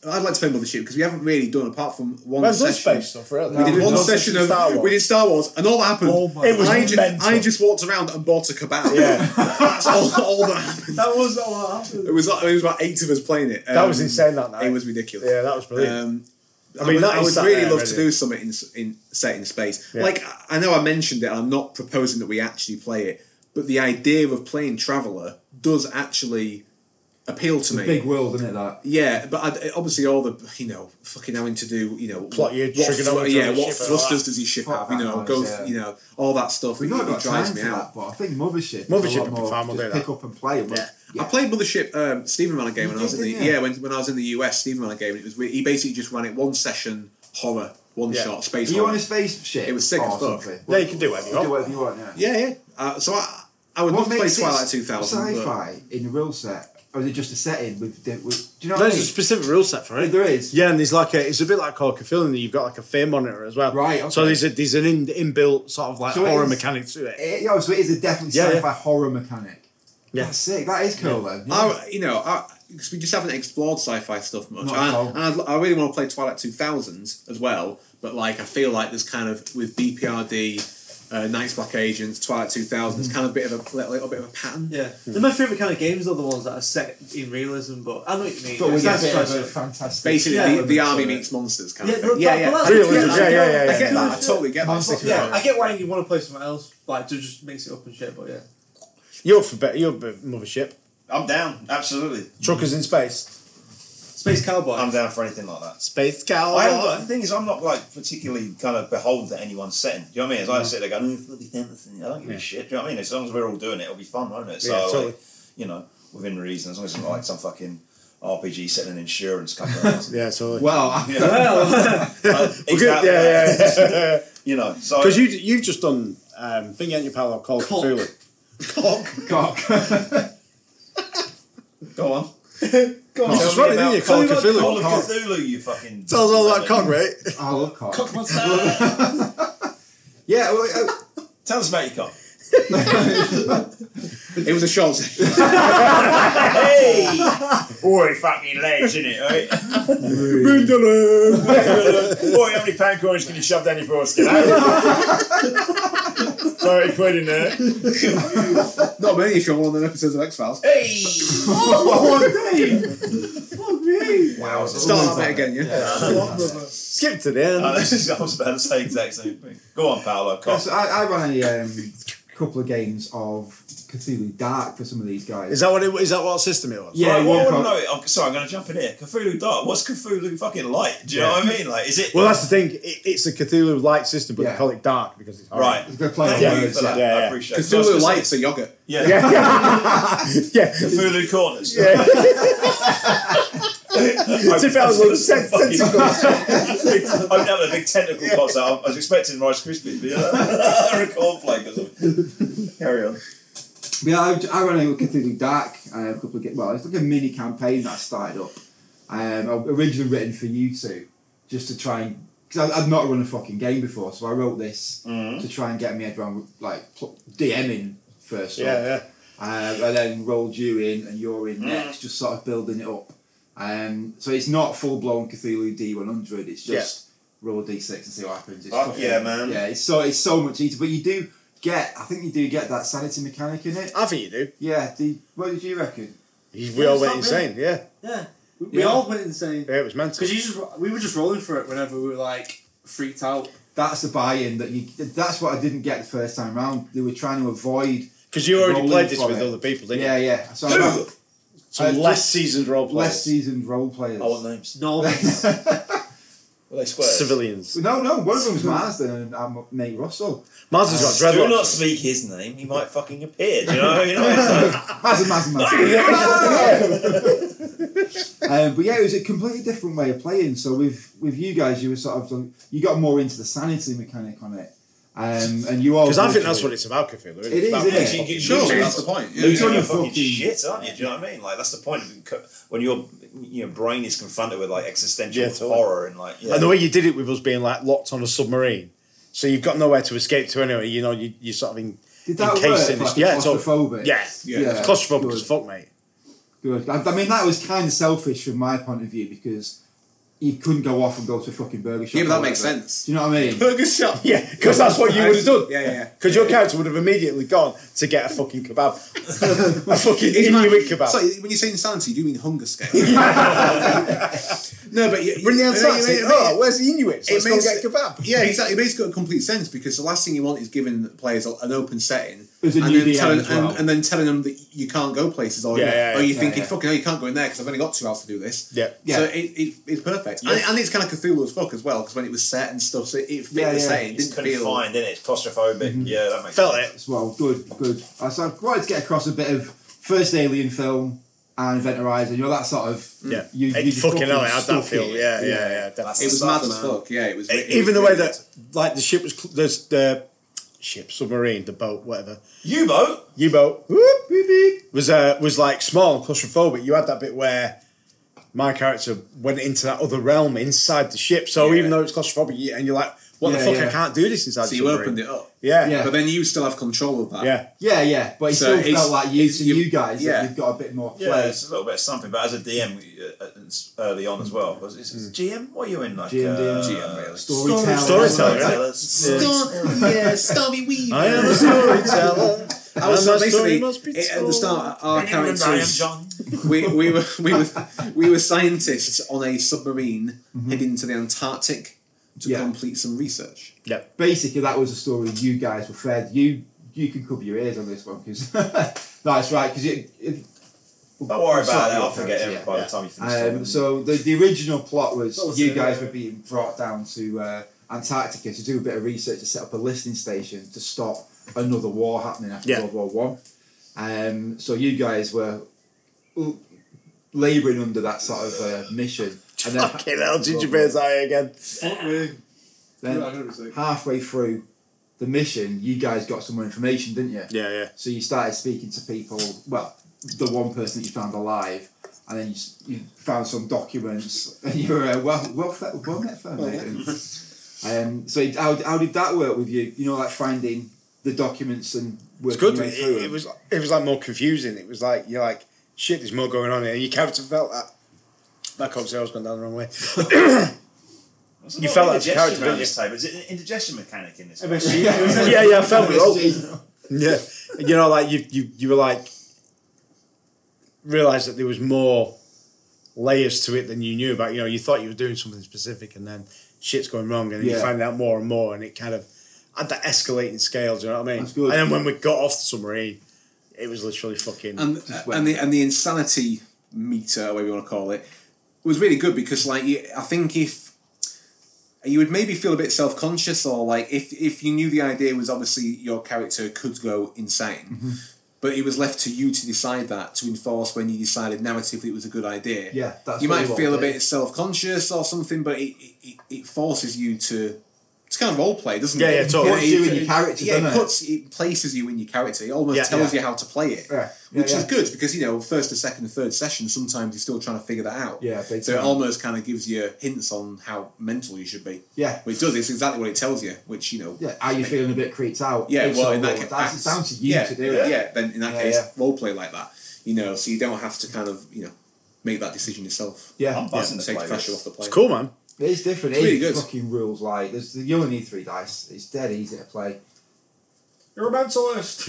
I'd like to play Mothership because we haven't really done apart from one
That's not
session.
space stuff, really.
We did one session of
Star Wars.
we did Star Wars, and all that happened.
Oh my
It was
I, just,
mental.
I just walked around and bought a kebab.
[LAUGHS] Yeah.
that's all, all that happened.
That was not what happened.
It was it was about eight of us playing it.
That
Um,
was insane that night.
It was ridiculous.
Yeah, that was brilliant.
Um,
I mean,
I would,
that
I
is
would
sat
really
there,
love to
isn't
do
it?
something in, s- in set in space.
Yeah.
Like I- I know I mentioned it, and I'm not proposing that we actually play it, but the idea of playing Traveller does actually appeal to me.
Big world, isn't it? That.
Yeah, but I'd, obviously all the you know fucking having to do you know
Plot your trigonometry
yeah
and
what
shit and all
thrusters
that.
does he ship
Fuck
have you
that
know
noise,
go
yeah.
you know all that stuff.
We've
it,
not got
it drives
time
me
for
out.
that, but I think Mothership. is a
Mothership
lot
would be
more
fine, we'll
just
do that.
Pick up and play. and we'll-
Yeah.
I played Mothership. Um, Stephen ran a game when I was in
did,
the
didn't
yeah,
you?
when, when I was in the US. Stephen ran a game. And it was weird. he basically just ran it one session horror, one
Yeah.
shot space.
Are you
horror.
on a spaceship?
It was sick
or
as fuck.
Oh, something?
Yeah, you can do whatever you
You do
want.
whatever you want. Yeah.
Yeah, yeah. Uh, so I, I would love to play
makes
Twilight
it
Two Thousand.
Sci-fi in the real set, or is it just a setting with? di- with do you know what I
There's a
mean?
specific rule set for it.
There is.
Yeah, and there's like a, it's a bit like Cork of Film, you've got like a fear monitor as well.
Right,
So
okay.
there's a, there's an in, inbuilt sort of like
So it
horror
is-
mechanic to it.
Eh, yeah, so it is a definitely
Yeah, yeah.
sci-fi horror mechanic.
Yeah.
That's sick. That is cool then.
I, you know, because we just haven't explored sci-fi stuff much,
Not
I,
at all.
and I'd, I really want to play Twilight Two Thousand as well. But like, I feel like there's kind of with BPRD, uh, Knights Black Agents, Twilight Two Thousand,
Mm-hmm.
there's kind of a bit of a little, little bit of a pattern.
Yeah. They're my favourite kind of games are the ones that are set in realism, but I know what you mean.
But
It's
with
nice
a bit
to try
of a
something.
fantastic.
Basically,
Yeah.
the, the army meets monsters kind
Yeah,
of
but-
thing. Yeah,
but
yeah. I,
that's-
Really,
yeah,
yeah, yeah, yeah, yeah.
I get that. I totally get that.
Monster
Fuck
Yeah,
yeah.
I get why you want to play somewhere else, like to just mix it up and shit. But yeah,
You're for better, you're for mothership.
I'm down. Absolutely.
Truckers in space.
Space Cowboy.
I'm down for anything like that.
Space cow.
I am, but the thing is, I'm not like particularly kind of beholden to anyone's setting. Do you know what I mean? As I sit there going, oh, bloody fantasy, I don't give
Yeah.
a shit. Do you know what I mean? As long as we're all doing it, it'll be fun, won't it? So,
Yeah, totally.
like, you know, within reason, as long as it's not like some fucking RPG setting an insurance
[LAUGHS]
company.
Yeah, totally.
Well, I,
[LAUGHS]
Well,
Uh,
We're good.
exactly.
yeah, yeah, yeah.
[LAUGHS]
[LAUGHS]
You know, so
Because you you've just done um, thing, ain't you, pal? Called
Cock.
Cthulhu.
[LAUGHS] cock. Go on.
Tell
just
me
right,
about
didn't you? Call
Call-
of Cthulhu.
Call of Cthulhu, you fucking.
Tells all that cock, [LAUGHS] right?
I love cock.
What's that?
[LAUGHS] Yeah, well, uh,
Tell us about your cock.
It was a short session.
Hey! [LAUGHS] Oi, fucking legs, innit, right?
[LAUGHS]
Oi, how many pound coins can you shove down your foreskin? 30 quid in there.
Not many if you're on one of the episodes of X Files.
Hey!
wow.
Start that bit again, yeah.
Skip to the end.
Oh, this is, I was about to say the exact same thing. Go on, Paolo, cock.
So I, I ran a um, couple of games of Cthulhu Dark for some of these guys.
Is that what it, is that what system it was?
Yeah.
Right, well, I
one
want to
cock.
know it. I'm, sorry, I'm going to jump in here. Cthulhu Dark. What's Cthulhu fucking like? Do you know what I mean? Like, is it
Well, that's the thing. It, it's a Cthulhu light system, but
Yeah.
they call it dark because it's
right?
[LAUGHS]
It's a good play on
Thank you
words,
for that.
yeah,
I
yeah.
appreciate it. So I was
Cthulhu
gonna say-
Lights a yogurt.
Yeah.
[LAUGHS] Yeah. [LAUGHS]
Cthulhu Corners. [LAUGHS]
Yeah. [LAUGHS]
I've-
Tentacles.
I've- [LAUGHS] I've now had a big tentacle pops out. I was expecting Rice Krispies, but yeah, [LAUGHS] or a cornflake or something. Carry on.
But yeah, I, I ran a Cthulhu Dark uh, a couple of ga- well, it's like a mini campaign that I started up. Um, o- originally written for you two, just to try and because I'd not run a fucking game before, so I wrote this
Mm-hmm.
to try and get my head around like pl- DMing first.
Yeah,
off.
yeah.
Um, and then rolled you in, and you're
Mm.
in next, just sort of building it up. Um, so it's not full blown Cthulhu D100. It's just roll a d6 and see what happens. It's
Fuck
fucking-
yeah, man.
Yeah, it's so it's so much easier, but you do get. I think you do get that sanity mechanic in it.
I think you do.
Yeah, the, what did you reckon?
We
Yeah,
all
it's
went
not
insane. Yeah.
yeah. We, we
Yeah.
all went insane.
yeah, it was meant to.
Because you just we were just rolling for it whenever we were like freaked out.
That's the buy-in that you. That's what I didn't get the first time round. They were trying to avoid.
Because you already
rolling
played this
for
with
it.
other people, didn't
Yeah,
you?
yeah. So
Who?
I'm
Some
Uh,
less seasoned role players,
less seasoned role players.
I want names.
[LAUGHS] No,
Were they squares?
civilians.
no, no, one
[LAUGHS]
of them's Marsden and um, Nate Russell.
Marsden's got
Do not
dreadlocks.
speak his name. He might fucking appear. Do you know?
[LAUGHS]
You know. It's like,
Marsden, Marsden, Marsden. [LAUGHS] um, but yeah, it was a completely different way of playing. So with with you guys, you were sort of like- you got more into the sanity mechanic on it, um, and you all
Because I think that's what it's about, Cthulhu.
It is,
about
isn't
[LAUGHS]
it?
fucking-
you- you-
Sure,
you-
that's the point. Yeah,
You're
yeah.
talking
yeah.
fucking
Fucking-
shit, aren't you? Do you know what I mean? Like that's the point of being co- when your your brain is confronted with like existential
Yeah, totally.
horror and like yeah.
And the way you did it with us being like locked on a submarine, so you've got nowhere to escape to anyway. You know, you you sort of in,
Did that
encased
work?
in this.
Like,
yeah, it's all-
claustrophobic?
yeah,
Yeah.
yeah. Claustrophobic as fuck, mate.
Good. I, I mean, that was kind of selfish from my point of view because you couldn't go off and go to a fucking burger shop.
Yeah, but
or
that makes
whatever.
sense.
Do you know what I
[LAUGHS]
mean?
Burger shop.
Yeah, because that's what you would have done.
Yeah, yeah,
[LAUGHS]
yeah.
Because your character would have immediately gone to get a fucking kebab, [LAUGHS] a fucking Inuit kebab.
So when you say insanity, you mean hunger scale. no, but you,
Bring the
you-
answer.
you-
Oh, where's the Inuits?
it
Let's go
makes-
get kebab.
[LAUGHS] Yeah, exactly. It makes good complete sense because the last thing you want is giving the players a- an open setting
It's a
and,
new
then
DM
telling,
as well.
and, and then telling them that you can't go places or,
Yeah, yeah,
or you're
yeah.
thinking,
Yeah, yeah.
fucking hell, you can't go in there because I've only got two hours to do this.
Yeah.
Yeah.
So it, it, it's perfect. And, and it's kind of Cthulhu as fuck as well because when it was set and stuff, so it, it fit
Yeah,
the
yeah.
setting. It
it's
didn't feel.
confined, is it? It's claustrophobic. Yeah, that makes
Mm-hmm. Felt
sense.
it.
As well, good, good. Uh, So I wanted to get across a bit of first Alien film and Event Horizon. You know that sort of
Yeah.
You,
It
you just
fucking hell,
fucking
I had that
stuck
feel.
it.
Yeah, yeah, yeah.
That's
definitely.
It was
the
mad
stuff,
as
man.
fuck. Yeah, it was. it was
Even the way
really
that, like, the ship was, cl- the, the ship, submarine, the boat, whatever,
U boat.
U boat, whoop, beep, beep, was, uh, was like small, claustrophobic. You had that bit where my character went into that other realm inside the ship. So
Yeah.
even though it's claustrophobic, you, and you're like, what the
Yeah,
fuck? I
yeah.
can't do this inside
good. So
the
you
submarine.
opened it up.
Yeah.
Yeah.
But then you still have control of that.
Yeah.
Yeah, yeah. But it
So
still
it's-
felt like you
it's-
to
you-
you guys.
yeah.
that you've got a bit more
Yeah,
play.
it's a little bit of something, but as a DM uh, uh, it's early on as well, because it's,
Mm.
it's GM. What are you in like?
GM,
uh,
GM, really.
Storytelling.
storytelling.
yeah, Stormy Weaver.
I am a storyteller.
I was
And
so
my
basically
story must be
it- at the
told.
start. Our
I am
characters,
John.
we, we were we were we were scientists on a submarine
Mm-hmm.
heading to the Antarctic to
Yeah.
complete some research.
Yeah.
Basically, that was a story you guys were fed. You you can cover your ears on this one because [LAUGHS] that's right. Because it, it,
Don't worry
Sorry,
about it. I'll
yeah,
forget
yeah,
it by
yeah.
the time you finish.
Um,
talking.
so the, the original plot was
That was
you
it, uh,
guys
yeah.
were being brought down to uh, Antarctica to do a bit of research to set up a listening station to stop another war happening after
Yeah.
World War One. Um, so you guys were l- labouring under that sort of uh, mission. And then,
Fucking hell, Ginger Bear's eye again.
Fuck me.
then
Yeah, I know what it's like.
halfway through the mission, you guys got some more information, didn't you?
Yeah, yeah.
So you started speaking to people. Well, the one person that you found alive, and then you, s- you found some documents, [LAUGHS] and you were uh, well, well, fe- well met for Um, so it- how, how did that work with you? You know, like finding the documents and
It's good.
working your way
It,
through
it
them?
was it was like more confusing. It was like you're like shit. There's more going on here. Your character felt that. That cocktail's gone down the wrong way. You felt that as a character, didn't you?
this table. Is it an indigestion mechanic in this? one?
MSG. It was
[LAUGHS]
like-
[LAUGHS] yeah, yeah, I felt it. all.
MSG.
[LAUGHS] Yeah, you know, like you, you, you were like realized that there was more layers to it than you knew about. You know, you thought you were doing something specific, and then shit's going wrong, and then you
Yeah.
find out more and more, and it kind of had that escalating scale. Do you know what I mean?
That's good.
And then when we got off the submarine, it was literally fucking.
and uh,
Just went-
and the and the insanity meter, whatever you want to call it, was really good because like you, I think if you would maybe feel a bit self conscious or like if if you knew the idea was obviously your character could go insane. But it was left to you to decide that to enforce when you decided narratively it was a good idea.
Yeah, that's
you
what
might
you want,
feel a
yeah.
bit self conscious or something, but it, it, it- it forces you to it's kind of role play, doesn't
Yeah,
it?
yeah, totally.
Puts you in your character,
yeah,
doesn't
it
it?
puts it places you in your character. It almost
Yeah,
tells
yeah.
you how to play it
Yeah, yeah,
which
yeah.
is good because you know first to second and third session sometimes you're still trying to figure that out
Yeah, big
so it
time.
almost kind of gives you hints on how mental you should be
Yeah.
Well, it does it's exactly what it tells you which you know
Yeah, are you feeling a bit creeped out?
yeah
If
well
so,
in that case
that's it's down to you
yeah,
to do it.
yeah then in that
Yeah,
case
yeah.
role play like that you know so you don't have to kind of you know make that decision yourself
Yeah.
I'm buzzing to
take the
play
pressure
this.
off the player
it's cool, man.
It is different.
It's
It's
really good.
fucking rules like there's you only need three dice. It's dead easy to play.
You're a mentalist.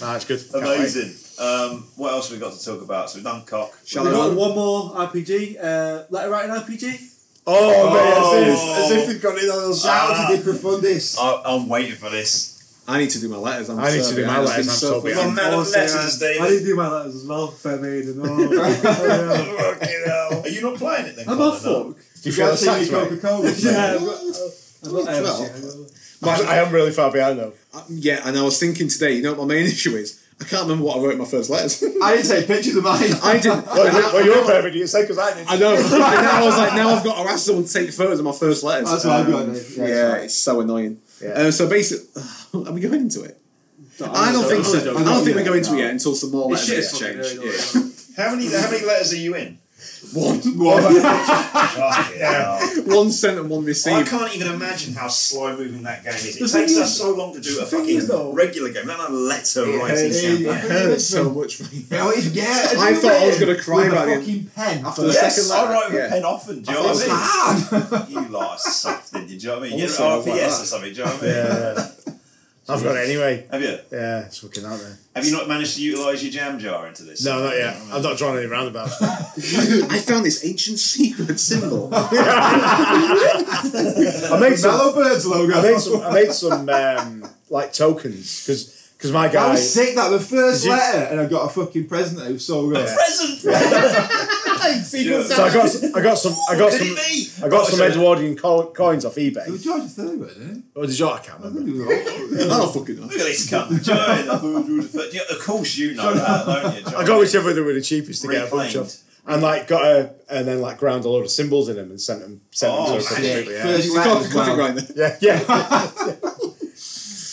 Nah, it's good. Can't wait.
Amazing. Um, what else have we got to talk about? So we've done cock.
Shall
We've
I-
got one more RPG. Uh, letter writing RPG.
Oh, man, as
Oh.
if, as if they've got it on.
Shout
Ah.
out to Dick Profundis.
Oh,
I, I'm waiting for this.
I need to do my letters I'm
I need to
Serbian.
do my
I've
letters,
been
I'm
so fucking-
Serbian.
You're a man of
Honestly,
letters,
I,
Dave.
I need to do my letters as well. Fair maid and [LAUGHS] all.
Fucking hell. Are you not playing it then?
I'm
Colin,
a
no?
fuck.
You
You
feel
gotta
the
see
tax
your
rate?
Coca Cola.
[LAUGHS]
Yeah. I've got- I've got
Well.
everything.
Man, I am really far behind though.
yeah and I was thinking today you know what my main [LAUGHS] issue is I can't remember what [LAUGHS] I wrote in my first letters
I didn't take pictures of mine.
[LAUGHS] I didn't
Well, well you're better than you say because I did.
I know. [LAUGHS] And now I was like, now I've got to ask someone to take photos of my first letters.
That's what I've got.
Um,
Um,
yeah,
Yeah, that's right.
it's so annoying.
Yeah.
Uh, so basically, [SIGHS] are we going into it? I don't
don't
think so.
know.
I
I
don't,
don't
think
know.
we're going to it yet until some more
It's
letters get
shit. it's fucking
changed.
annoying,
Yeah.
though.
How many, how many letters are you in?
One.
Fucking hell.
One sent and one
I
received.
can't even imagine how slow moving that game is. It
The
takes
thing
us
is-
so long to do a
the thing
fucking
is, though-
regular game, not a letter writing
hurts.
campaign.
[LAUGHS] Yeah.
hurts so much. for me.
Yeah, it's- yeah,
I
it's
thought I was
written
gonna cry
with
by the
a
end.
fucking pen after
the
that.
Yes,
second
I
letter,
write with
yeah.
a pen often. Do you
It
know what I
was hard.
mean? [LAUGHS] You lot are soft, didn't you? Do you know what I mean? You get
Also,
an
I was like
RPS
that.
or something. Do you know what I mean?
I've got it anyway.
Have you?
Yeah, it's fucking out there.
Have you not managed to utilise your jam jar into this?
No, not yet. I'm not drawing any [LAUGHS] roundabouts.
I found this ancient secret symbol. [LAUGHS]
I made some.
Mellow Birds logo.
I made some. I made some um, like tokens because because my
I
guy.
was sick that the first
Did you-
letter, and I got a fucking present that was so good.
Secret
So I got I got some I got some I
Oh,
got some Edwardian co- coins off
It was
eBay.
George III, wasn't
Or did you? I can't remember.
it?
I don't fucking know.
Look at this cunt. Do you know what I mean? I thought you would- yeah, Of course you know that, don't you? John?
[LAUGHS] I got whichever they were the cheapest to get a bunch
Reclaimed.
of, and like got a and then like ground a load of symbols in them and sent them sent
Oh,
them to a couple of
magic.
people, yeah.
First
It's
letter
called a
as
coffee
well.
grinder.
yeah yeah. [LAUGHS]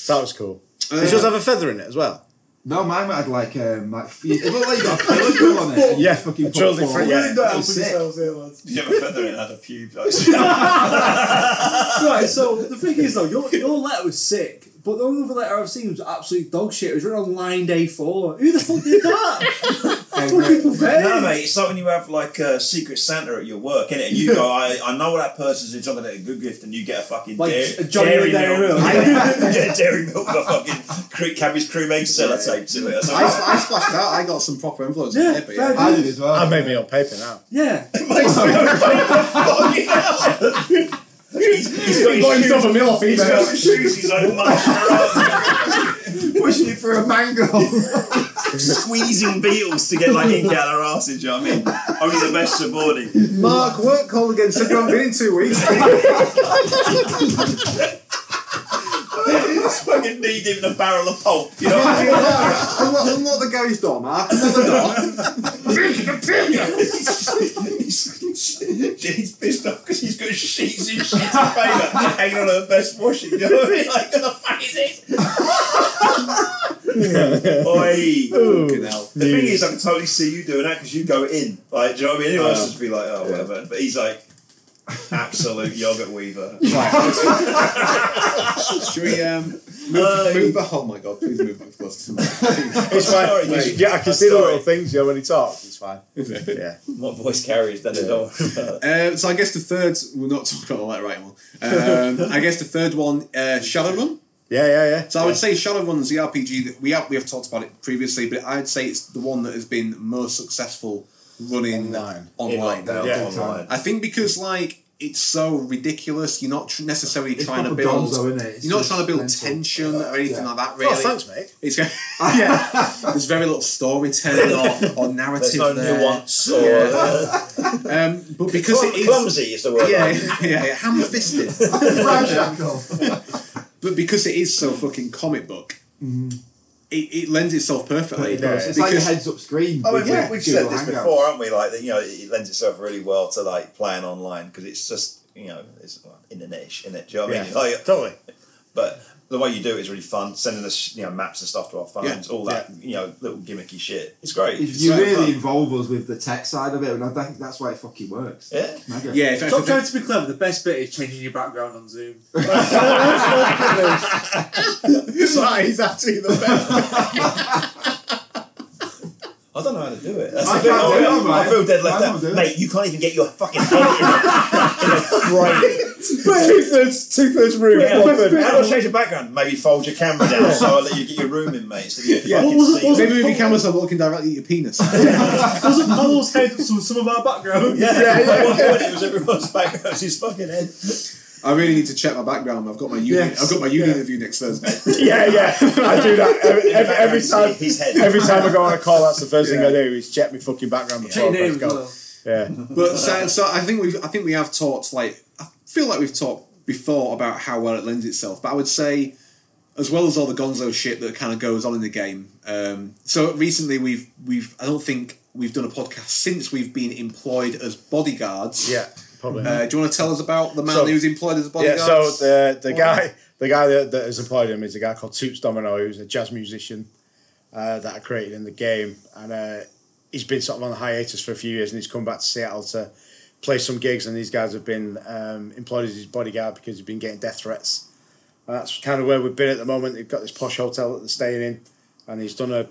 that was cool. Did yours have a feather in it as well?
No, mine had like um like fe- it looked like you got a pellicle on it.
Yeah,
fucking
I drilled it
put
through,
forward.
yeah.
That was sick.
yourselves here, lads.
Did you have a feather in other pubes? [LAUGHS] That's
Right, so the thing is though, your, your letter was sick, but the only other letter I've seen was absolute dog shit. It was written on line day four. Who the fuck did that? fucking
uh,
pathetic.
No, mate, it's like when you have like a secret Santa at your work, innit? And you go, I, I know that person's in chocolate a good gift, and you get a fucking
Like
dairy,
a Johnny
dairy
Dairy
milk. [LAUGHS]
Milk.
you get dairy milk with a fucking cre- cabbage cream egg sellotape to it. Or
I,
something.
I splashed out. I got some proper envelopes.
Yeah,
but
fair
yeah.
enough.
I did as well.
I made me on paper now.
Yeah.
Fucking hell. He's, he's got his shoes-
a mill off
He's got his shoes, he's like munching around,
pushing it for a mango.
squeezing beetles to get like in Gallarassi, do you know what I mean? Only the best [LAUGHS] subordinate.
[LAUGHS] Mark, work call again. Said you
[LAUGHS]
haven't been in two weeks.
fucking knee deep in a barrel of pulp. You know?
unlock, unlock the garage door, Mark. Unlock the door.
Jenny's pissed off because she's got sheets and sheets of paper hanging on her best washing. You know what I mean? Like, what the fuck is this? [LAUGHS] Oi.
Fucking hell.
The thing is, I can totally see you doing that because you go in. Like, do you know what I mean? Anyone else would be like, oh, whatever. But he's like, absolute yogurt
[LAUGHS]
weaver.
Should we um, move,
Uh,
move the? Oh my god! Please move the close to me.
It's fine.
sorry,
You
mate.
should- yeah, I can
I'm
see the
sorry.
little things. Yeah, when he talks, it's fine. Yeah.
My voice carries, then I don't worry about it.
Uh, so I guess the third. We'll not [LAUGHS] talk about all that right one. Um, I guess the third one, uh, Shadowrun.
Yeah, yeah, yeah. Oh,
So I would say Shadowrun's the RPG that we have we have talked about it previously, but I'd say it's the one that has been most successful running
Online.
[LAUGHS] online.
Yeah,
Yeah.
online.
I think because like it's so ridiculous, you're not tr- necessarily
It's
trying to
proper
build.
gonzo, isn't it? It's
you're not
just
trying to build
mental.
tension or anything
Yeah.
like that. Really,
Oh, thanks, mate.
It's
[LAUGHS]
[LAUGHS] yeah. There's very little storytelling or, or narrative
There's no
there.
nuance or
Yeah. [LAUGHS] Um, but because it
Clum-
is
clumsy is the word.
[LAUGHS] yeah, yeah, yeah, ham-fisted. [LAUGHS]
Ramshackle.
but because it is
Mm.
so fucking comic book, it, it lends itself perfectly.
Mm-hmm. It does.
It's
Because
like a heads up screen.
I mean,
with,
we,
like,
we've
Google
said this
Hangouts.
before, haven't we? Like, that, you know, it lends itself really well to like playing online because it's just, you know, it's like, internet-ish, isn't it? Do you know what I mean?
Yeah,
Like,
totally.
But the way you do it is really fun. Sending us, you know, maps and stuff to our phones, all that, you know, little gimmicky shit. It's great.
If
It's
you
so
really
fun.
involve us with the tech side of it, and I think that's why it fucking works.
Yeah.
Mega.
yeah, if, if,
Stop
if,
trying to be clever. The best bit is changing your background on Zoom.
[LAUGHS] That is actually
[LAUGHS]
the best.
I don't know how to do it. That's
I
the thing.
can't do it,
I, I
mate.
feel dead left
I can't
out,
do it.
mate. You can't even get your fucking
[LAUGHS]
phone
Right. two thirds, two thirds room.
Yeah.
one third-
How do I change the background? Maybe fold your camera down so I let you get your room in, mate. So you can
Yeah.
fucking see. it.
maybe if your camera's not looking directly at your penis.
[LAUGHS]
Those are Paul's head with some of our background.
Yeah, [LAUGHS] yeah, yeah. At one point [LAUGHS] it was everyone's background. It's his fucking head.
I really need to check my background. I've got my uni.
Yes.
I've got my uni
Yeah.
interview next Thursday.
yeah, yeah. I do that every,
[LAUGHS]
every, every time.
his head.
Every time I go on a call, that's the first thing I do is check my fucking background before
Check
I
your name
press
as
go.
well.
Yeah.
But
uh,
so, so I think we've I think we have talked like I feel like we've talked before about how well it lends itself. But I would say, as well as all the Gonzo shit that kind of goes on in the game. Um, so recently we've we've I don't think we've done a podcast since we've been employed as bodyguards.
Yeah. Probably.
Uh, do you want to tell us about the man
So-
who's employed as a
yeah,
bodyguard?
so uh, the the guy the guy that, that has employed him is a guy called Toots Domino, who's a jazz musician uh, that I created in the game, and uh, he's been sort of on a hiatus for a few years, and he's come back to Seattle to play some gigs, and these guys have been um, employed as his bodyguard because he's been getting death threats. And that's kind of where we've been at the moment. They've got this posh hotel that they're staying in, and he's done a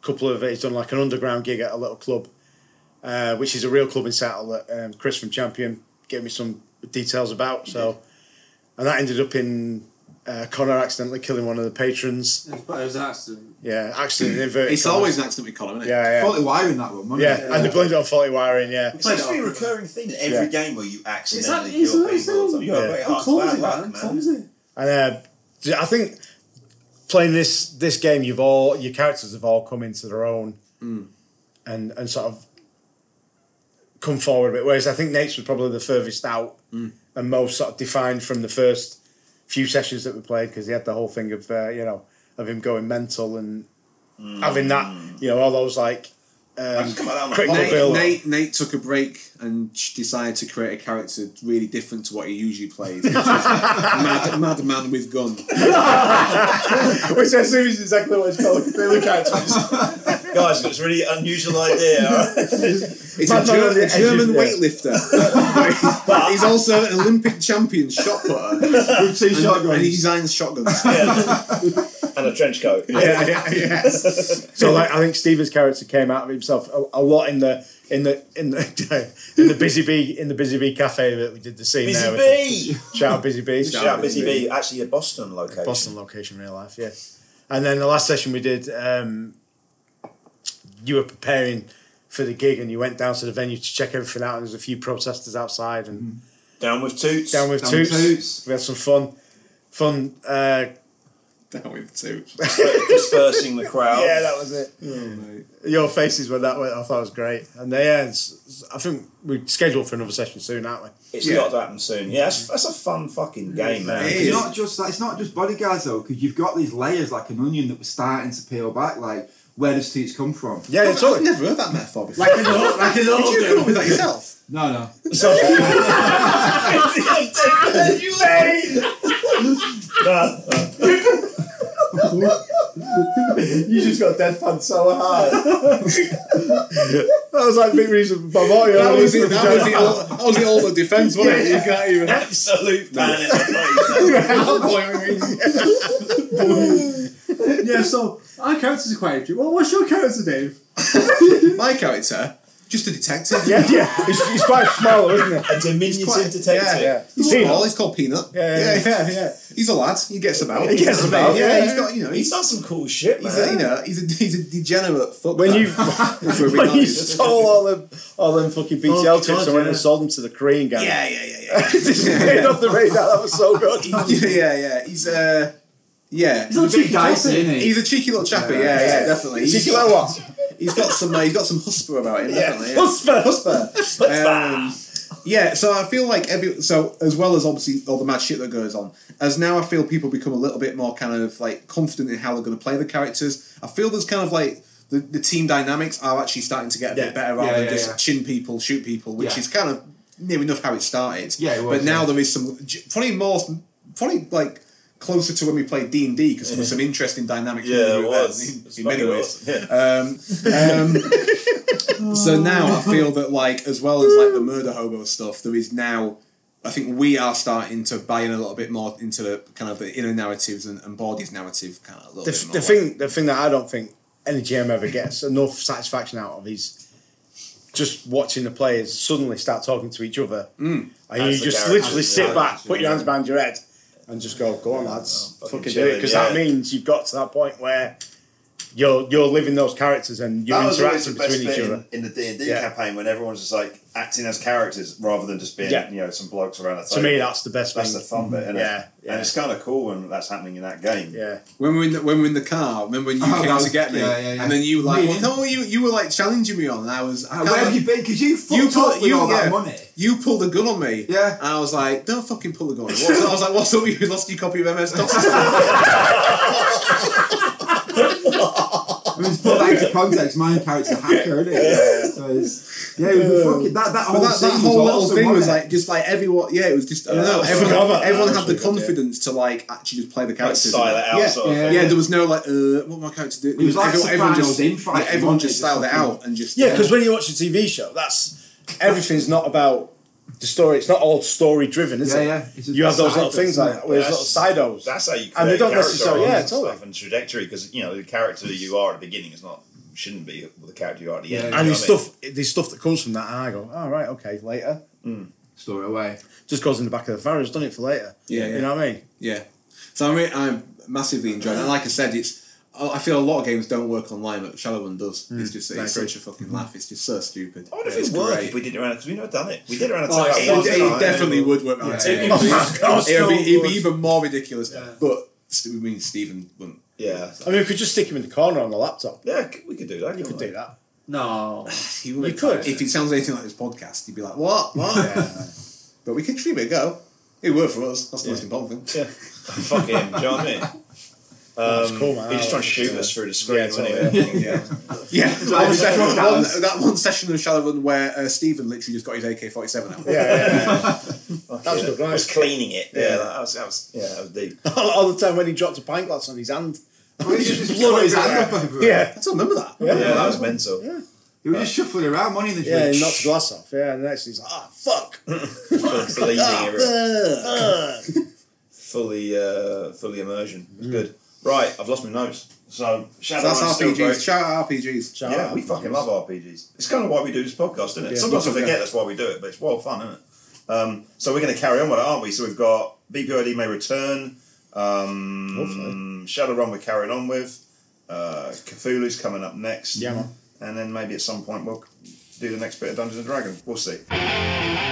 couple of he's done like an underground gig at a little club, uh, which is a real club in Seattle that um, Chris from Champion gave me some details about. So and that ended up in uh, Connor accidentally killing one of the patrons.
But it was an accident.
Yeah,
[LAUGHS]
accident in inverted.
it's
commas.
always an accident with Colin, isn't it?
yeah, yeah,
Faulty wiring that one, wasn't
yeah,
it?
and they blamed it on faulty wiring. Yeah,
It's actually a recurring thing in every
Yeah.
game where you accidentally
It's
kill
like- it's
people.
like-
So you got a
yeah.
great
I'm
heart. Bad
clumsy,
luck,
man.
man.
Clumsy.
and uh, I think playing this this game, you've all your characters have all come into their own,
Hmm.
and and sort of come forward a bit. Whereas I think Nate's was probably the furthest out
Hmm.
and most sort of defined from the first few sessions that we played because he had the whole thing of uh, you know of him going mental and
Hmm.
having that you know all those like um,
Come on, I'm a
Quick
bottle.
Nate- Bill.
Nate, Nate took a break and ch- decided to create a character really different to what he usually plays.
[LAUGHS]
which is mad, mad man with gun.
which I assume is exactly what it's called. They
[LAUGHS]
look at it.
[LAUGHS] Guys, it's a really unusual idea.
[LAUGHS]
alright?
It's a,
Mad man
Ger-
on the
a German
edges, yeah. [LAUGHS]
weightlifter. but [LAUGHS] he's also an Olympic champion shot putter. And,
[LAUGHS]
With two shotguns.
and he designs shotguns.
and a trench coat.
yeah, yeah, yeah. so like, I think Steven's character came out of himself a, a lot in the in the [LAUGHS] in the in the busy bee in the busy bee cafe that we did the scene
Busy
there. with
bee.
the- Shout out busy
[LAUGHS]
bee.
Shout out Busy Bee, actually a Boston location.
Boston location, real life, yeah. And then the last session we did, um, you were preparing for the gig and you went down to the venue to check everything out. And there's a few protesters outside and
Mm. Down with Toots.
down with
Down
toots.
Toots.
We had some fun, fun uh,
down with too.
dispersing the crowd.
[LAUGHS] Yeah, that was it. Your faces when that went off, that was great. And they, yeah, it's- I think we scheduled for another session soon, aren't we?
It's
Yeah.
got to happen soon. Yeah, that's, that's a fun fucking game, man.
It
'Cause you
is.
It's not just that. It's not just bodyguards though, because you've got these layers like an onion that was starting to peel back. Like, where does Toots come from?
Yeah,
I've,
it's all.
I've never heard that metaphor before.
Like an old, like an old.
Did you come up with
[LAUGHS]
that yourself?
No, no.
[LAUGHS]
You just got deadpan so hard. that was like big reason for Mario.
That was the that
[LAUGHS]
was the old- that was the older defence, wasn't it? You can't even.
Absolute man in
[LAUGHS]
the eh?
yeah, so our characters are quite interesting. What, what's your character, Dave?
My character, just a detective.
yeah, [LAUGHS] yeah. It's, it's quite small, isn't it?
place. A diminutive
quite-
detective.
Yeah.
He's
Peanut.
small. He's called Peanut.
Yeah, yeah, yeah, yeah.
He's a lad. He gets about.
He gets about,
Yeah,
yeah.
he's got you know.
He's
He's,
done some cool shit, man.
he's a, you know he's a he's a degenerate footballer.
When
[LAUGHS]
you
If we're being
[LAUGHS] when you
honest.
stole all them all them fucking BTL
Oh,
tips
God,
and went
yeah.
and sold them to the Korean guy. [LAUGHS]
yeah, yeah, yeah, yeah. [LAUGHS]
Just made up the radar. That was so good.
yeah, yeah, yeah. He's uh, yeah.
He's a bit dicey, isn't he?
He's a cheeky little chappy. Yeah, yeah, definitely. He's,
Cheeky little what?
he's got some. Uh, he's got some husper about him. Definitely. yeah.
Husper,
[LAUGHS]
husper.
Um, yeah, so I feel like every so as well as obviously all the mad shit that goes on, as now I feel people become a little bit more kind of like confident in how they're going to play the characters. I feel there's kind of like the, the team dynamics are actually starting to get a
Yeah.
bit better rather
Yeah,
than
yeah,
just
yeah.
chin people, shoot people, which
Yeah.
is kind of near enough how it started.
Yeah, it was,
but now
yeah.
there is some probably more probably like closer to when we played D and D because there was some interesting dynamics.
Yeah,
when we
it
were there
was.
in-
It's
in many
fucking
ways.
awesome. Yeah.
Um, um, so now I feel that like as well as like the murder hobo stuff, there is now I think we are starting to buy in a little bit more into the kind of the inner narratives and, and Bordy's narrative kind of a little
The,
bit more.
the thing, the thing that I don't think any GM ever gets enough satisfaction out of is just watching the players suddenly start talking to each other,
Hmm.
and
As
you
the
just
characters,
literally
yeah. Oh,
sit back, put your hands behind your head, and just go, "Go on, lads,
fucking
fucking do
chill
it,"
it,
because that
yeah.
means you've got to that point where you're you're living those characters and you're
That was always
interacting
the best
between each
bit
other.
in, in the D and D
Yeah.
campaign when everyone's just like acting as characters rather than just being
Yeah.
you know some blokes around a
To
table.
me, that's the best
that's
thing.
the fun bit, isn't
Yeah,
it?
yeah.
And it's kind of cool when that's happening in that game.
yeah.
when we were in the, when we were in the car, remember when you
Oh,
came
that was-
to get me,
yeah, yeah, yeah.
and then you like
Really?
no, you you were like challenging me on, and I was I
Uh,
can't
where have you
remember-
been? Because you fucked
You
up
put
with
you
all
yeah,
that money.
You pulled a gun on me.
Yeah.
And I was like, don't fucking pull the gun on me. What's- I was like, what's up? You lost your copy of MS DOS.
I mean, to put that into context, my character's a hacker, isn't it? So it's, yeah, it was fucking, that, that
But
whole,
that,
scene
that whole
was
little
awesome,
thing was
wasn't it?
like just like everyone. Yeah, it was just I don't know.
I forgot
Everyone,
about that.
everyone had
That's
the
really good, yeah.
confidence to like actually just play the
Like,
characters.
style it out.
Yeah,
sort of
yeah.
thing.
yeah. There was no like, uh, what my character did.
It was like
everyone, everyone
Sopranos
just
in
like, everyone just
fucking-
styled it out and just
Yeah, because when you watch a TV show, that's everything's not about the story. It's not all story driven, is
Yeah,
it?
yeah. It's just
you have those
side
little things
bits,
like
yeah.
that, where there's little sidos.
That's how you.
And they
create
don't
character
necessarily-
arcs
yeah,
and
totally.
Stuff and trajectory because you know the character you are at the beginning is not shouldn't be the character you are at the end. you
Yeah,
know
and there's
what I mean?
stuff, there's stuff that comes from that, and I go, "All right, okay, later."
[LAUGHS]
Story away.
Just goes in the back of the pharaoh's, done it for later.
Yeah, yeah.
you know what I mean.
Yeah. So I'm, re- I'm massively enjoying it. And like I said, it's I I feel a lot of games don't work online, but Shadowrun does. it's just it's
agree.
such a fucking laugh. It's just so stupid.
I wonder if
It's
it worked
great.
if we did it around because we never done it. We did it around a
Oh,
time.
it's
It,
not-
Yeah.
it definitely would work on a
Yeah.
table. It would be, it'd be even more ridiculous.
Yeah.
But st- we mean Stephen wouldn't.
Yeah,
I mean, we could just stick him in the corner on the laptop.
yeah, c- we could do that.
You could
couldn't
do
we?
that.
No.
He would.
You could.
If it sounds anything like this podcast, he'd be like, "What? What?" But we could give it a go. It worked for us. That's the most important thing.
[LAUGHS] Yeah, fuck him. Do you know what I mean?
That's cool, man.
He's just trying to shoot us through the screen,
Yeah,
wasn't
totally.
he? [LAUGHS]
Yeah, yeah. [LAUGHS] That, one session, one, that one session of Shadowrun where uh, Stephen literally just got his AK forty seven out.
[LAUGHS] Yeah, yeah,
That
was good, right?
I was cleaning it. Yeah,
Yeah.
that was, that was yeah, that was deep.
yeah. All the time when he dropped a pint glass on his hand.
Well, he just
Blood
put his
everywhere.
hand up everywhere.
Yeah,
I still remember that.
Yeah, that was mental.
He was just shuffling around, money in the
yeah,
drink.
he knocked the glass off. Yeah, and the next he's like, "Ah, fuck."
[LAUGHS] Bleeding
Ah,
everywhere.
Ugh.
[LAUGHS] fully uh, fully immersion. It was
Mm.
good. Right, I've lost my notes. So
So
shout
that's
out still
RPGs.
great.
Shout out RPGs.
Shout
Yeah,
out
we fucking love RPGs. It's kind of why we do this podcast, isn't it?
Yeah.
Sometimes I
Yeah.
forget that's why we do it, but it's wild fun, isn't it? Um, so we're going to carry on with it, aren't we? So we've got BPID may return. Um,
Hopefully.
Shadowrun we're carrying on with. Uh, Cthulhu's coming up next.
Yeah, man.
And then maybe at some point we'll do the next bit of Dungeons and Dragons. We'll see.
Where are the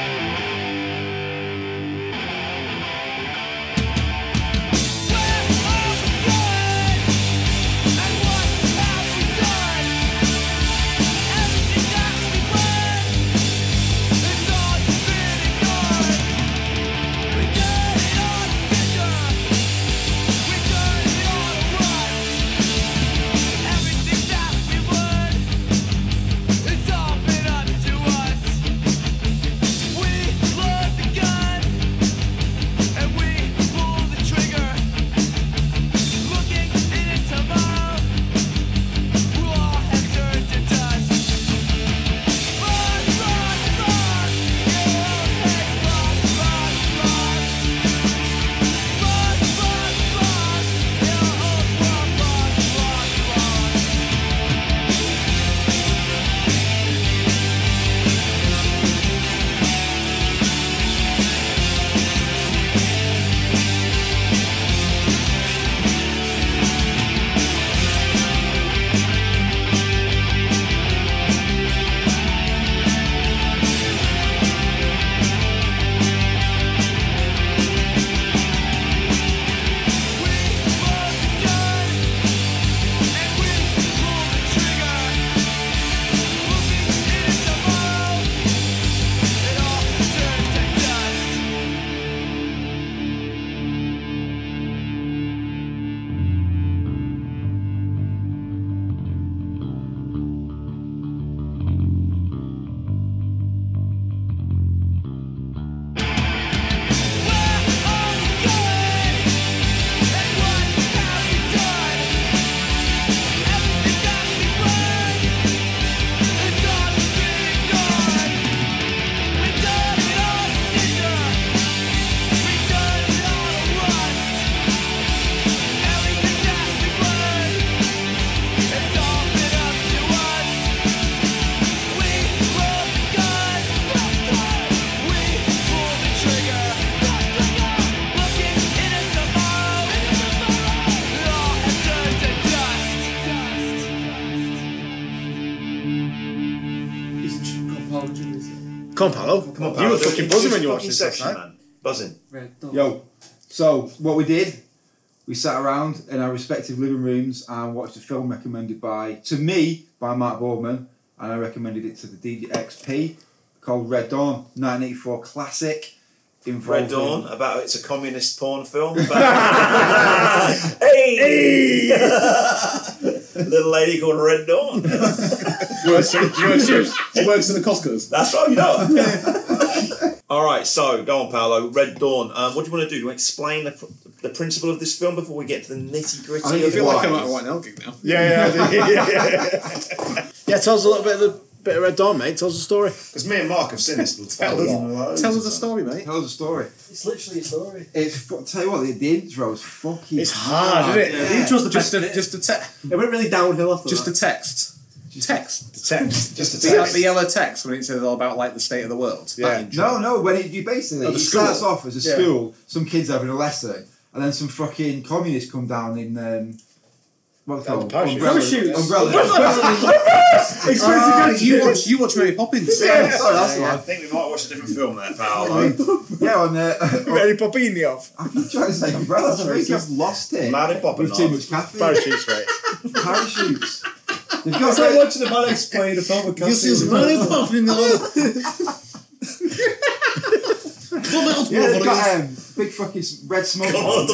Palo Jr.
Come on, Palo.
Come on, pal, do
You were
it.
fucking
It's
buzzing
your
when you watched
fucking
this
section,
last night.
man. Buzzing.
Red Dawn.
Yo, so what we did, we sat around in our respective living rooms and watched a film recommended by, to me, by Mark Boardman, and I recommended it to the DXP called Red Dawn, 1984 classic. involving-
Red Dawn about it's a communist porn [LAUGHS] film. hey, little lady called Red Dawn.
Works in works in the
[LAUGHS]
Costco's.
That's right, you know. [LAUGHS] All right, so go on, Paolo. Red Dawn. Um, what do you want to do? Do you want to explain the, pr- the principle of this film before we get to the nitty
I think
gritty?
you
of
feel
it?
like I'm
at a White Nell gig now.
Yeah, [LAUGHS] yeah, yeah. yeah, tell us a little bit of the bit of Red Dawn, mate. Tell us a story.
Because me and Mark have seen this. Tell us.
Tell us a story, mate.
Tell us a story.
It's literally a story.
It's fu- tell you what the, the intro is fucking.
It's hard, isn't it?
Yeah.
Just a just a just a, te-
It went really downhill after
just a
that.
text. Text.
The text.
Just
The,
a text.
the yellow text when it says all about like the state of the world. That
Yeah.
intro.
No, no. When it, you basically
Oh,
it
the
starts
school.
off as a
Yeah.
school, some kids having a lesson, and then some fucking communists come down in um, what
Oh,
called
parachutes.
Parachutes.
umbrella.
Ah, you watch you watch Mary Poppins.
[LAUGHS] yeah, sorry, that's the
I
one.
think we might watch a different film there, Paolo.
Yeah, on uh, [LAUGHS]
Very Popini off.
I keep trying to say umbrella. I think I've lost it.
Mary Poppins.
With too much caffeine.
Parachutes, mate.
[LAUGHS] Parachutes. They've got
It's like watching the man explain a film with
This is [LAUGHS]
Cassidy.
Mary Poppins.
yeah, they've got um, big fucking s- red smoke
Come on, [LAUGHS] the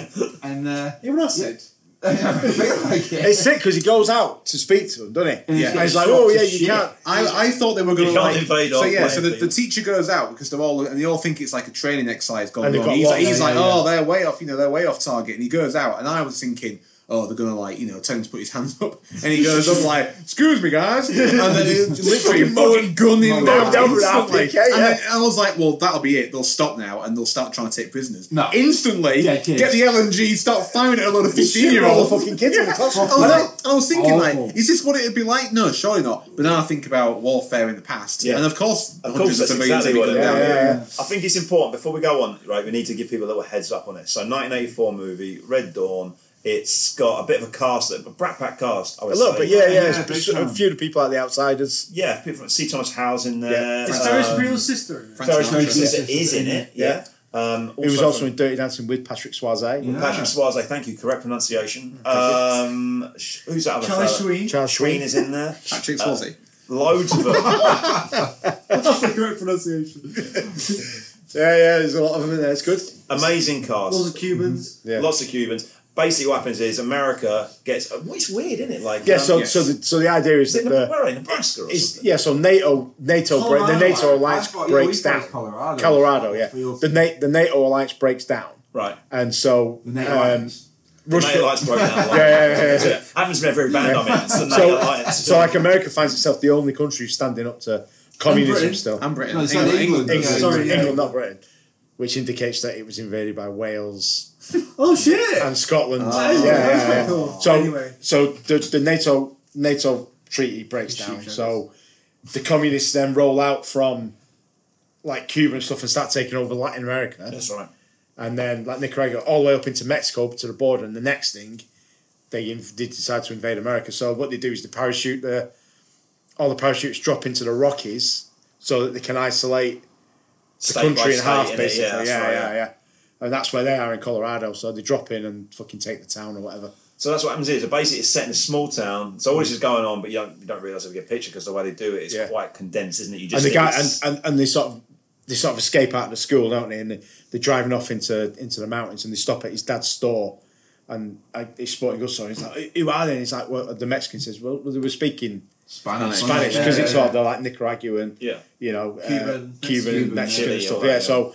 bombs,
Wolverine.
and uh, [LAUGHS]
Even I said,
I feel like it.
It's sick because he goes out to speak to him, doesn't he?
he's
yeah.
And he's like,
shot
oh
to
yeah, you
shit.
can't.
I, I thought they were going
You
to
can't
like
invade
so
our
yeah. So the,
plane,
the
please.
teacher goes out because they're all and they all think it's like a training exercise going
And they've
on.
got
He's,
one
like, he's
there,
like,
yeah,
oh, they're way off. You know, they're way off target. And he goes out, and I was thinking. Oh, they're gonna like you know tell him to put his hands up, and he goes up like, "Excuse me, guys," and then
[LAUGHS]
he's literally fucking gunning
mowing
down
down that
instantly.
PK,
and
yeah.
then I was like, "Well, that'll be it. They'll stop now, and they'll start trying to take prisoners."
No.
instantly,
Yeah, kids.
get the LNG, start firing at a lot
[LAUGHS]
of
all
fifteen-year-olds.
the fucking kids in the classroom.
I was, like- I was thinking,
Awful.
like, is this what it'd be like? No, surely not. But now I think about warfare in the past,
Yeah.
and of course,
Of course,
hundreds
that's
of millions
exactly
have
what
been
it
gunned
is.
down.
Yeah.
I think it's important before we go on, right? We need to give people a little heads up on it. So, 1984 movie, Red Dawn. It's got a bit of a cast, a brat pack cast. I would
A little
say.
bit, yeah, yeah.
Yeah, big
It's a
time.
few of the people like the outsiders.
yeah. People from C. Thomas Howe's in
Yeah.
there.
is
Uh,
Ferris real sister? in it?
Frank
Ferris
Sinatra.
Bueller's sister is in it. Yeah. Um,
He was also
from-
in Dirty Dancing with Patrick Swayze.
Yeah.
Patrick Suarez, thank you, correct pronunciation. Um, sh- who's that other
Charlie
fella?
Sweeney.
Charles
Sweeney
Schween.
is in there.
Patrick Swayze.
Loads of
[LAUGHS]
them.
That's the correct pronunciation.
Yeah, yeah, there's a lot of them in there. It's good.
Amazing cast.
Those are Cubans.
Yeah.
Lots of Cubans. Basically, what happens is America gets. uh, It's weird, isn't it? Like,
Yeah,
um,
so
yes.
so the, so the idea is
is it
that
Neb-
the
where are they, Nebraska or
is,
something?
yeah, so NATO NATO break, the
Colorado.
NATO alliance
I thought- yeah,
breaks
we thought it
down.
was Colorado.
Colorado, yeah.
Feels-
The NATO the NATO alliance breaks down,
Right.
and so
The NATO
um,
Lions.
The NATO
Russia.
Alliance broke
[LAUGHS]
down.
Yeah, yeah, yeah, yeah.
That's it. Happens to every band I'm in. It's the NATO
So,
Alliance.
so like America finds itself the only country standing up to communism
Britain.
Uh, still.
I'm Britain.
No, it's not
England.
England.
England.
England,
Sorry, yeah.
England, not Britain, which indicates that it was invaded by Wales
Oh shit!
and Scotland.
That is-
yeah, yeah, yeah.
Oh, that's quite cool.
So,
Anyway.
so the, the NATO NATO treaty breaks down. So the communists then roll out from like Cuba and stuff and start taking over Latin America,
That's right.
and then like Nicaragua all the way up into Mexico up to the border. And the next thing, they inv- did decide to invade America. So what they do is they parachute the all the parachutes drop into the Rockies so that they can isolate the
State by
country in
state,
half,
innit?
basically. Yeah,
that's
yeah,
right,
yeah, And that's where they are in Colorado. So they drop in and fucking take the town or whatever.
So that's what happens here. So basically, it's set in a small town. So all this is going on, but you don't you don't realise it's a good picture because the way they do it is
Yeah.
quite condensed, isn't it? You just
And the
think
guy
it's-
and, and, and they sort of they sort of escape out of the school, don't they? And they, they're driving off into into the mountains and they stop at his dad's store. And I, his sporting goods store. He's like, "Who are they?" And he's like, "Well, the Mexican says, well, they were speaking
Spanish.
Spanish
Yeah,
because
yeah,
it's
yeah.
all the like Nicaraguan,
Yeah.
you know, uh, Cuban,
Cuban,
Cuban,
Cuban,
Mexican and
yeah,
stuff.
yeah,
Yeah,
yeah.
so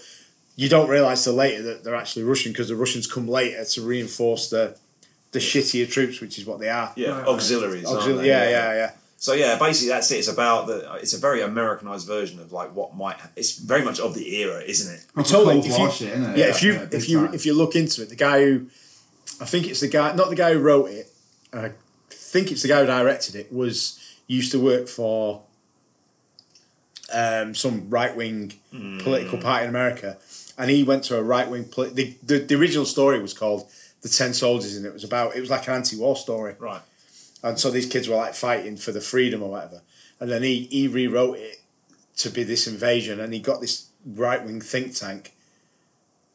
you don't realize till later that they're actually Russian because the Russians come later to reinforce the the shittier troops, which is what they are.
yeah,
Right.
auxiliaries. aren't
Auxil-
they?
yeah, yeah, yeah.
So yeah, basically that's it. It's about the. It's a very Americanized version of like what might. It's very much of the era, isn't it?
Proper
totally-
Cold
if
War
you-
shit, innit?
yeah, if you
yeah,
if
big
you
time.
if you look into it, the guy who I think it's the guy, not the guy who wrote it, I think it's the guy who directed it was used to work for um, some right wing
Hmm.
political party in America, and he went to a right wing. Poli- the, the the original story was called "The Ten Soldiers," and it was about it was like an anti war story.
Right.
And so these kids were like fighting for the freedom or whatever. And then he, he rewrote it to be this invasion, and he got this right wing think tank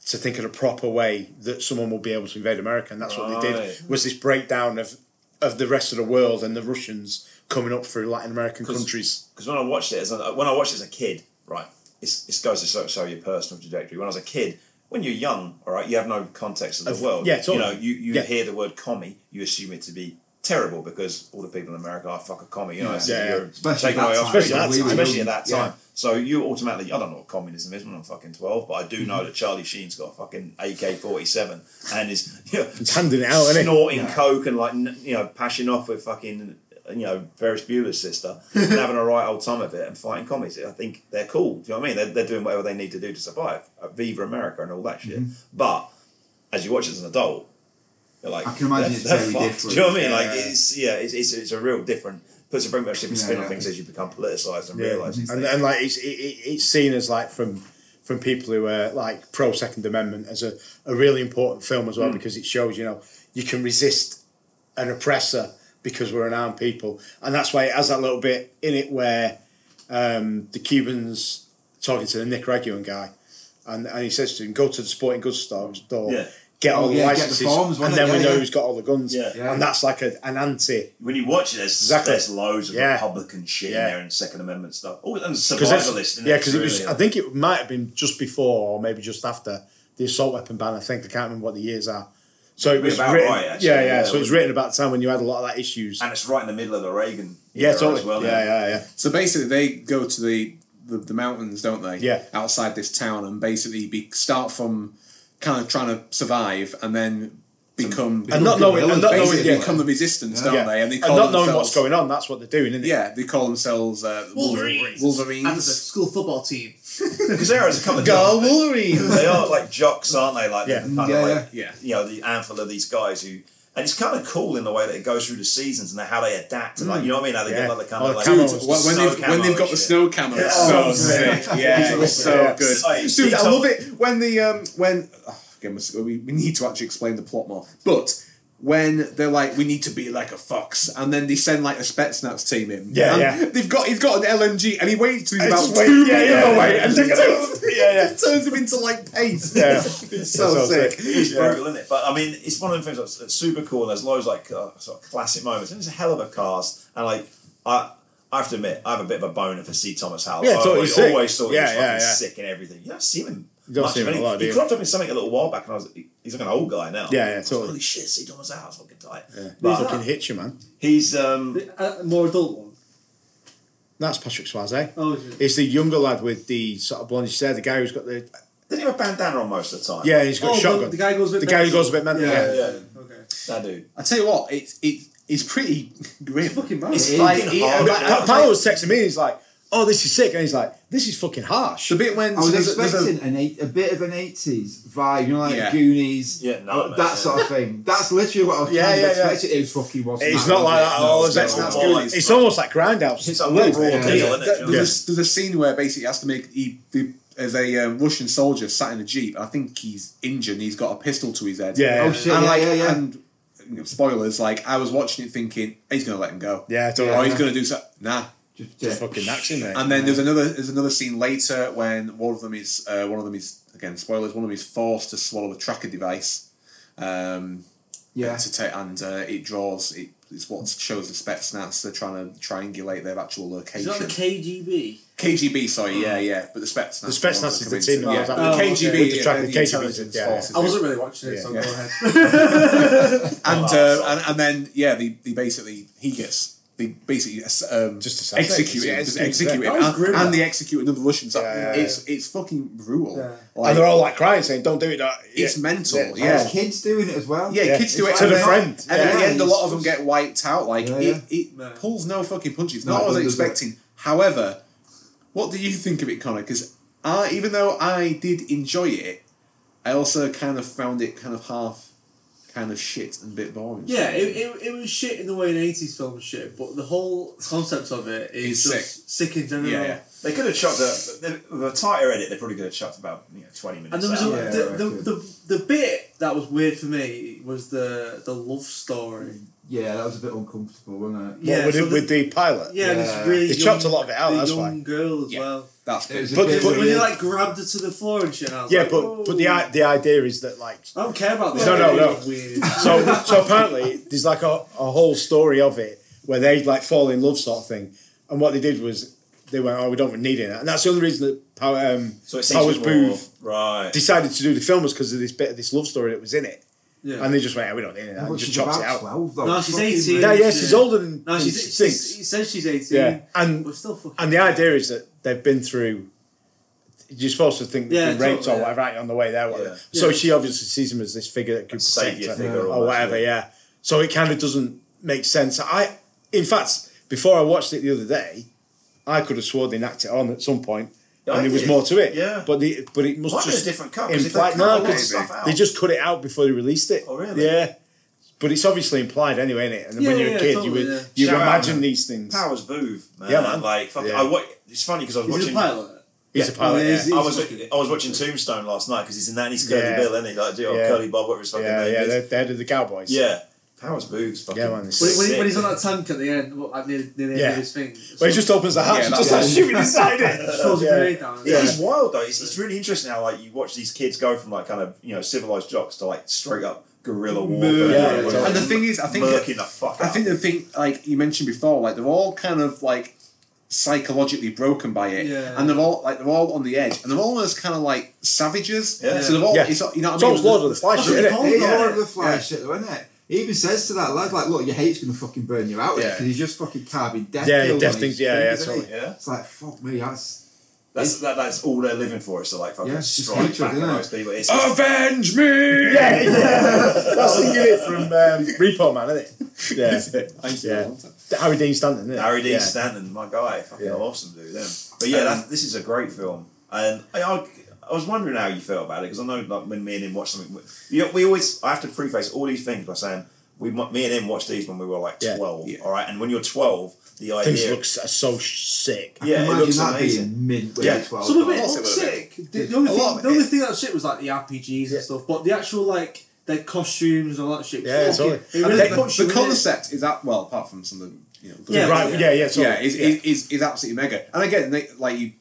to think in a proper way that someone will be able to invade America, and that's what they did.
Right.
Was this breakdown of of the rest of the world and the Russians coming up through Latin American
'Cause-
countries?
because when I watched it as a, when I watched it as a kid, right, it's, this goes to so, so your personal trajectory. When I was a kid, when you're young, all right, you have no context of the
Of-
world.
yeah, totally.
You know, you, you
Yeah.
hear the word commie, you assume it to be terrible because all the people in America are fuck a commie. You know, it's,
Yeah.
you're
Especially
taken
that
away
time.
off-
Especially that time.
especially at that
Yeah.
time. So you automatically, I don't know what communism is when I'm fucking 12, but I do
Mm-hmm.
know that Charlie Sheen's got a fucking AK-47 and
[LAUGHS]
is [LAUGHS] you know,
He's handing it out, isn't he?
snorting
Yeah.
coke and like n- you know pashing off with fucking you know Ferris Bueller's sister and having a right old time of it and fighting commies. I think they're cool. Do you know what I mean? They're, they're doing whatever they need to do to survive. Uh, Viva America and all that shit. But as you watch it as an adult, you're like,
I can imagine
they're-
it's
they're
very
fucked.
different.
Do you know what I mean?
Yeah.
Like it's yeah, it's it's, it's a real different. Puts a very much different
Yeah,
spin on
yeah.
things as you become politicised and
Yeah.
realise these
and,
things.
and like it's it, it, it's seen as like from from people who are like pro Second Amendment as a, a really important film as well
Hmm.
because it shows you know you can resist an oppressor because we're an armed people and that's why it has that little bit in it where um, the Cubans talking to the Nicaraguan guy and, and he says to him go to the sporting goods store, store
Yeah.
get all
Oh,
the
yeah, get the
licenses
forms,
and
wasn't
then
it?
we
Yeah,
know
yeah.
who's got all the guns
Yeah.
Yeah.
and that's like a, an anti
when you watch it, there's,
Exactly.
there's loads of
Yeah.
Republican shit
Yeah.
in there and Second Amendment stuff. Oh, and
Because that's-
survivalist.
Yeah, because it was. I think it might have been just before or maybe just after the assault weapon ban. I think I can't remember what the years are. So it
Be
was
about
written,
right, actually,
yeah, yeah,
yeah,
So it
wouldn't
was written about the time when you had a lot of that issues.
and it's right in the middle of the Reagan
yeah,
era
totally.
as well.
yeah, yeah, yeah.
So basically, they go to the, the, the mountains, don't they?
Yeah.
Outside this town, and basically be, start from kind of trying to survive, and then become
And not knowing- and not knowing-
basically
yeah.
become the resistance, don't
yeah.
they? And they call
not knowing
themselves,
what's going on, that's what they're doing, isn't it?
Yeah, they call themselves uh,
Wolverines.
Wolverines.
And the school football team.
Because there is a couple of
Go Wolverine.
they are like jocks, aren't they? Like
Yeah.
the, kind
Yeah,
of like
yeah.
you know the handful of these guys who. And it's kind of cool in the way that it goes through the seasons and how they adapt and like you know what I mean. How they
Mm. Yeah.
get like the kind
Oh,
of like
the
Dude,
camo.
when, when
snow
they've, when they've got
camo
the
and
snow camo, it's
Yeah.
so
Oh,
sick. Yeah, it's so
Yeah.
good.
Like,
Dude, I
so-
love it when the um when oh, again we s- we, we need to actually explain the plot more, but. When they're like, we need to be like a fox, and then they send like a Spetsnaz team in.
Yeah,
and
yeah.
They've got he's got an LMG, and he waits till he's
And
about
just wait-
two
yeah,
meters
yeah, [LAUGHS] yeah.
away, and
Take it
turns, [LAUGHS]
Yeah, yeah.
turns him into like paste.
Yeah.
[LAUGHS] it's so,
so
sick.
sick.
It's brutal, isn't it? But I mean, it's one of the things that's, that's super cool. There's loads like uh, sort of classic moments. And it's a hell of a cast. And like, I, I have to admit, I have a bit of a boner for C. Thomas Howell.
Yeah,
I
totally
always,
sick.
always thought
Yeah,
he was
yeah,
fucking
yeah.
sick and everything. You don't see him.
don't
much
see
of
him a
any-
lot, do
He
you?
cropped up in something a little while back, and I was he's like an old guy now.
Yeah, yeah,
I was
totally.
Like, Holy shit, C. Thomas Howell's fucking tight.
Yeah.
But uh,
Fucking hit you, man.
he's um,
The, uh, more adult one.
That's Patrick Swayze.
Oh, is it?
It's the younger lad with the sort of blondish hair, the guy who's got the
doesn't he have a bandana on most of the time?
yeah, he's got
Oh,
a
the-
shotgun.
the guy goes a bit
the guy who
mental.
goes a bit mental. Yeah,
yeah.
Okay.
that dude.
I tell you what, it's it, it's pretty grim.
Fucking mad.
It's
It is.
like-
Fucking
Oh,
yeah,
hard.
but-
Pa- Paolo was texting me. He's like, "Oh, this is sick," and he's like, "This is fucking harsh."
The bit when
I was
there's a- there's a-
expecting an eight, a bit of an eighties vibe, you know, like
Yeah.
Goonies,
Yeah, no,
uh,
mate,
that
yeah.
sort of thing. That's literally what I was
Yeah,
kind
yeah,
of
yeah.
expecting. It fucking wasn't.
It's not like that at all. is it? It's,
no,
not
no,
good.
no.
It's almost like Grindhouse.
It's a
a little
raw
bit.
deal,
Yeah.
isn't
Th-
it?
there's, a, there's a scene where basically he has to make he, the as a um, Russian soldier sat in a jeep. I think he's injured. and He's got a pistol to his head.
Yeah.
Oh shit!
and
yeah,
like
yeah, yeah.
and you know, spoilers. Like I was watching it thinking he's gonna let him go.
Yeah, totally.
Oh, he's gonna do so. Nah.
just,
Just fucking knacks in there.
And then there's another there's another scene later when one of them is uh, one of them is again spoilers. One of them is forced to swallow a tracker device. Um,
yeah.
to take and uh, it draws it. It's what shows the Spetsnaz. They're trying to triangulate their actual
Is
location.
that the KGB?
KGB, sorry, yeah, yeah, but the Spetsnaz.
Mm. The Spetsnaz
ones
is
that
the
come
team
into-
that
yeah.
was
the
at
the-
KGB,
okay.
With the
yeah,
track-
they're the
KGB,
intelligence
yeah, yeah.
forces.
I wasn't really watching it, so
Yeah.
go ahead. [LAUGHS]
and,
Oh,
uh, and and then yeah, they, they basically he gets they basically um,
Just assassinate.
execute
Yeah,
him, just
execute
execute him,
him.
That was
and,
grim,
and
that.
they execute another Russian. So
Yeah, yeah,
it's it's fucking brutal.
Yeah.
Like,
and they're all like crying, saying, "Don't do it." That
it's mental.
Yeah.
And
yeah.
there's kids doing it as well.
Yeah,
Yeah.
kids do it
To
and
the
then-
friend.
And at
Yeah.
the end, a lot of them get wiped out. Like
Yeah,
it, it
No.
pulls no fucking punches.
No,
Not what I was
it doesn't.
expecting. However, what do you think of it, Connor? Because I, even though I did enjoy it, I also kind of found it kind of half, kind of shit and a bit boring.
Yeah, it, it, it was shit in the way an 80s film was shit, but the whole concept of it
It's
is just sick. in general.
Yeah, yeah.
They could have chucked a, with a tighter edit. They probably could have chucked about you know twenty minutes.
And there was a,
out.
Yeah,
the, the,
I
the, the bit that was weird for me was the the love story
Yeah, that was a bit uncomfortable, wasn't it?
What,
Yeah,
with,
so
the,
the-
with the pilot.
Yeah, and
Yeah.
this really
They
young,
chopped a lot of it out,
the
that's
young
why.
girl as
Yeah.
well.
That's
It was a
But-
bit
Yeah, when
weird.
you like grabbed her to the floor and shit, I was
Yeah,
like,
but but the
"Whoa."
i- the idea is that like
I don't care about this.
No, no, no.
Weird.
[LAUGHS] so so apparently there's like a, a whole story of it where they like fall in love sort of thing, and what they did was they went, oh, we don't need it, and that's the only reason that Power um,
So it seems
Powers
a bit more-
Booth
Right.
decided to do the film was because of this bit of this love story that was in it,
Yeah.
and they just went, yeah, we don't need it,
I
and
thought
just
she's
chopped it
about
out.
12, though.
No, she's
Fucking
18.
Yeah,
hell.
yeah, she's
Yeah.
older than
no, she's,
than
she's,
six.
she says she's 18.
Yeah, and
We're still fucking.
and the idea is that they've been through. You're supposed to think they've
Yeah,
been raped or
totally, yeah.
whatever right, on the way there. whatever.
Yeah.
So
Yeah.
she obviously sees him as this figure that could protect
Savior
her
figure
or
or whatever.
that, yeah.
Yeah. So it kind of doesn't make sense. I, in fact, before I watched it the other day, I could have sworn they knocked it on at some point,
Yeah, I
and there was
did.
more to it.
Yeah.
but the, but it must
Might have been
just
a different cut, 'cause if they
imply
cut
no,
all that
'cause
stuff out-
they just cut it out before they released it.
Oh, really?
Yeah. But it's obviously implied anyway, isn't it? And
Yeah,
when you're
yeah,
a kid,
totally,
you
yeah.
would you
Shout out,
imagine
man.
these things.
Powers Booth, man.
Yeah, man.
Like, fuck,
Yeah.
I wa- it's funny because I was
He's a
watching.
pilot.
He's a pilot.
Yeah,
yeah.
he's-
I was I was watching Tombstone last night because he's in that and he's Curly
Yeah.
Bill, isn't he? Like, do you know,
Yeah.
Curly Bob, whatever his fucking
Yeah,
name
yeah,
is.
they're, they're the Cowboys.
Yeah. Powers Booth's fucking.
Yeah, man, it's
When, when, he-
sick.
when he's on that tank at the end, well, like, near, near the end
Yeah.
of his thing,
Well, he just uh, opens the hatch
Yeah,
and just
that's-
starts shooting inside
[LAUGHS] just throws
it.
a grenade down.
It is wild though. It's, it's really interesting how like you watch these kids go from like kind of you know civilized jocks to like straight up guerrilla warfare.
Yeah,
Like,
yeah.
And the thing is, I think
murking the fuck.
I think
up.
the thing, like you mentioned before, like they're all kind of like psychologically broken by it,
Yeah.
and they're all like they're all on the edge, and they're all as kind of like savages.
Yeah.
So they're all,
Yeah.
it's, you know, what
It's
I mean?
almost Lord of the Flies,
That's what
isn't
he called
it?
it,
Yeah.
Lord of the Flies shit, though, isn't it? He even says to that lad, like, look, your hate's going to fucking burn you out
Yeah.
because he's just fucking carving death
Yeah,
kills
death
on
things,
his
yeah, yeah,
fingers, isn't
totally.
he?
Yeah.
It's like, fuck me, that's...
That's that, that's all they're living for is to like fucking
Yeah, it's just
strike
hatred,
back at
isn't it?
most people.
Oh,
It's, [LAUGHS]
Avenge me!
Yeah, yeah. That's the unit from um, Repo Man, isn't it? Yeah. yeah. Harry Dean Stanton, isn't it?
Harry Dean
yeah.
Stanton, my guy, fucking
Yeah. Um,
awesome dude. Then, but yeah, that's, this is a great film, and I, I, I was wondering how you felt about it because I know like when me and him watched something, we- you know, we always I have to preface all these things by saying we, mu- me and him watched these when we were like
Yeah.
twelve,
Yeah.
all right. And when you're twelve, the
Things
idea,
look s- so sick.
yeah, it
Imagine
looks
that
amazing.
being mint when
Yeah.
you're 12.
Some of
course
it
it
looked
would've
sick. The, the
Yeah.
only,
A lot
thing,
of
the
it.
only thing that shit was like the RPGs
Yeah.
and stuff, but the actual like their costumes and all that shit.
Yeah,
fuck
totally.
it. It
And
really
the-
puts
the,
you in it.
concept is that well, apart from some of the you know,
Yeah,
right, yeah, yeah. totally.
yeah, is, Is, is is absolutely mega. And again, they, like you,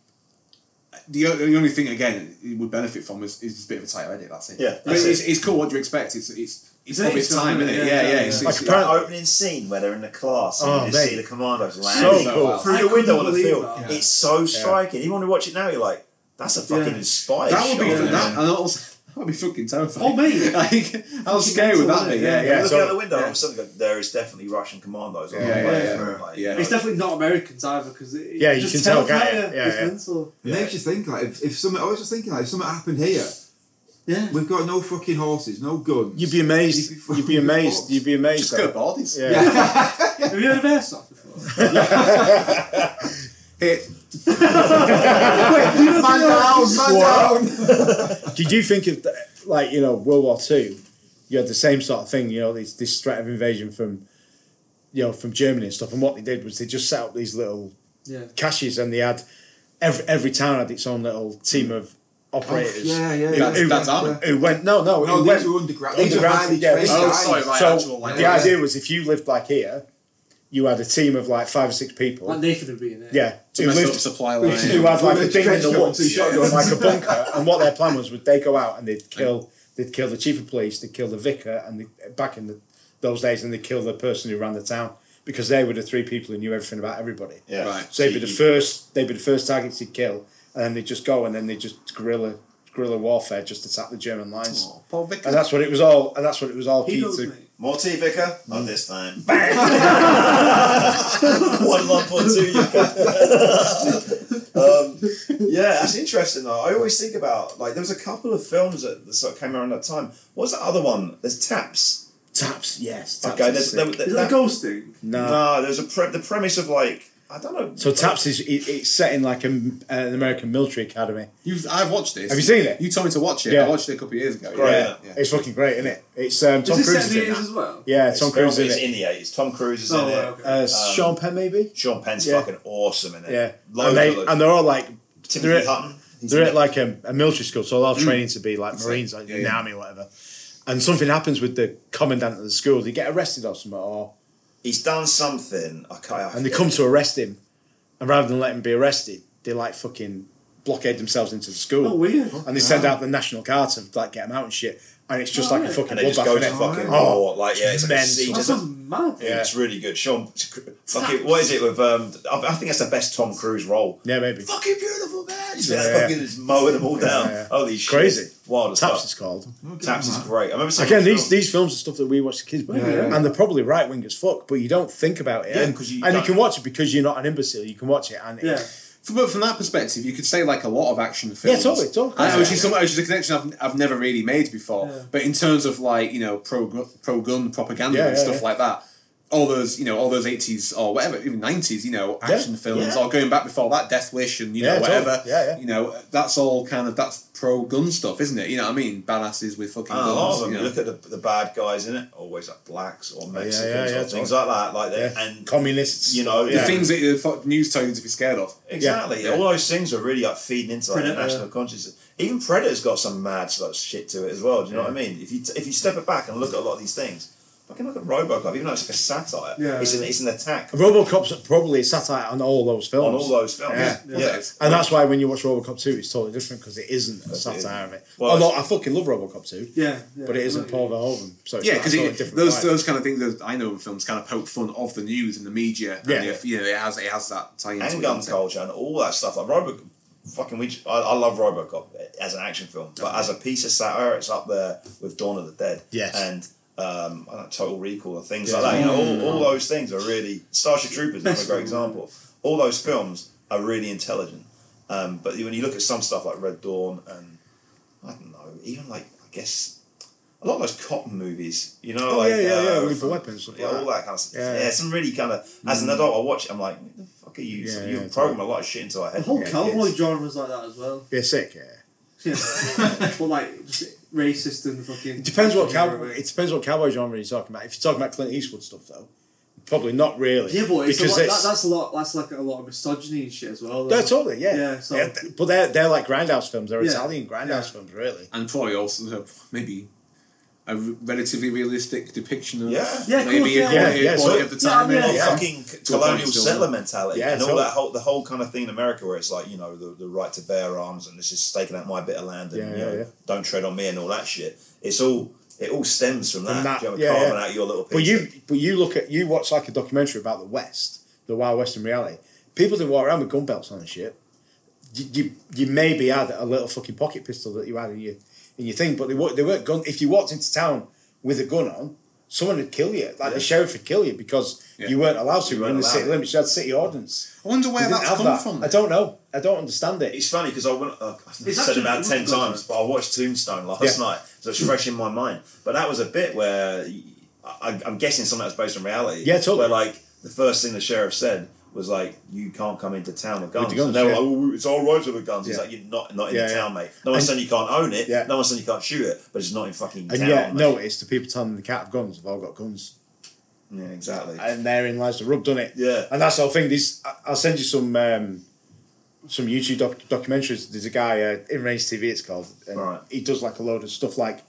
the, o- the only thing again it would benefit from is, is a bit of a tighter edit. That's it.
Yeah,
but
that's
it's, it's cool. What do you expect? It's it's it's,
It's
of its
eighties,
time,
isn't
isn't
it?
it?
Yeah,
Yeah,
yeah,
yeah.
yeah.
It's,
Like
it's,
apparent-
That opening scene where they're in the class and
Oh,
you just
mate.
see the commandos
So
landing
cool.
through
I
the window on the
couldn't
field.
believe that.
It's so striking. You want to watch it now, you're like, that's a fucking
Yeah.
inspired
that would be
shot,
that,
isn't it?
and also [LAUGHS] that would be fucking terrifying.
Oh, mate.
[LAUGHS] like, how scary would that be? Yeah,
Yeah,
yeah.
looking
so-
out the window, all of
yeah.
a sudden, go, there is definitely Russian commandos. on
Yeah,
the
yeah,
way
yeah.
through, like,
Yeah.
It's definitely not Americans either because it,
Yeah, you
just
can tell, can't
terrifying.
you? Yeah,
it's
yeah.
mental.
It makes you think, like, if, if something... I was just thinking, like, if something happened here,
Yeah.
we've got no fucking horses, no guns. [LAUGHS]
You'd be amazed.
You'd be
You'd be amazed.
fucked.
You'd be amazed.
Just
though.
go bodies.
Yeah.
[LAUGHS] Have you heard of airsoft
[LAUGHS]
before?
Hit.
Man down, man down!
[LAUGHS] Did you think of, the, like, you know, World War Two? You had the same sort of thing, you know, this, this threat of invasion from, you know, from Germany and stuff. And what they did was they just set up these little
Yeah.
caches, and they had every every town had its own little team of operators.
Oh,
Yeah, yeah,
Who-
yeah.
who,
That's
who,
Army.
went? No, no, who
No, these
went-
are underground. These are
Underground,
highly
yeah.
trained
Oh,
guys.
sorry,
[LAUGHS]
right.
so
actual, like,
the
yeah.
idea was if you lived like here, you had a team of like five or six people.
Like Nathan would be in it.
yeah,
To
who
mess
lived
up supply
[LAUGHS] who
line.
had like a thing in the
Trench coat, two
woods,
shotguns.
like a bunker. And what their plan was, would they go out and they'd kill, they'd kill the chief of police, they'd kill the vicar, and they, back in the, those days, and they'd kill the person who ran the town because they were the three people who knew everything about everybody.
yeah.
Right.
So they'd be the first. They'd be the first targets he'd kill, and then they'd just go and then they just guerrilla guerrilla warfare, just attack the German lines.
Oh, Paul Vickers.
And that's what it was all. And that's what it was all
He
key
knows,
to.
mate.
More tea, Vicar?
Mm.
Not this
[LAUGHS]
time. Bang! [LAUGHS] One lump or two, you [LAUGHS] um, Yeah, that's interesting, though. I always think about, like, there was a couple of films that sort of came around that time. What's the other one? There's Taps.
Taps, yes. Taps
Okay, there's,
is sick.
there, there,
Is that
that,
a ghosting?
no.
no, there's a pre- the premise of, like, I don't know.
So Taps is it, it's set in like a, an American military academy.
You've, I've watched this.
Have you seen it?
You told me to watch it.
Yeah.
I watched it a couple of years ago.
Great.
Yeah. yeah.
It's fucking great, isn't it? It's um, Tom
is this
Cruise
set
is
in
in
the 80s as
that.
well?
Yeah,
It's
Tom Cruise
filmed-
is
it's
in it.
in the 80s. Tom Cruise is
Oh,
in it.
right, okay.
Uh, Sean Penn maybe.
Sean Penn's
Yeah.
fucking awesome in it.
Yeah,
Loads
and, they,
of
and they're all like
Timothy
they're at-
Hutton. He's
they're
in
at um,
it.
like a, a military school, so they're all training to be like Marines, like
Yeah,
in the
yeah.
army or whatever. and something happens with the commandant of the school. They get arrested or something, or
He's done something. I can't. I
and they
forget.
come to arrest him, and rather than let him be arrested, they like fucking blockade themselves into the school.
Oh, weird.
And they send out the national guard to like get him out and shit. And it's just
Oh,
like a
right.
fucking
and they just
bloodbath,
go to
innit?
fucking
Oh,
war. Like yeah, it's like a
tremendous.
siege.
That
It's a-
sounds mad.
Yeah, it's really good. Sean, [LAUGHS] fucking, what is it with? Um, I I think that's the best Tom Cruise role.
yeah, maybe.
Fucking beautiful man. Just
Yeah,
like
yeah.
fucking just mowing them all down.
yeah.
Holy shit!
Crazy.
Wild as
Taps
fuck.
is called.
Taps is great. I remember seeing
Again,
the
these
film.
these films are stuff that we watch as kids,
Yeah, yeah.
and they're probably right wing as fuck, but you don't think about it.
Yeah,
and
'cause you
and you
don't.
can watch it because you're not an imbecile. You can watch it, and it-
Yeah.
From, but from that perspective, you could say like a lot of action films.
totally, totally.
I, which, is some, which is a connection I've, I've never really made before.
Yeah.
But in terms of like you know pro gu- pro gun propaganda
Yeah,
and
yeah,
stuff
yeah.
like that, all those you know all those eighties or whatever even nineties you know action films
Yeah.
or going back before that Death Wish and you know
Yeah, totally.
whatever
Yeah, yeah.
you know that's all kind of that's pro gun stuff, isn't it? You know what I mean? Badasses with fucking
And a lot
guns.
of them.
you
You
know.
look at the, the bad guys in it, always like blacks or Mexicans
yeah, yeah,
or things like that. Like they,
yeah.
and
communists,
you know,
the
yeah.
things that the fuck news tell you to be scared of.
exactly.
Yeah.
All those things are really like feeding into like, the
Predator.
national consciousness. Even Predator's got some mad sort of shit to it as well. Do you know what I mean? If you t- if you step it back and look at a lot of these things, fucking look at RoboCop. Even though it's like a satire,
Yeah.
it's an it's an attack
RoboCop's probably a satire on all those films.
on all those films.
Yeah.
yeah.
And that's why when you watch RoboCop 2, it's totally different because it isn't a satire of it.
Well,
Although I fucking love RoBocop 2,
Yeah, yeah.
but it isn't Paul Verhoeven. So it's
Yeah,
not-
because
it's totally different
those
vibe.
those kind of things that I know in films kind of poke fun of the news and the media.
Yeah.
and if, you know, it has it has that tie into it,
handgun
doesn't it?
culture and all that stuff. Like Robo, fucking, we, I, I love RoboCop as an action film, but as a piece of satire, it's up there with Dawn of the Dead.
Yes.
and. Um, I don't know, Total Recall and things
Yeah.
like that. You know, all, all those things are really
[LAUGHS]
Starship Troopers is another great example. All those films are really intelligent. Um, but when you look at some stuff like Red Dawn and I don't know, even like I guess a lot of those cotton movies, you know,
Oh,
like
yeah, yeah, yeah,
uh,
with the weapons, stuff
yeah,
like
all
that.
that kind of stuff.
Yeah. Mm.
Yeah, some really kind of. As an adult, I watch it. I'm like, what the fuck are you?
Yeah,
you
yeah,
program a lot of shit into our
The
head.
whole
Yeah,
cowboy
kids.
genre was like that as well.
They're sick, yeah.
Yeah. [LAUGHS] but like just racist and fucking.
It depends what cowboy. It depends what cowboy genre you're talking about. If you're talking about Clint Eastwood stuff, though, probably not really.
Yeah, but it's a lot, that,
it's-
that's a lot. That's like a lot of misogyny and shit as well. though.
they're totally yeah.
Yeah, so-
They're- th- but they're they're like grindhouse films. They're
Yeah.
Italian grindhouse
Yeah.
films, really.
and probably also have maybe a r- relatively realistic depiction of
Yeah.
Yeah, of
maybe
course, yeah.
equality,
Yeah, yeah,
equality
so-
of the time.
The
Yeah, yeah,
whole
yeah.
fucking c-
To a
colonial
point, still,
settler mentality
Yeah,
and all
totally.
that whole the whole kind of thing in America where it's like you know the, the right to bear arms and this is taking out my bit of land and
Yeah,
you know
yeah, yeah.
don't tread on me and all that shit. It's all it all stems from that.
From that,
you know,
yeah,
carving
yeah.
out your little piece.
But you but you look at you watch like a documentary about the West, the Wild Western reality. People didn't walk around with gun belts on and shit. You, you, you maybe had a little fucking pocket pistol that you had in your in your thing, but they were they weren't gun. If you walked into town with a gun on, someone would kill you. Like the sheriff would kill you because
Yeah.
you weren't allowed to
You
within
weren't
the city
allowed.
limits. You had city ordinance.
I wonder where
They didn't
that's
have
come
that.
from.
I don't know. I don't understand it.
It's funny because I went. Uh, I've
It's
said it about
actually-
ten times, but I watched Tombstone last
Yeah.
night, so it's fresh in my mind. But that was a bit where y- I, am guessing some of that's based on reality.
Yeah, totally.
Where like the first thing the sheriff said was like, "You can't come into town with guns."
the guns,
and they were
yeah.
like, "Oh, "It's all right with the guns." He's
Yeah.
like, "You're not not in
Yeah,
the
yeah.
town, mate. No one's
And-
saying you can't own it.
Yeah.
No one's saying you can't shoot it, but it's not in fucking
And
town."
yet,
mate."
no, it's the people telling the cat of guns have all got guns.
Yeah, exactly.
and therein lies the rub, doesn't it?
Yeah.
And that's the whole thing. These, I- I'll send you some um, some YouTube doc- documentaries. There's a guy uh, in Range TV. It's called. And
Right.
He does like a load of stuff like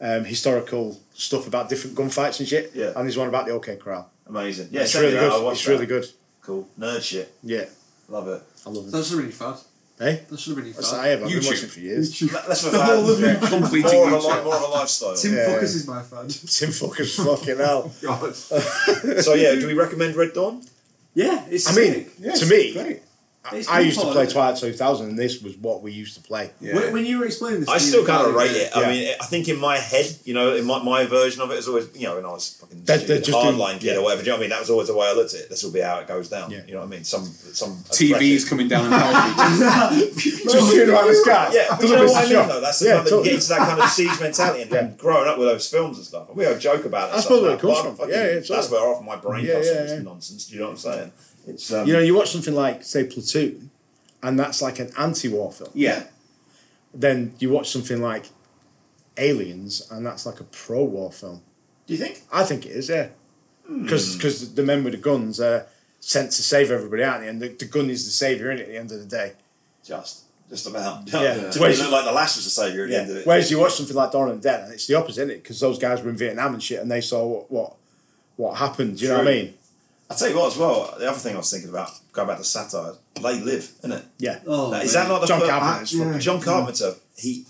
um, historical stuff about different gunfights and shit.
Yeah.
And there's one about the OK Corral.
Amazing. Yeah,
it's
send me
really
that. I
good.
watched
It's really
that.
good.
Cool nerd shit.
Yeah.
Love it.
I love it.
That should have been fun.
Hey,
That should have been
Uh,
that's
fun.
what I have. I've been
YouTube.
watching it for years.
That-
[LAUGHS]
That's what
The
I've
whole of
had.
it
[LAUGHS]
completing
more of a
each
li-
other.
more of a lifestyle.
Tim
Yeah.
Focus is my fan.
Tim fuckers
[LAUGHS]
fucking hell.
God.
So yeah, do we recommend Red Dawn?
Yeah, it's.
I mean,
sick.
to me,
great.
I,
It's
I used to
people,
play
isn't it?
Twilight 2000, and this was what we used to play.
Yeah.
When, when you were explaining this,
I
to me,
still kind of
like,
rate it.
Yeah.
I mean, I think in my head, you know, in my, my version of it is always, you know, when I was fucking
That- that
stupid
just
hardline
do-
kid
yeah.
or whatever. Do you know what I mean? That was always the way I looked at it. This will be how it goes down.
Yeah.
You know what I mean? Some some
TV's
oppression.
coming down in power.
Just hearing about this [LAUGHS] guy.
Yeah, but
Doesn't
you know
miss
what
a
I mean.
shot.
Though that's the
Yeah,
kind of
totally.
get into that kind of siege mentality
[LAUGHS]
and, and growing up with those films and stuff. We all joke about it.
That's
sometimes,
probably where it comes
but I'm
from. Yeah, yeah, totally.
that's where half my brain
Yeah,
comes
yeah,
from. It's
yeah.
nonsense. Do you know what I'm saying? It's um,
You know, you watch something like, say, Platoon, and that's like an anti-war film.
yeah.
Then you watch something like Aliens, and that's like a pro-war film.
do you think?
I think it is, yeah. Because the men with the guns are sent to save everybody, aren't they? And the, the gun is the savior in it at the end of the day.
Just Just about. [LAUGHS] Yeah.
Yeah.
When you look like the lass was the saviour at the end of
Yeah.
it.
Whereas you watch something like Dawn and Dead, and it's the opposite, isn't it? Because those guys were in Vietnam and shit, and they saw what what, what happened. Do you know what I
True.
mean?
I tell you what, as well, the other thing I was thinking about, going back to satire, they live, isn't it?
Yeah.
Oh,
Is that not the
John
per-
Carpenter is
I-
fucking-
John Carpenter, he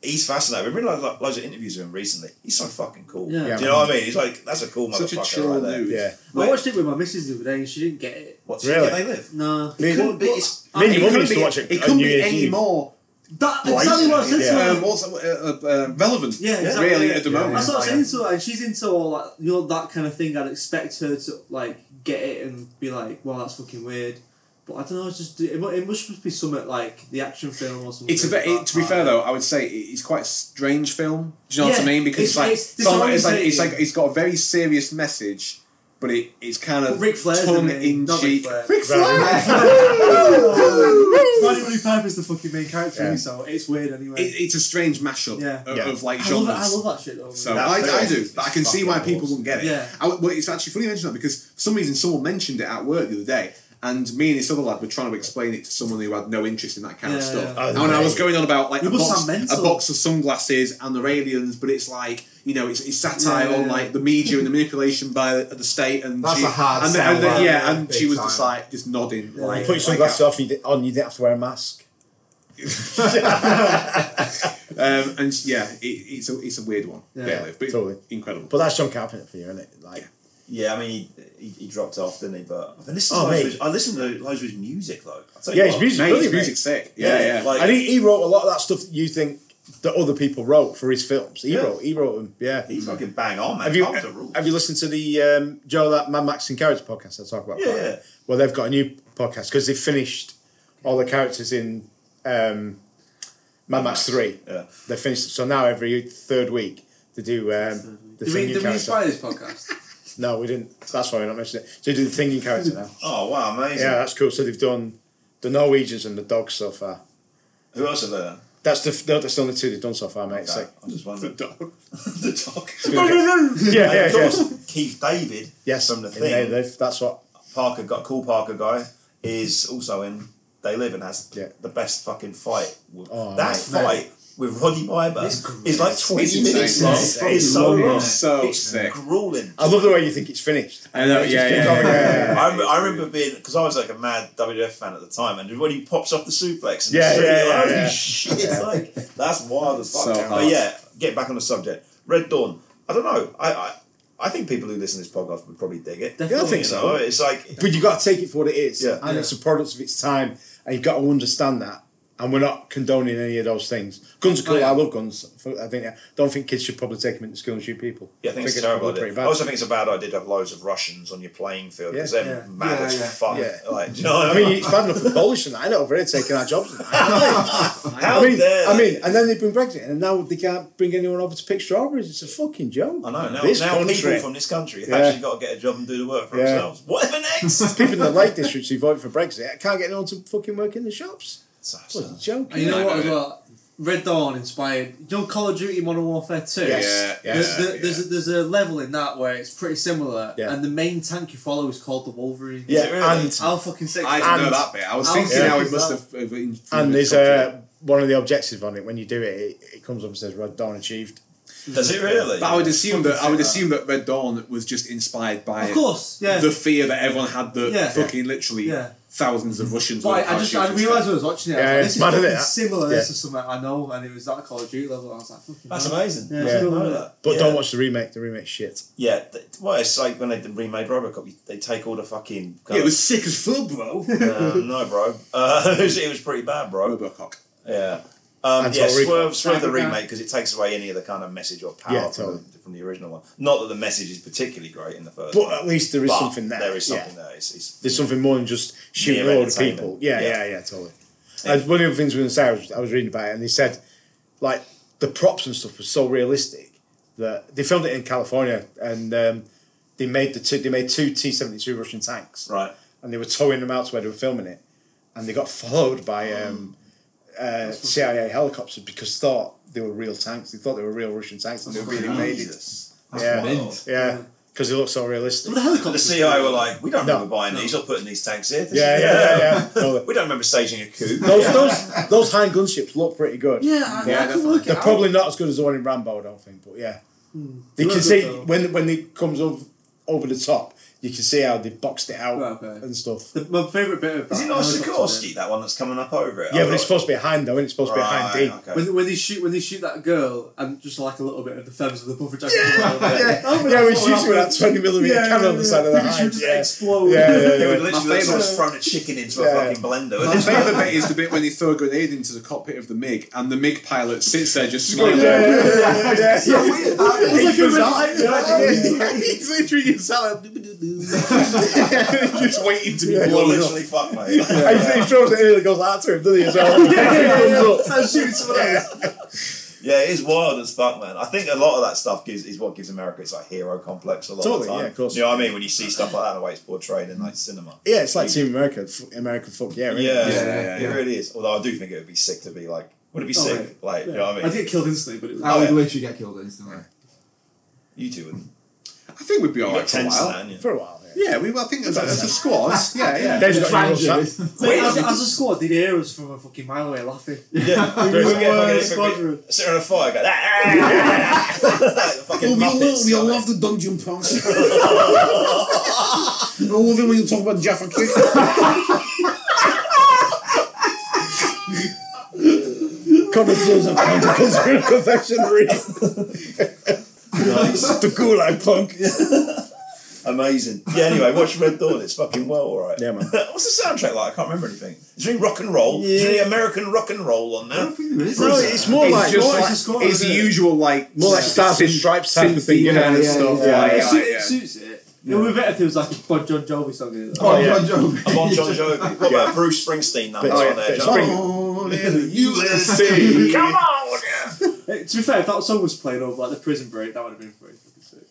he's fascinating. I've been reading loads, loads of interviews with him recently. He's so fucking cool.
Yeah.
Do you know what I mean? He's like that's a cool
Such a
motherfucker
chill
right there.
dude.
Yeah.
I watched it with my missus the other day and she didn't get it.
What's
Really?
yeah, they live?
No.
Me-
couldn't be-
me
it's-
and your
it
mum
couldn't
used to
be-
watch it.
It
on
couldn't
New
be
Year's
any
Eve.
more
That, exactly what I said to her.
um, also, uh, uh, uh, relevant.
Yeah, exactly.
really at the
Yeah,
moment.
That's what I'm saying to her, and she's into all that, you know, that kind of thing. I'd expect her to like get it and be like, "Well, that's fucking weird." But I don't know. It's just it, mu- it must be something like the action film or something.
It's a bit,
like
it, to be
that.
fair though, I would say it- it's quite a strange film. Do you know what I
Yeah,
mean? Because
it's-
it's, like
it's
it's, like, it's like it's
disorientating.
like it's got a very serious message, but it, it's kind of
But Ric Flair's in
tongue
it,
in
not Ric
cheek.
Flair. Roddy Roddy Piper's the fucking main character,
Yeah.
so it's weird anyway.
It, it's a strange mashup
Yeah.
Of,
Yeah.
of like
I
genres.
love it. I love that shit though.
So
man.
That
I,
film
I do,
is
but I can see why
fucking
people
awesome.
wouldn't get it.
Yeah.
I, well, it's actually funny you mention that because for some reason someone mentioned it at work the other day, and me and this other lad were trying to explain it to someone who had no interest in that kind of
Yeah,
stuff.
yeah.
and I was going on about like
You
a
must
box,
sound mental.
a box of sunglasses and the aliens, but it's like you know it's, it's satire
Yeah, yeah,
on
yeah.
like the media and the manipulation by the, the state, and
That's
she,
a hard
and, then- and
sell,
then- yeah,
yeah,
and
big
she was
time.
just like just nodding
You
like
put your
like
sunglasses off, and you, di- on, you didn't have to wear a mask.
um, and yeah, it, it's a it's a weird one.
Yeah.
Barely, but
Totally.
incredible.
But that's John Carpenter for you, isn't it? Like,
Yeah, I mean he, he, he dropped off, didn't he? But I've been listening
Oh,
to loads of
mate.
his, I listened to loads of his music though. I'll tell you
yeah,
what,
his music's
Mate,
brilliant.
his
mate.
music's sick. Yeah, yeah.
like-
and he, he wrote a lot of that stuff that you think that other people wrote for his films. He
Yeah.
wrote, he wrote them. Yeah.
He's fucking bang on, man.
Have you
Carpenter rules.
have you listened to the um, Joe that Man Max and Character podcast? I talk about.
Yeah,
quite a lot?
yeah.
Well, they've got a new podcast because they finished all the characters in um, Man Max Three.
Yeah.
They finished, it. so now every third week they do um, the thinging
Did we, did we
character.
inspire this podcast?
No, we didn't. That's why we're not mentioning it. So they do the thinging character now.
Oh wow, amazing.
Yeah, that's cool. So they've done the Norwegians and the uh, dogs so far.
Who else are there?
That's the no, that's the only two they've done so far, mate. It's
Okay,
[LAUGHS] like,
I'm just wondering.
The
[LAUGHS]
dog.
the dog.
[LAUGHS] yeah,
[LAUGHS]
yeah,
And of
yes,
course, Keith David
yes.
from the
and they-
thing.
they've- that's what.
Parker got cool Parker guy is also in They Live and has
Yeah.
the best fucking fight.
Oh,
that
mate.
fight with Roddy Piper is like
It's
twenty
insane.
minutes long.
It's
It's so
long,
long.
isn't it?
So
it's
sick.
grueling.
I love the way you think it's finished.
I know,
It just
yeah,
keeps
yeah,
going,
yeah, yeah, yeah.
I, rem- I remember being because I was like a mad WWF fan at the time, and when he pops off the suplex, and
Yeah,
shit,
yeah, yeah,
holy
yeah.
shit, it's like that's wild as fuck.
So
but
hard.
yeah, get back on the subject. Red Dawn. I don't know. I, I I think people who listen to this podcast would probably dig it.
Definitely.
Yeah, I think
You
so.
know, It's like
But you've got to take it for what it is,
Yeah.
and it's a product of its time, and you've got to understand that. And we're not condoning any of those things. Guns are cool.
Oh,
I
yeah.
love guns. I think. I don't think kids should probably take them into school and shoot people.
Yeah, I think it's a terrible idea.
probably pretty
I
bad.
also think it's a bad idea to have loads of Russians on your playing field because
Yeah.
they're
Yeah.
mad
Yeah,
as
yeah.
fuck.
Yeah.
Like, do you know what
I
I
mean,
mean?
it's bad enough for Polish and that over here taking
[LAUGHS]
our jobs. And that.
How
I mean,
dare
I
they?
mean, and then they bring Brexit, and now they can't bring anyone over to pick strawberries. It's a fucking joke.
I know now,
This
now people
country.
from this country have
Yeah.
actually got to get a job and do the work for
Yeah.
themselves. Whatever
[LAUGHS]
next?
people in the Lake District who vote for Brexit I can't get anyone to fucking work in the shops.
So-
What a
so-
joke.
And you know
Yeah, I
what
know
as
it.
well? Red Dawn inspired. You know Call of Duty Modern Warfare 2?
Yes.
Yeah,
There's,
yeah,
there- there's, a, there's a level in that where it's pretty similar,
Yeah.
and the main tank you follow is called the Wolverine.
Yeah,
it really?
and
I'll fucking say
I didn't know
And-
that bit. I was
I'll
thinking
see
how
if
it must
that-
have. have been-
and there's uh, one of the objectives on it when you do it, it, it comes up and says Red Dawn achieved.
Does it really?
But I would assume that I
Something
would
like
assume that Red Dawn was just inspired by
Of course, yeah.
the fear that everyone had that
Yeah.
fucking literally
Yeah.
thousands of Russians.
But
were
I, I just I
parachutists.
realised when I was watching it, I was
Yeah,
like,
it's
this is
mad, isn't
fucking
it?
similar
Yeah.
to something I know, and it was that Call of Duty level. I was like, fucking
That's
hell.
amazing.
Yeah.
I didn't know that.
But
yeah.
don't watch the remake. The remake shit.
Yeah, th- well, it's like when they remade Robocop, you- they take all the fucking.
Yeah, it
[LAUGHS]
was sick as fuck,
[LAUGHS]
bro.
Uh, no, bro. Uh, [LAUGHS] it, was, it was pretty bad, bro.
Robocop.
Yeah. Um,
And
yeah,
Total Recall.
Swerve, Swerve the
Cyberpunk.
remake because it takes away any of the kind of message or power
Yeah,
from,
totally.
the, from the original one. Not that the message is particularly great in the first
But
one.
at least there is
but
something there.
There is something
Yeah.
there. It's, it's,
There's something more than just shooting
Mere
a load of
entertainment.
people. Yeah,
Yeah.
yeah, yeah, totally. And one of the things we were saying, I was, I was reading about it, and they said, like, the props and stuff was so realistic that they filmed it in California, and um, they made the two, they made two T-72 Russian tanks,
right.
and they were towing them out to where they were filming it, and they got [LAUGHS] followed by
Hmm.
um, uh, CIA helicopters because they thought they were real tanks. They thought they were real Russian tanks, and they were being invaded.
Jesus.
Yeah,
mint.
yeah. because it looks so
Well,
realistic.
the
The
helicopters.
CIO were like, we don't
No.
remember buying these or putting these tanks here. This
Yeah,
is-
yeah, yeah.
[LAUGHS]
yeah. Totally.
We don't remember staging a
[LAUGHS]
coup.
Those, those those hind gunships look pretty good.
Yeah, I,
Yeah,
I can work it
They're
out. Hmm.
probably not as good as the one in Rambo, I don't think. But yeah,
They
you
were
can
good,
see
though.
when when it comes over over the top, you can see how they boxed it out
Right, okay.
and stuff.
The, my favourite bit of
Is
that
it not a
helicopter
Sikorsky, that one that's coming up over it?
yeah,
I
but it's
thought-
supposed to be a hind though, and it's supposed
Right,
to be a hind D.
okay.
When, when they shoot when they shoot that girl and just like a little bit of the feathers of the puffer jacket. [LAUGHS]
Yeah, yeah, we shoot it with that twenty millimeter cannon on the side of the
It
hind.
should just
Yeah.
explode.
Yeah, yeah,
It
yeah.
would literally look
favourite-
like thrown a chicken into a
Yeah.
fucking blender.
My favourite bit is the bit when they throw a grenade into the cockpit of the MiG, and the MiG pilot sits there just smiling.
[LAUGHS] yeah, yeah, yeah.
It's
He comes out- [LAUGHS]
He's literally just out just waiting to be
Yeah.
You're
blown up.
literally fucked,
[LAUGHS]
mate.
And he- he throws it in and it goes out to him, doesn't he? As [LAUGHS] well.
[LAUGHS] Yeah, it is wild as fuck, man. I think a lot of that stuff gives, is what gives America its like hero complex a lot
Totally,
of the time.
yeah, of course.
You know what I mean? When you see stuff like that, the way it's portrayed in like cinema.
Yeah, it's like Team America, f- American fuck
Yeah,
yeah, right?
yeah,
yeah, yeah.
it really is. Although I do think it would be sick to be like, would it be
Oh,
sick?
yeah.
Like, you know what I mean? Oh,
I'd get killed instantly, but it was
I would
Yeah.
literally get killed instantly.
you two wouldn't.
I think we'd be
You
alright
got
for a
tense
while.
then, yeah.
for a while. Yeah.
Yeah, we. I think as a, as a squad.
[LAUGHS]
Yeah, yeah.
Dave's got
Trying
your
to-
shot. [LAUGHS]
Mate, as, as a squad, they'd hear us from a fucking mile away laughing. [LAUGHS]
Yeah, we
Great.
would get
Word
fucking
squadron.
sit around a fire, go. "Ah, ah, ah, ah, ah." The fucking
Oh, we all,
Muppets,
we all
you know
love the dungeon pass. I love it when [LAUGHS] you talk about Jaffa Cake.
Connor throws a [LAUGHS] counter confectionery. [LAUGHS] the gulag punk.
what I mean? Amazing. Yeah. Anyway, watch Red Dawn. It's fucking well, all right.
Yeah, man.
What's the soundtrack like? I can't remember anything. Is there any rock and roll? Is there any American rock and roll on there?
No, it's more
It's
like
just
more
like,
like-
it's the usual like
more like stars and stripes type of thing, you know, and
yeah,
stuff.
yeah,
like-
It,
Yeah,
suits,
yeah.
it suits it. It would be better if it was like a Bon John Jovi song in it.
Oh,
yeah.
Bon Jovi.
I'm on John Jovi. What about Bruce Springsteen? That
Bit-
was
oh,
on
yeah,
there.
bit
John
[LAUGHS]
spring. [LAUGHS]
USA. Come on.
Hey, to be fair, if that song was played over like the prison break, that would have been pretty fucking sick.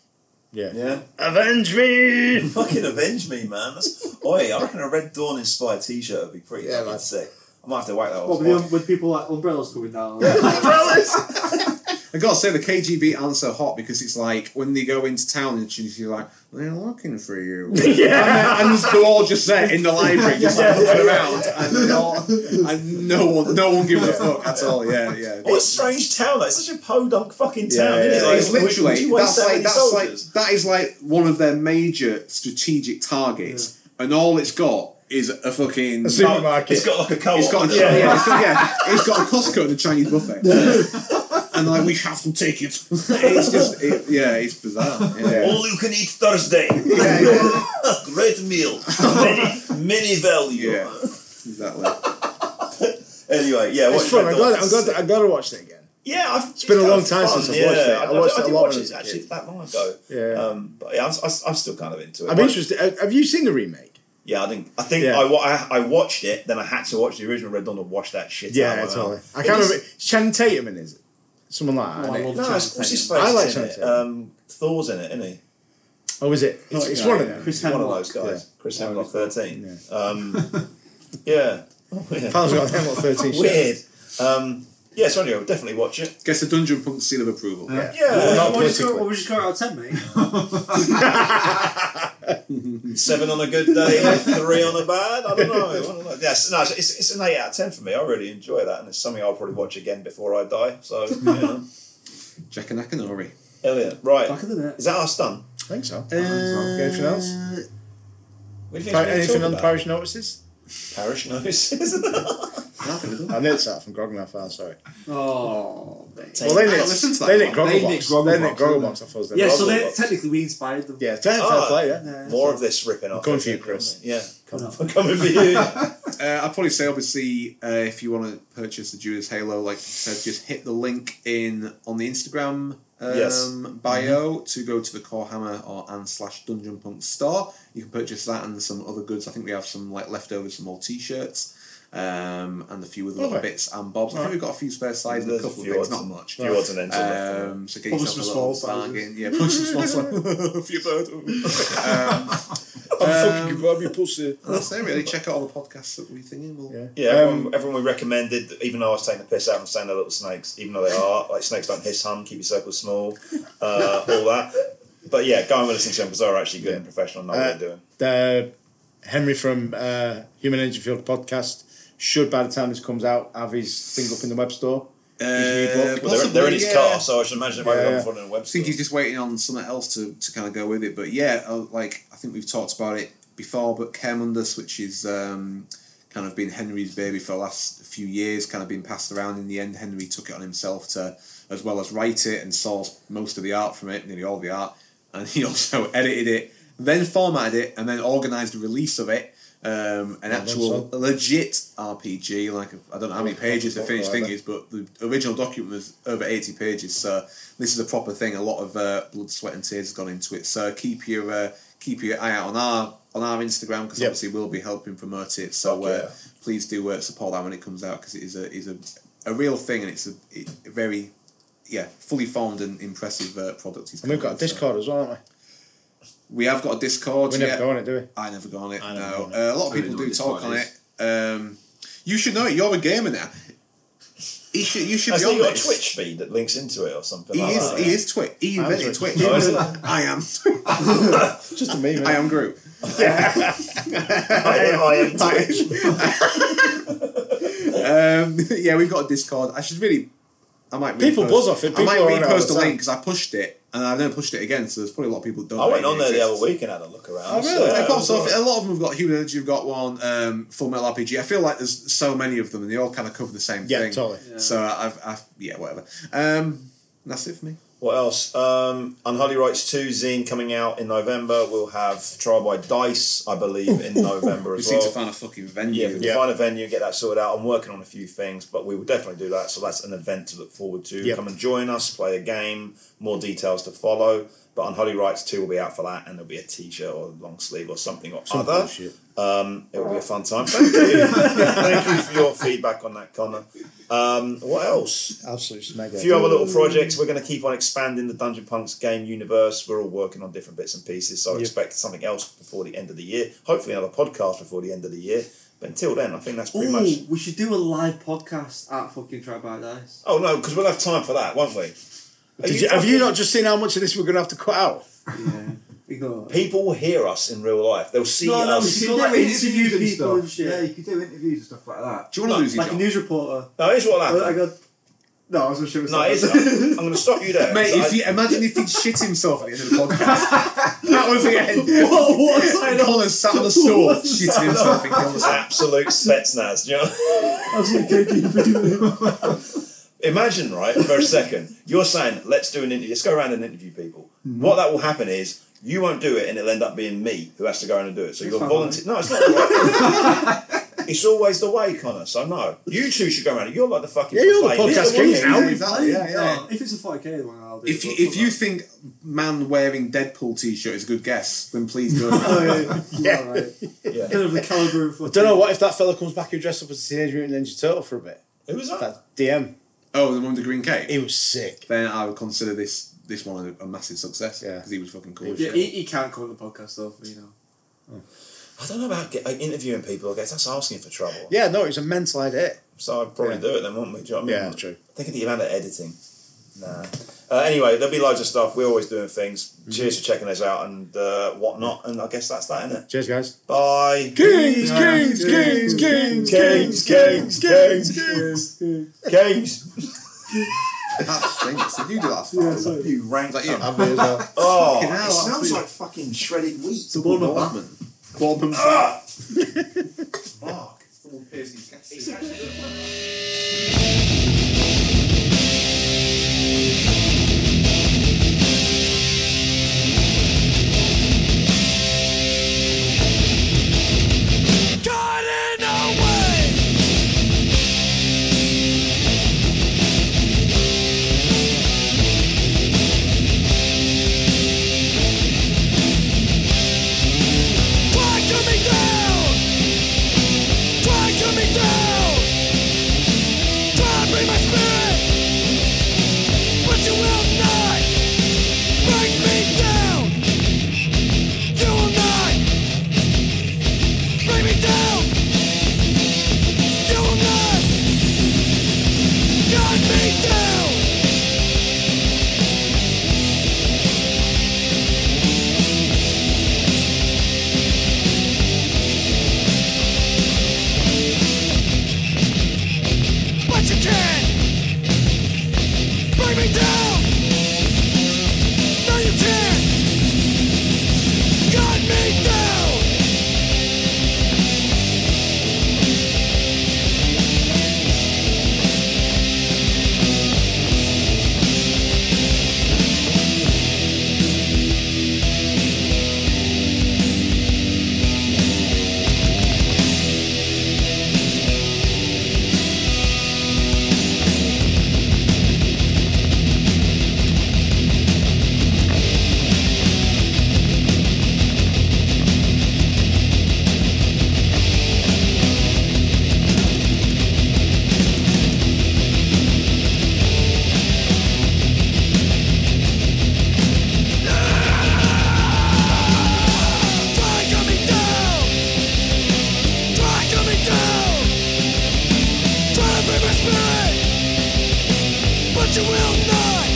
Yeah.
Yeah.
Avenge me!
Fucking avenge me, man. That's, oi, I reckon a Red Dawn inspired T-shirt would be pretty
Yeah,
fucking
man.
sick. I might have to whack that
What,
off.
with, the, with people like umbrellas coming down? [LAUGHS]
I gotta say the KGB aren't so hot because it's like when they go into town and you're like they're looking for you.
[LAUGHS] Yeah.
And they're all just there in the library, just
[LAUGHS]
like looking around, and, they're all, and no one, no one gives a fuck at all. Yeah, yeah.
What a strange town! Like, it's such a podunk fucking town.
Yeah,
isn't
yeah,
it? Like,
It's
would- would
literally
you want
that's like
70
that's like
soldiers?
that is like one of their major strategic targets, and all it's got is a fucking.
A
Oh,
supermarket.
it's got like a co-op.
[LAUGHS] It's got a,
in it.
yeah, yeah, it's got, yeah, it's got a Costco and a Chinese [LAUGHS] buffet. and like we have to take it. It's just it, yeah, it's bizarre. Yeah.
All you can eat Thursday.
[LAUGHS] Yeah,
[LAUGHS]
yeah,
Great meal. Many, many value.
yeah, exactly.
Anyway, yeah.
It's
watch
fun.
Red
I'm glad,
Dawn.
I'm, glad I gotta watch it again.
Yeah, I've, it's
been a long time since I've watched it. I watched it a
did
lot
watch
when I
it
was a
actually
kid.
that long ago.
Yeah.
um, but yeah, I'm, I'm still kind of into it.
I'm
Like,
interested. uh, Have you seen the remake?
Yeah, I think I think
Yeah.
I, wa- I I watched it, then I had to watch the original Red Dawn to wash that shit. out of my mouth.
I
It
can't
is-
remember. It's Channing Tatum in, it, is it? Someone like that.
Oh, I
isn't it?
love
No, it's, what's his face?
I like
is in
Channing
it.
Tatum.
Um, Thor's in it, isn't he?
Oh, is it? It's, it's one of them.
Chris
He's one of
Hemlock.
those guys. Chris Hemlock, thirteen.
[LAUGHS]
Um, yeah.
Pal's got a Hemlock 13 shirt.
Weird. Um, yeah, so anyway, definitely watch it.
Gets a dungeon punk seal of approval.
Yeah,
What,
Not
would you
politically.
score- what would you score out of 10, mate?
seven on a good day, three on a bad. I don't know. I don't know. Yes, no, it's, it's it's an eight out of ten for me. I really enjoy that, and it's something I'll probably watch again before I die. So,
[LAUGHS]
you know.
Jack and Akinori.
Elliot, right?
[LAUGHS] Back of the net.
Is that us done?
I think so.
Uh,
anything else?
What do you
Par-
think
anything on the
parish?
parish notices?
Parish [LAUGHS] notices.
I nicked that from Grogman Far, sorry.
Oh, mate.
Well, they
I
nicked,
listened to that
they
one.
nicked
They
Gogglebox.
nicked Gogglebox,
They nicked
didn't
Gogglebox, I suppose.
Yeah, so
Russell
they
Watts.
technically we inspired them.
Yeah, fair, fair
Oh.
play, yeah.
Yeah.
More of this ripping off.
Coming for you,
isn't it?
Chris.
Yeah, come,
No.
coming for you.
Uh, I'd probably say, obviously, uh, if you want to purchase the Judas Halo, like I said, just hit the link in on the Instagram um,
Yes. Mm-hmm.
bio to go to the Core Hammer or and slash Dungeon Punk store. You can purchase that and some other goods. I think we have some like leftovers, some more T-shirts, um, and a few other little
Lovely.
bits and bobs. I think we've got a few spare sizes,
There's
a couple
a
of
few
things,
odds
not
and-
much.
few odds and ends on
[LAUGHS]
left and right.
Um, so get
Probably
yourself a
some
little
small sizes.
bargain. Yeah, probably
[LAUGHS]
some small sizes. [LAUGHS] a few bird. um,
I'm fucking Bobby Pussy.
that's it. Really, check out all the podcasts that we're thinking. We'll,
Yeah.
Yeah,
Um,
everyone, everyone we recommended, even though I was taking the piss out of saying they're little snakes, even though they are, like snakes don't hiss, hum, keep your circles small, uh, all that. But yeah, go and listen to them because they're actually good and professional and know
Uh,
what they're doing.
the Henry from uh, Human Energy Field podcast should, by the time this comes out, have his thing up in the web store.
uh,
His new book.
Well, they're, they're in his car, so I should imagine it might
Yeah,
be
yeah.
on front of the
I think
website.
he's just waiting on something else to, to kind of go with it. But yeah, uh, like I think we've talked about it before, but Caremundus, which is um, kind of been Henry's baby for the last few years, kind of been passed around. In the end, Henry took it on himself to, as well as write it and source most of the art from it, nearly all the art, and he [LAUGHS] also edited it, then formatted it, and then organised the release of it. Um, an actual legit RPG, like I don't know how many pages the finished thing is, but the original document was over 80 pages, so this is a proper thing. A lot of uh, blood, sweat, and tears has gone into it. So keep your uh, keep your eye out on our on our Instagram because
Yep.
obviously we'll be helping promote it. So uh,
yeah.
please do uh, support that when it comes out because it is a is a, a real thing and it's a, it, a very yeah fully formed and impressive uh, product. he's
And we've
coming
got a
with, so-
Discord as well, haven't
We have got a Discord.
we? We never
yeah.
go on it, do we?
I never go on it.
I never
No,
go on it.
uh, a lot of
I don't
people
know
do
what
talk
Discord
on
is.
it. Um, you should know it. You're a gamer now. You should, you should
Has
be
he
on
got a
this.
Twitch feed that links into it or something?
He
like
is.
that,
He is Twitch. He invented Twitch.
Oh, is it?
[LAUGHS] I am.
Just a meme.
I
innit?
am Groot.
I am- I am Twitch.
Um, yeah, we've got a Discord. I should really. I might repost.
People buzz off it.
I might
People are on it all
repost the
the
link
time.
because I pushed it and I've never pushed it again. So there's probably a lot of people that don't.
I
know
went
it
on there the
exists.
other week and had a look around.
Oh,
so-
really?
It pops off. A lot of them have got Human Energy. Have got one um, Full Metal RPG. I feel like there's so many of them, and they all kind of cover the same
Yeah,
thing.
totally.
So I've, I've, yeah, whatever. Um, that's it for me.
What else? Um, Unholy Rights 2 zine coming out in November. We'll have Trial by Dice, I believe, in November
We
as
seem
well.
to find a fucking venue.
yeah, if we can find a venue and get that sorted out. I'm working on a few things, but we will definitely do that. So that's an event to look forward to.
Yep.
Come and join us, play a game, more details to follow. But Unholy Rights 2 will be out for that, and there'll be a t shirt or a long sleeve or something or
Some
other.
bullshit.
Um, it will be a fun time. Thank you. [LAUGHS] Thank you for your feedback on that, Connor. Um, what else?
Absolute smeg.
a few other little projects. We're going to keep on expanding the Dungeon Punks game universe. We're all working on different bits and pieces, so I expect something else before the end of the year. Hopefully, another podcast before the end of the year. But until then, I think that's pretty much.
Ooh, Oh, we should do a live podcast at fucking Try By [LAUGHS] Dice.
Oh no, because we'll have time for that, won't we? Are
Did you, have you
fucking-
not just seen how much of this we're going to have to cut out?
Yeah. We go.
People will hear us in real life. They'll see
No, no, we
us.
should- You
You
like
could do
interview
interviews and
people
stuff.
and shit.
Yeah, you could do interviews and stuff like that.
Do you want to lose your
Like a
job?
news reporter.
No, here's what
Oh, I
happened.
got. No, I was not sure.
No, it
[LAUGHS]
is. I'm going to stop you there.
Mate,
'cause
if
I-
you, imagine if he'd shit himself at the end of the podcast.
[LAUGHS]
that was the end.
What? What? Sign up.
Colin sat on the stool, shitting himself in Colin's
absolute Spetsnaz, do you know?
I was
[LAUGHS]
like, "Okay, keep doing it."
Imagine, right, for
[LAUGHS]
a second, you're saying, let's do an interview, let's go around and interview people.
Mm-hmm.
What that will happen is, you won't do it and it'll end up being me who has to go around and do it. So you're
fine,
volunteer. No, it's not the
[LAUGHS]
way. It's always the way, Connor, so no. You two should go around. You're like the fucking.
Yeah, you're the
complainant.
podcast
You're the
king
one
now.
who-
exactly, yeah, yeah.
No, If it's a 40k one, I'll do
If you,
it.
if you think man wearing Deadpool t-shirt is a good guess, then please go. for it.
[LAUGHS]
[LAUGHS]
Oh, yeah. All right.
Yeah.
Kind of the caliber of.
I don't know. What if that fella comes back who dressed up as a Teenage Mutant Ninja Turtle for a bit?
Who was that?
That DM.
oh, the one with the green cape.
He was sick.
Then I would consider this this one a, a massive success.
Yeah.
because he was fucking cool. as
Yeah,
shit.
he, he can't come on the podcast though. You know.
I don't know about get, like, interviewing people, I guess that's asking for trouble.
Yeah, no, it was a mental idea.
So I'd probably
Yeah.
do it then, wouldn't we? Do you know what I mean?
Yeah, true.
Think of the amount of editing. Nah. Uh, anyway, there'll be loads of stuff. We're always doing things.
Mm-hmm.
Cheers for checking us out and uh, whatnot. And I guess that's that, innit?
Cheers, guys.
Bye.
Kings, kings, kings, kings,
Kings, kings, kings, kings, kings.
That stinks. Did you do
[LAUGHS]
that? Yeah,
You rank
Is that you?
some- Oh,
Fucking hell,
it smells
absolutely.
like fucking shredded wheat.
The one about
Baldwin.
Fuck.
Try to me down! Try to me down! you will not.